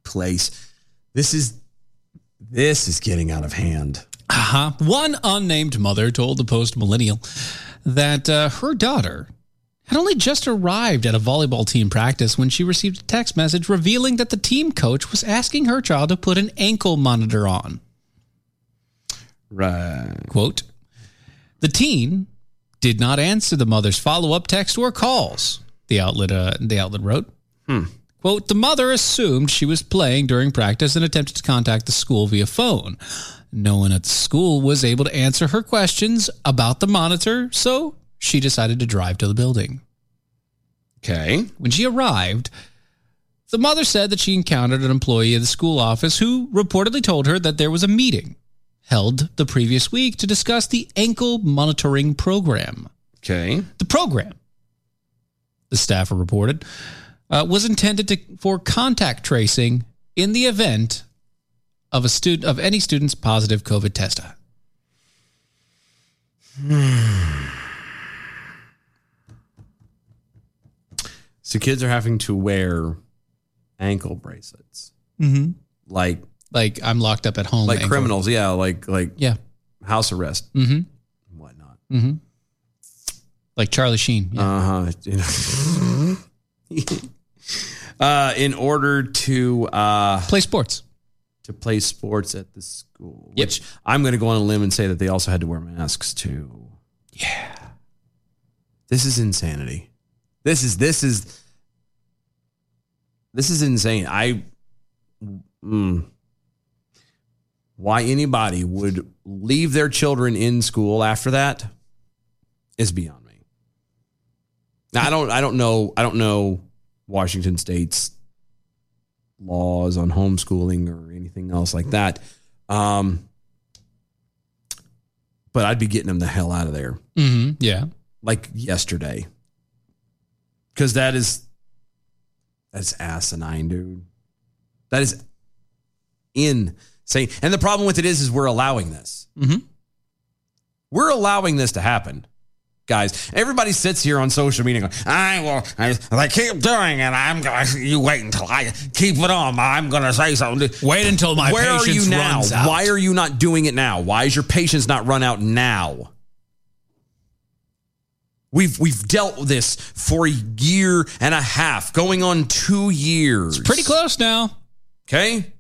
S2: place. This is this is getting out of hand.
S14: Uh-huh. One unnamed mother told the Post Millennial that uh, her daughter had only just arrived at a volleyball team practice when she received a text message revealing that the team coach was asking her child to put an ankle monitor on.
S2: Right.
S14: Quote The teen did not answer the mother's follow up text or calls, the outlet, uh, the outlet wrote.
S2: Hmm.
S14: Quote, the mother assumed she was playing during practice and attempted to contact the school via phone. No one at the school was able to answer her questions about the monitor, so she decided to drive to the building.
S2: Okay.
S14: When she arrived, the mother said that she encountered an employee of the school office who reportedly told her that there was a meeting held the previous week to discuss the ankle monitoring program.
S2: Okay.
S14: The program, the staffer reported, uh, was intended to, for contact tracing in the event of a student of any student's positive COVID test.
S2: So kids are having to wear ankle bracelets.
S14: Mm-hmm.
S2: Like
S14: Like I'm locked up at home,
S2: like
S14: ankle.
S2: criminals, yeah, like like
S14: Yeah.
S2: house arrest
S14: Mm-hmm.
S2: and whatnot.
S14: Mm-hmm. Like Charlie Sheen. Yeah.
S2: Uh-huh. uh in order to uh
S14: Play sports.
S2: to play sports at the school. Which I'm gonna go on a limb and say that they also had to wear masks too. Yeah. This is insanity. This is this is this is insane. I mm, why anybody would leave their children in school after that is beyond me. Now I don't I don't know I don't know Washington State's laws on homeschooling or anything else like that. Um, but I'd be getting them the hell out of there
S14: Mm-hmm. Yeah.
S2: like yesterday. Cause that is that's asinine, dude. That is insane. And the problem with it is is we're allowing this.
S14: Mhm.
S2: We're allowing this to happen. Guys, everybody sits here on social media going, I will, I, I keep doing it. I'm going to, you wait until I keep it on. I'm going to say something.
S14: Wait until my
S2: Where are you
S14: patience
S2: now?
S14: runs out.
S2: Why are you not doing it now? Why is your patience not run out now? We've we've dealt with this for a year and a half, going on two years.
S14: Pretty close now.
S2: Okay.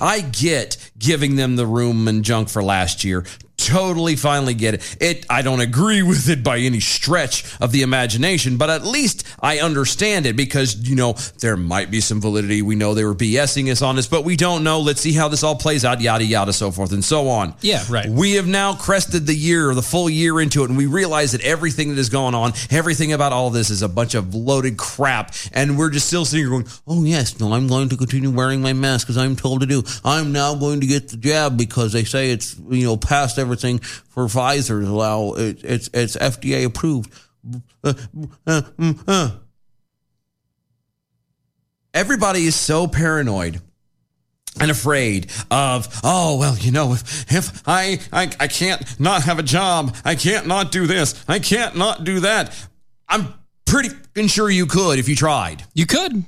S2: I get giving them the room and junk for last year. Totally finally get it. It I don't agree with it by any stretch of the imagination, but at least I understand it because you know there might be some validity. We know they were BSing us on this, but we don't know. Let's see how this all plays out, yada yada, so forth and so on.
S14: Yeah, right.
S2: We have now crested the year, the full year into it, and we realize that everything that is going on, everything about all this is a bunch of loaded crap. And we're just still sitting here going, oh, yes, no, I'm going to continue wearing my mask because I'm told to do. I'm now going to get the jab because they say it's, you know, past everything for Pfizer. Allow it, it's, it's FDA approved. Uh, uh, uh, uh. Everybody is so paranoid and afraid of oh well you know if, if I, I i can't not have a job i can't not do this i can't not do that i'm pretty fucking sure you could if you tried
S14: You could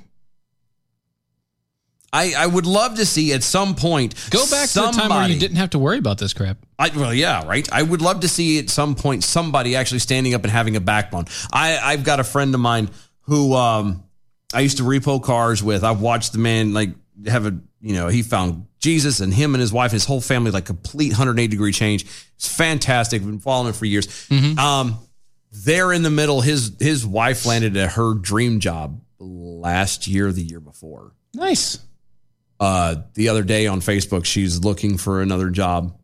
S2: i i would love to see at some point
S14: go back to the time where you didn't have to worry about this crap.
S2: I, well, yeah, right. I would love to see at some point somebody actually standing up and having a backbone. I, I've got a friend of mine who um, I used to repo cars with. I've watched the man like have a you know he found Jesus and him and his wife, his whole family, like complete 180 degree change. It's fantastic. Been following it for years. Um, there in the middle, his his wife landed at her dream job last year, the year before
S14: Nice.
S2: Uh, the other day on Facebook, she's looking for another job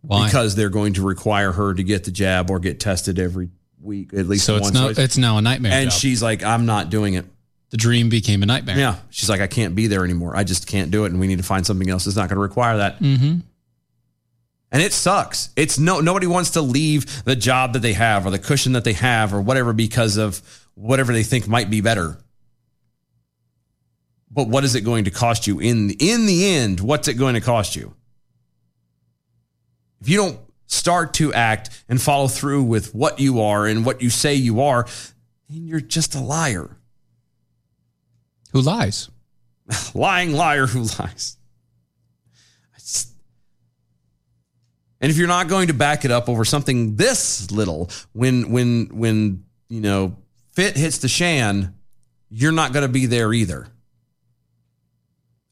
S14: Why?
S2: because they're going to require her to get the jab or get tested every week at least
S14: so
S2: once.
S14: it's no, it's now a nightmare.
S2: and
S14: job.
S2: she's like, I'm not doing it.
S14: the dream became a nightmare.
S2: Yeah, she's like, I can't be there anymore. I just can't do it, and we need to find something else that's not going to require that.
S14: Mm-hmm.
S2: And it sucks. It's no nobody wants to leave the job that they have or the cushion that they have or whatever because of whatever they think might be better. But what is it going to cost you in in the end? What's it going to cost you? If you don't start to act and follow through with what you are and what you say you are, then you're just a liar.
S14: Who lies?
S2: Lying liar who lies. I just- And if you're not going to back it up over something this little, when when when you know fit hits the shan, you're not going to be there either.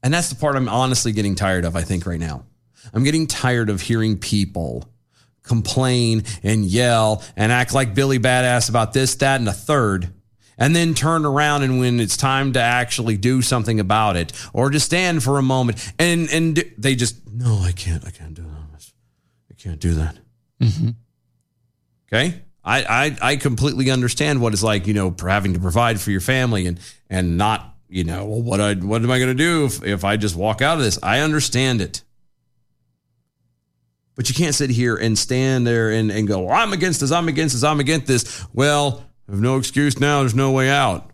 S2: And that's the part I'm honestly getting tired of. I think right now, I'm getting tired of hearing people complain and yell and act like Billy Badass about this, that, and the third, and then turn around and when it's time to actually do something about it or just stand for a moment and and do- they just no, I can't, I can't do that. I can't do that.
S14: Mm-hmm.
S2: Okay. I, I, I completely understand what it's like, you know, for having to provide for your family and and not, you know, well, what I what am I going to do if, if I just walk out of this? I understand it. But you can't sit here and stand there and, and go, well, I'm against this, I'm against this, I'm against this. Well, there's no excuse now, there's no way out.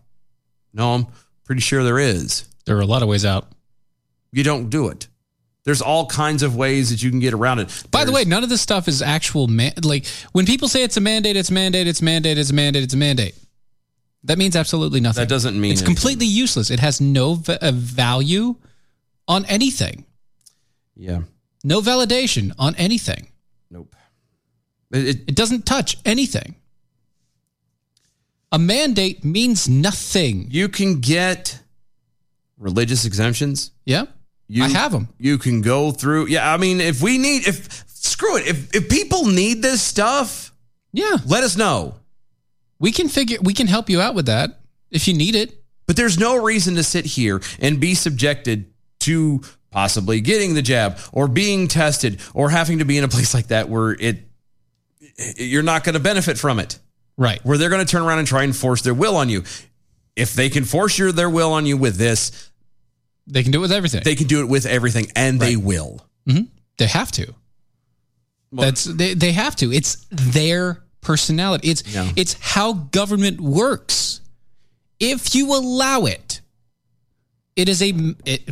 S2: No, I'm pretty sure there is.
S14: There are a lot of ways out.
S2: You don't do it. There's all kinds of ways that you can get around it.
S14: By the way, none of this stuff is actual man. Like when people say it's a mandate, it's a mandate, it's a mandate, it's a mandate, it's a mandate. That means absolutely nothing.
S2: That doesn't mean
S14: it's
S2: anything.
S14: completely useless. It has no v- uh, value on anything.
S2: Yeah.
S14: No validation on anything.
S2: Nope. It, it,
S14: doesn't touch anything. A mandate means nothing.
S2: You can get religious exemptions.
S14: Yeah.
S2: You,
S14: I have 'em.
S2: You can go through. Yeah, I mean, if we need, if screw it, if if people need this stuff,
S14: yeah,
S2: let us know.
S14: We can figure. We can help you out with that if you need it.
S2: But there's no reason to sit here and be subjected to possibly getting the jab or being tested or having to be in a place like that where it you're not going to benefit from it.
S14: Right.
S2: Where they're going to turn around and try and force their will on you. If they can force your their will on you with this,
S14: They can do it with everything.
S2: they can do it with everything and they will.
S14: Mhm. They have to. That's they, they have to. It's their personality. It's
S2: Yeah.
S14: it's how government works. If you allow it, it is a it,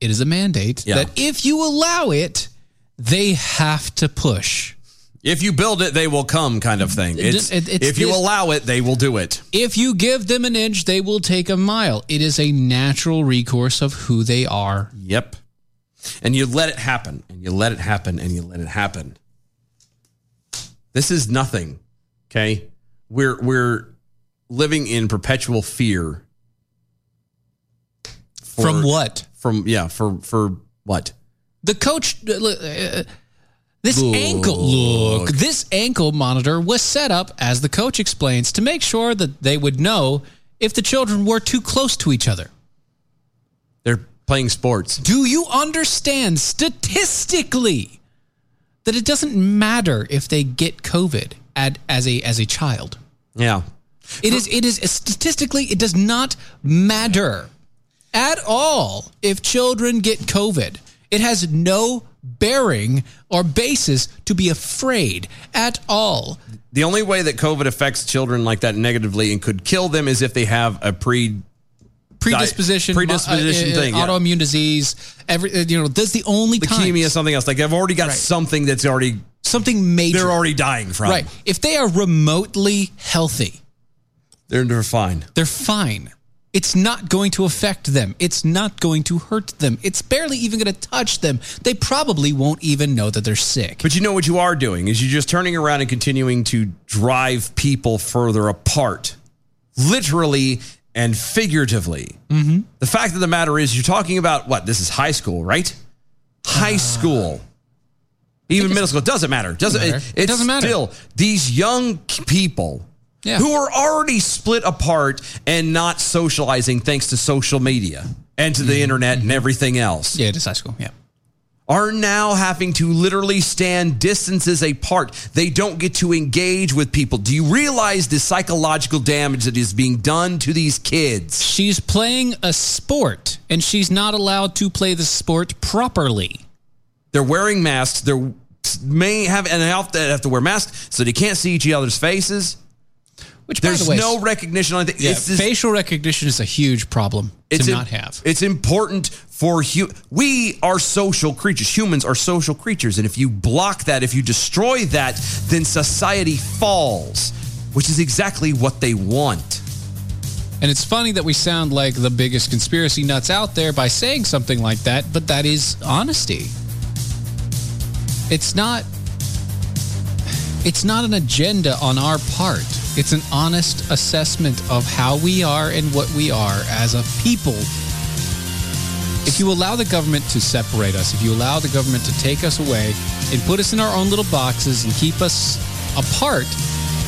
S14: it is a mandate
S2: Yeah.
S14: that if you allow it, they have to push.
S2: If you build it, they will come, kind of thing.
S14: It-
S2: It's,
S14: it- it's
S2: if you
S14: this-
S2: allow it, they will do it.
S14: If you give them an inch, they will take a mile. It is a natural recourse of who they are.
S2: Yep. And you let it happen, and you let it happen, and you let it happen. This is nothing. Okay, we're we're living in perpetual fear. for-
S14: From what?
S2: From yeah, for for what?
S14: The coach, uh, this
S2: Look.
S14: ankle, look, this ankle monitor was set up, as the coach explains, to make sure that they would know if the children were too close to each other.
S2: They're playing sports.
S14: Do you understand statistically that it doesn't matter if they get COVID at, as a as a child?
S2: Yeah.
S14: It is it is statistically it does not matter at all if children get COVID. It has no bearing or basis to be afraid at all.
S2: The only way that COVID affects children like that negatively and could kill them is if they have a pre
S14: Predisposition,
S2: Di- predisposition
S14: uh, uh,
S2: thing, yeah.
S14: autoimmune disease. Every uh, you know, that's the only
S2: leukemia,
S14: time
S2: something else. Like they've already got
S14: Right.
S2: something that's already
S14: something major.
S2: they're already dying from.
S14: right. If they are remotely healthy,
S2: They're, they're fine.
S14: they're fine. It's not going to affect them. It's not going to hurt them. It's barely even going to touch them. They probably won't even know that they're sick.
S2: But you know what you are doing is you're just turning around and continuing to drive people further apart, literally and figuratively.
S14: Mm-hmm.
S2: The fact of the matter is, you're talking about what? This is high school, right? High
S14: Ah.
S2: school. Even middle school. It doesn't matter. It Doesn't,
S14: Doesn't
S2: it,
S14: matter.
S2: it's
S14: It doesn't matter.
S2: Still, these young k- people
S14: Yeah.
S2: who are already split apart and not socializing thanks to social media. and to the internet and everything else.
S14: Mm-hmm. Yeah, it is high school. Yeah.
S2: Are now having to literally stand distances apart. They don't get to engage with people. Do you realize the psychological damage that is being done to these kids?
S14: She's playing a sport and she's not allowed to play the sport properly.
S2: They're wearing masks. They're may have and have to, have to wear masks so they can't see each other's faces.
S14: Which by
S2: There's
S14: the way,
S2: no recognition on the
S14: yeah, facial recognition is a huge problem to
S2: im-
S14: not have.
S2: It's important for hu- we are social creatures. Humans are social creatures, and if you block that, if you destroy that, then society falls, which is exactly what they want.
S14: And it's funny that we sound like the biggest conspiracy nuts out there by saying something like that, but that is honesty. It's not it's not an agenda on our part. It's an honest assessment of how we are and what we are as a people. If you allow the government to separate us, if you allow the government to take us away and put us in our own little boxes and keep us apart,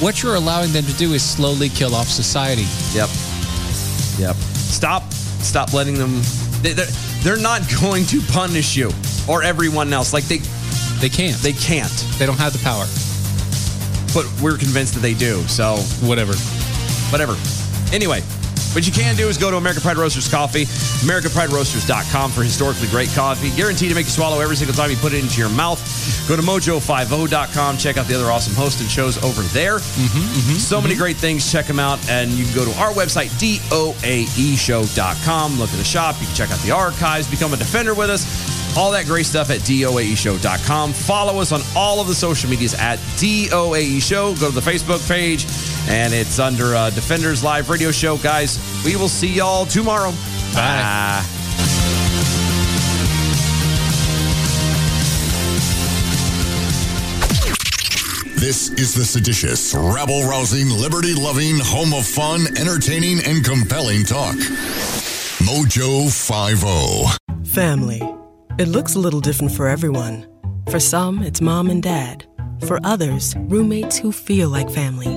S14: what you're allowing them to do is slowly kill off society.
S2: Yep. Yep. Stop. Stop letting them. They, they're, they're not going to punish you or everyone else. Like they,
S14: they can't.
S2: They can't.
S14: They don't have the power.
S2: But we're convinced that they do. So
S14: whatever.
S2: Whatever. Anyway, what you can do is go to American Pride Roasters Coffee, AmericanPrideRoasters.com for historically great coffee, guaranteed to make you swallow every single time you put it into your mouth. Go to Mojo50.com. Check out the other awesome hosted shows over there. Mm-hmm. so many great things. Check them out. And you can go to our website, E doaeshow.com. Look at the shop. You can check out the archives. Become a defender with us. All that great stuff at DOAEshow.com. Follow us on all of the social medias at DOAE E Show. Go to the Facebook page, and it's under uh, Defenders Live Radio Show. Guys, we will see y'all tomorrow. Bye.
S28: This is the seditious, rabble rousing, liberty loving, home of fun, entertaining, and compelling talk. Mojo 50.
S5: Family. It looks a little different for everyone. For some, it's mom and dad. For others, roommates who feel like family.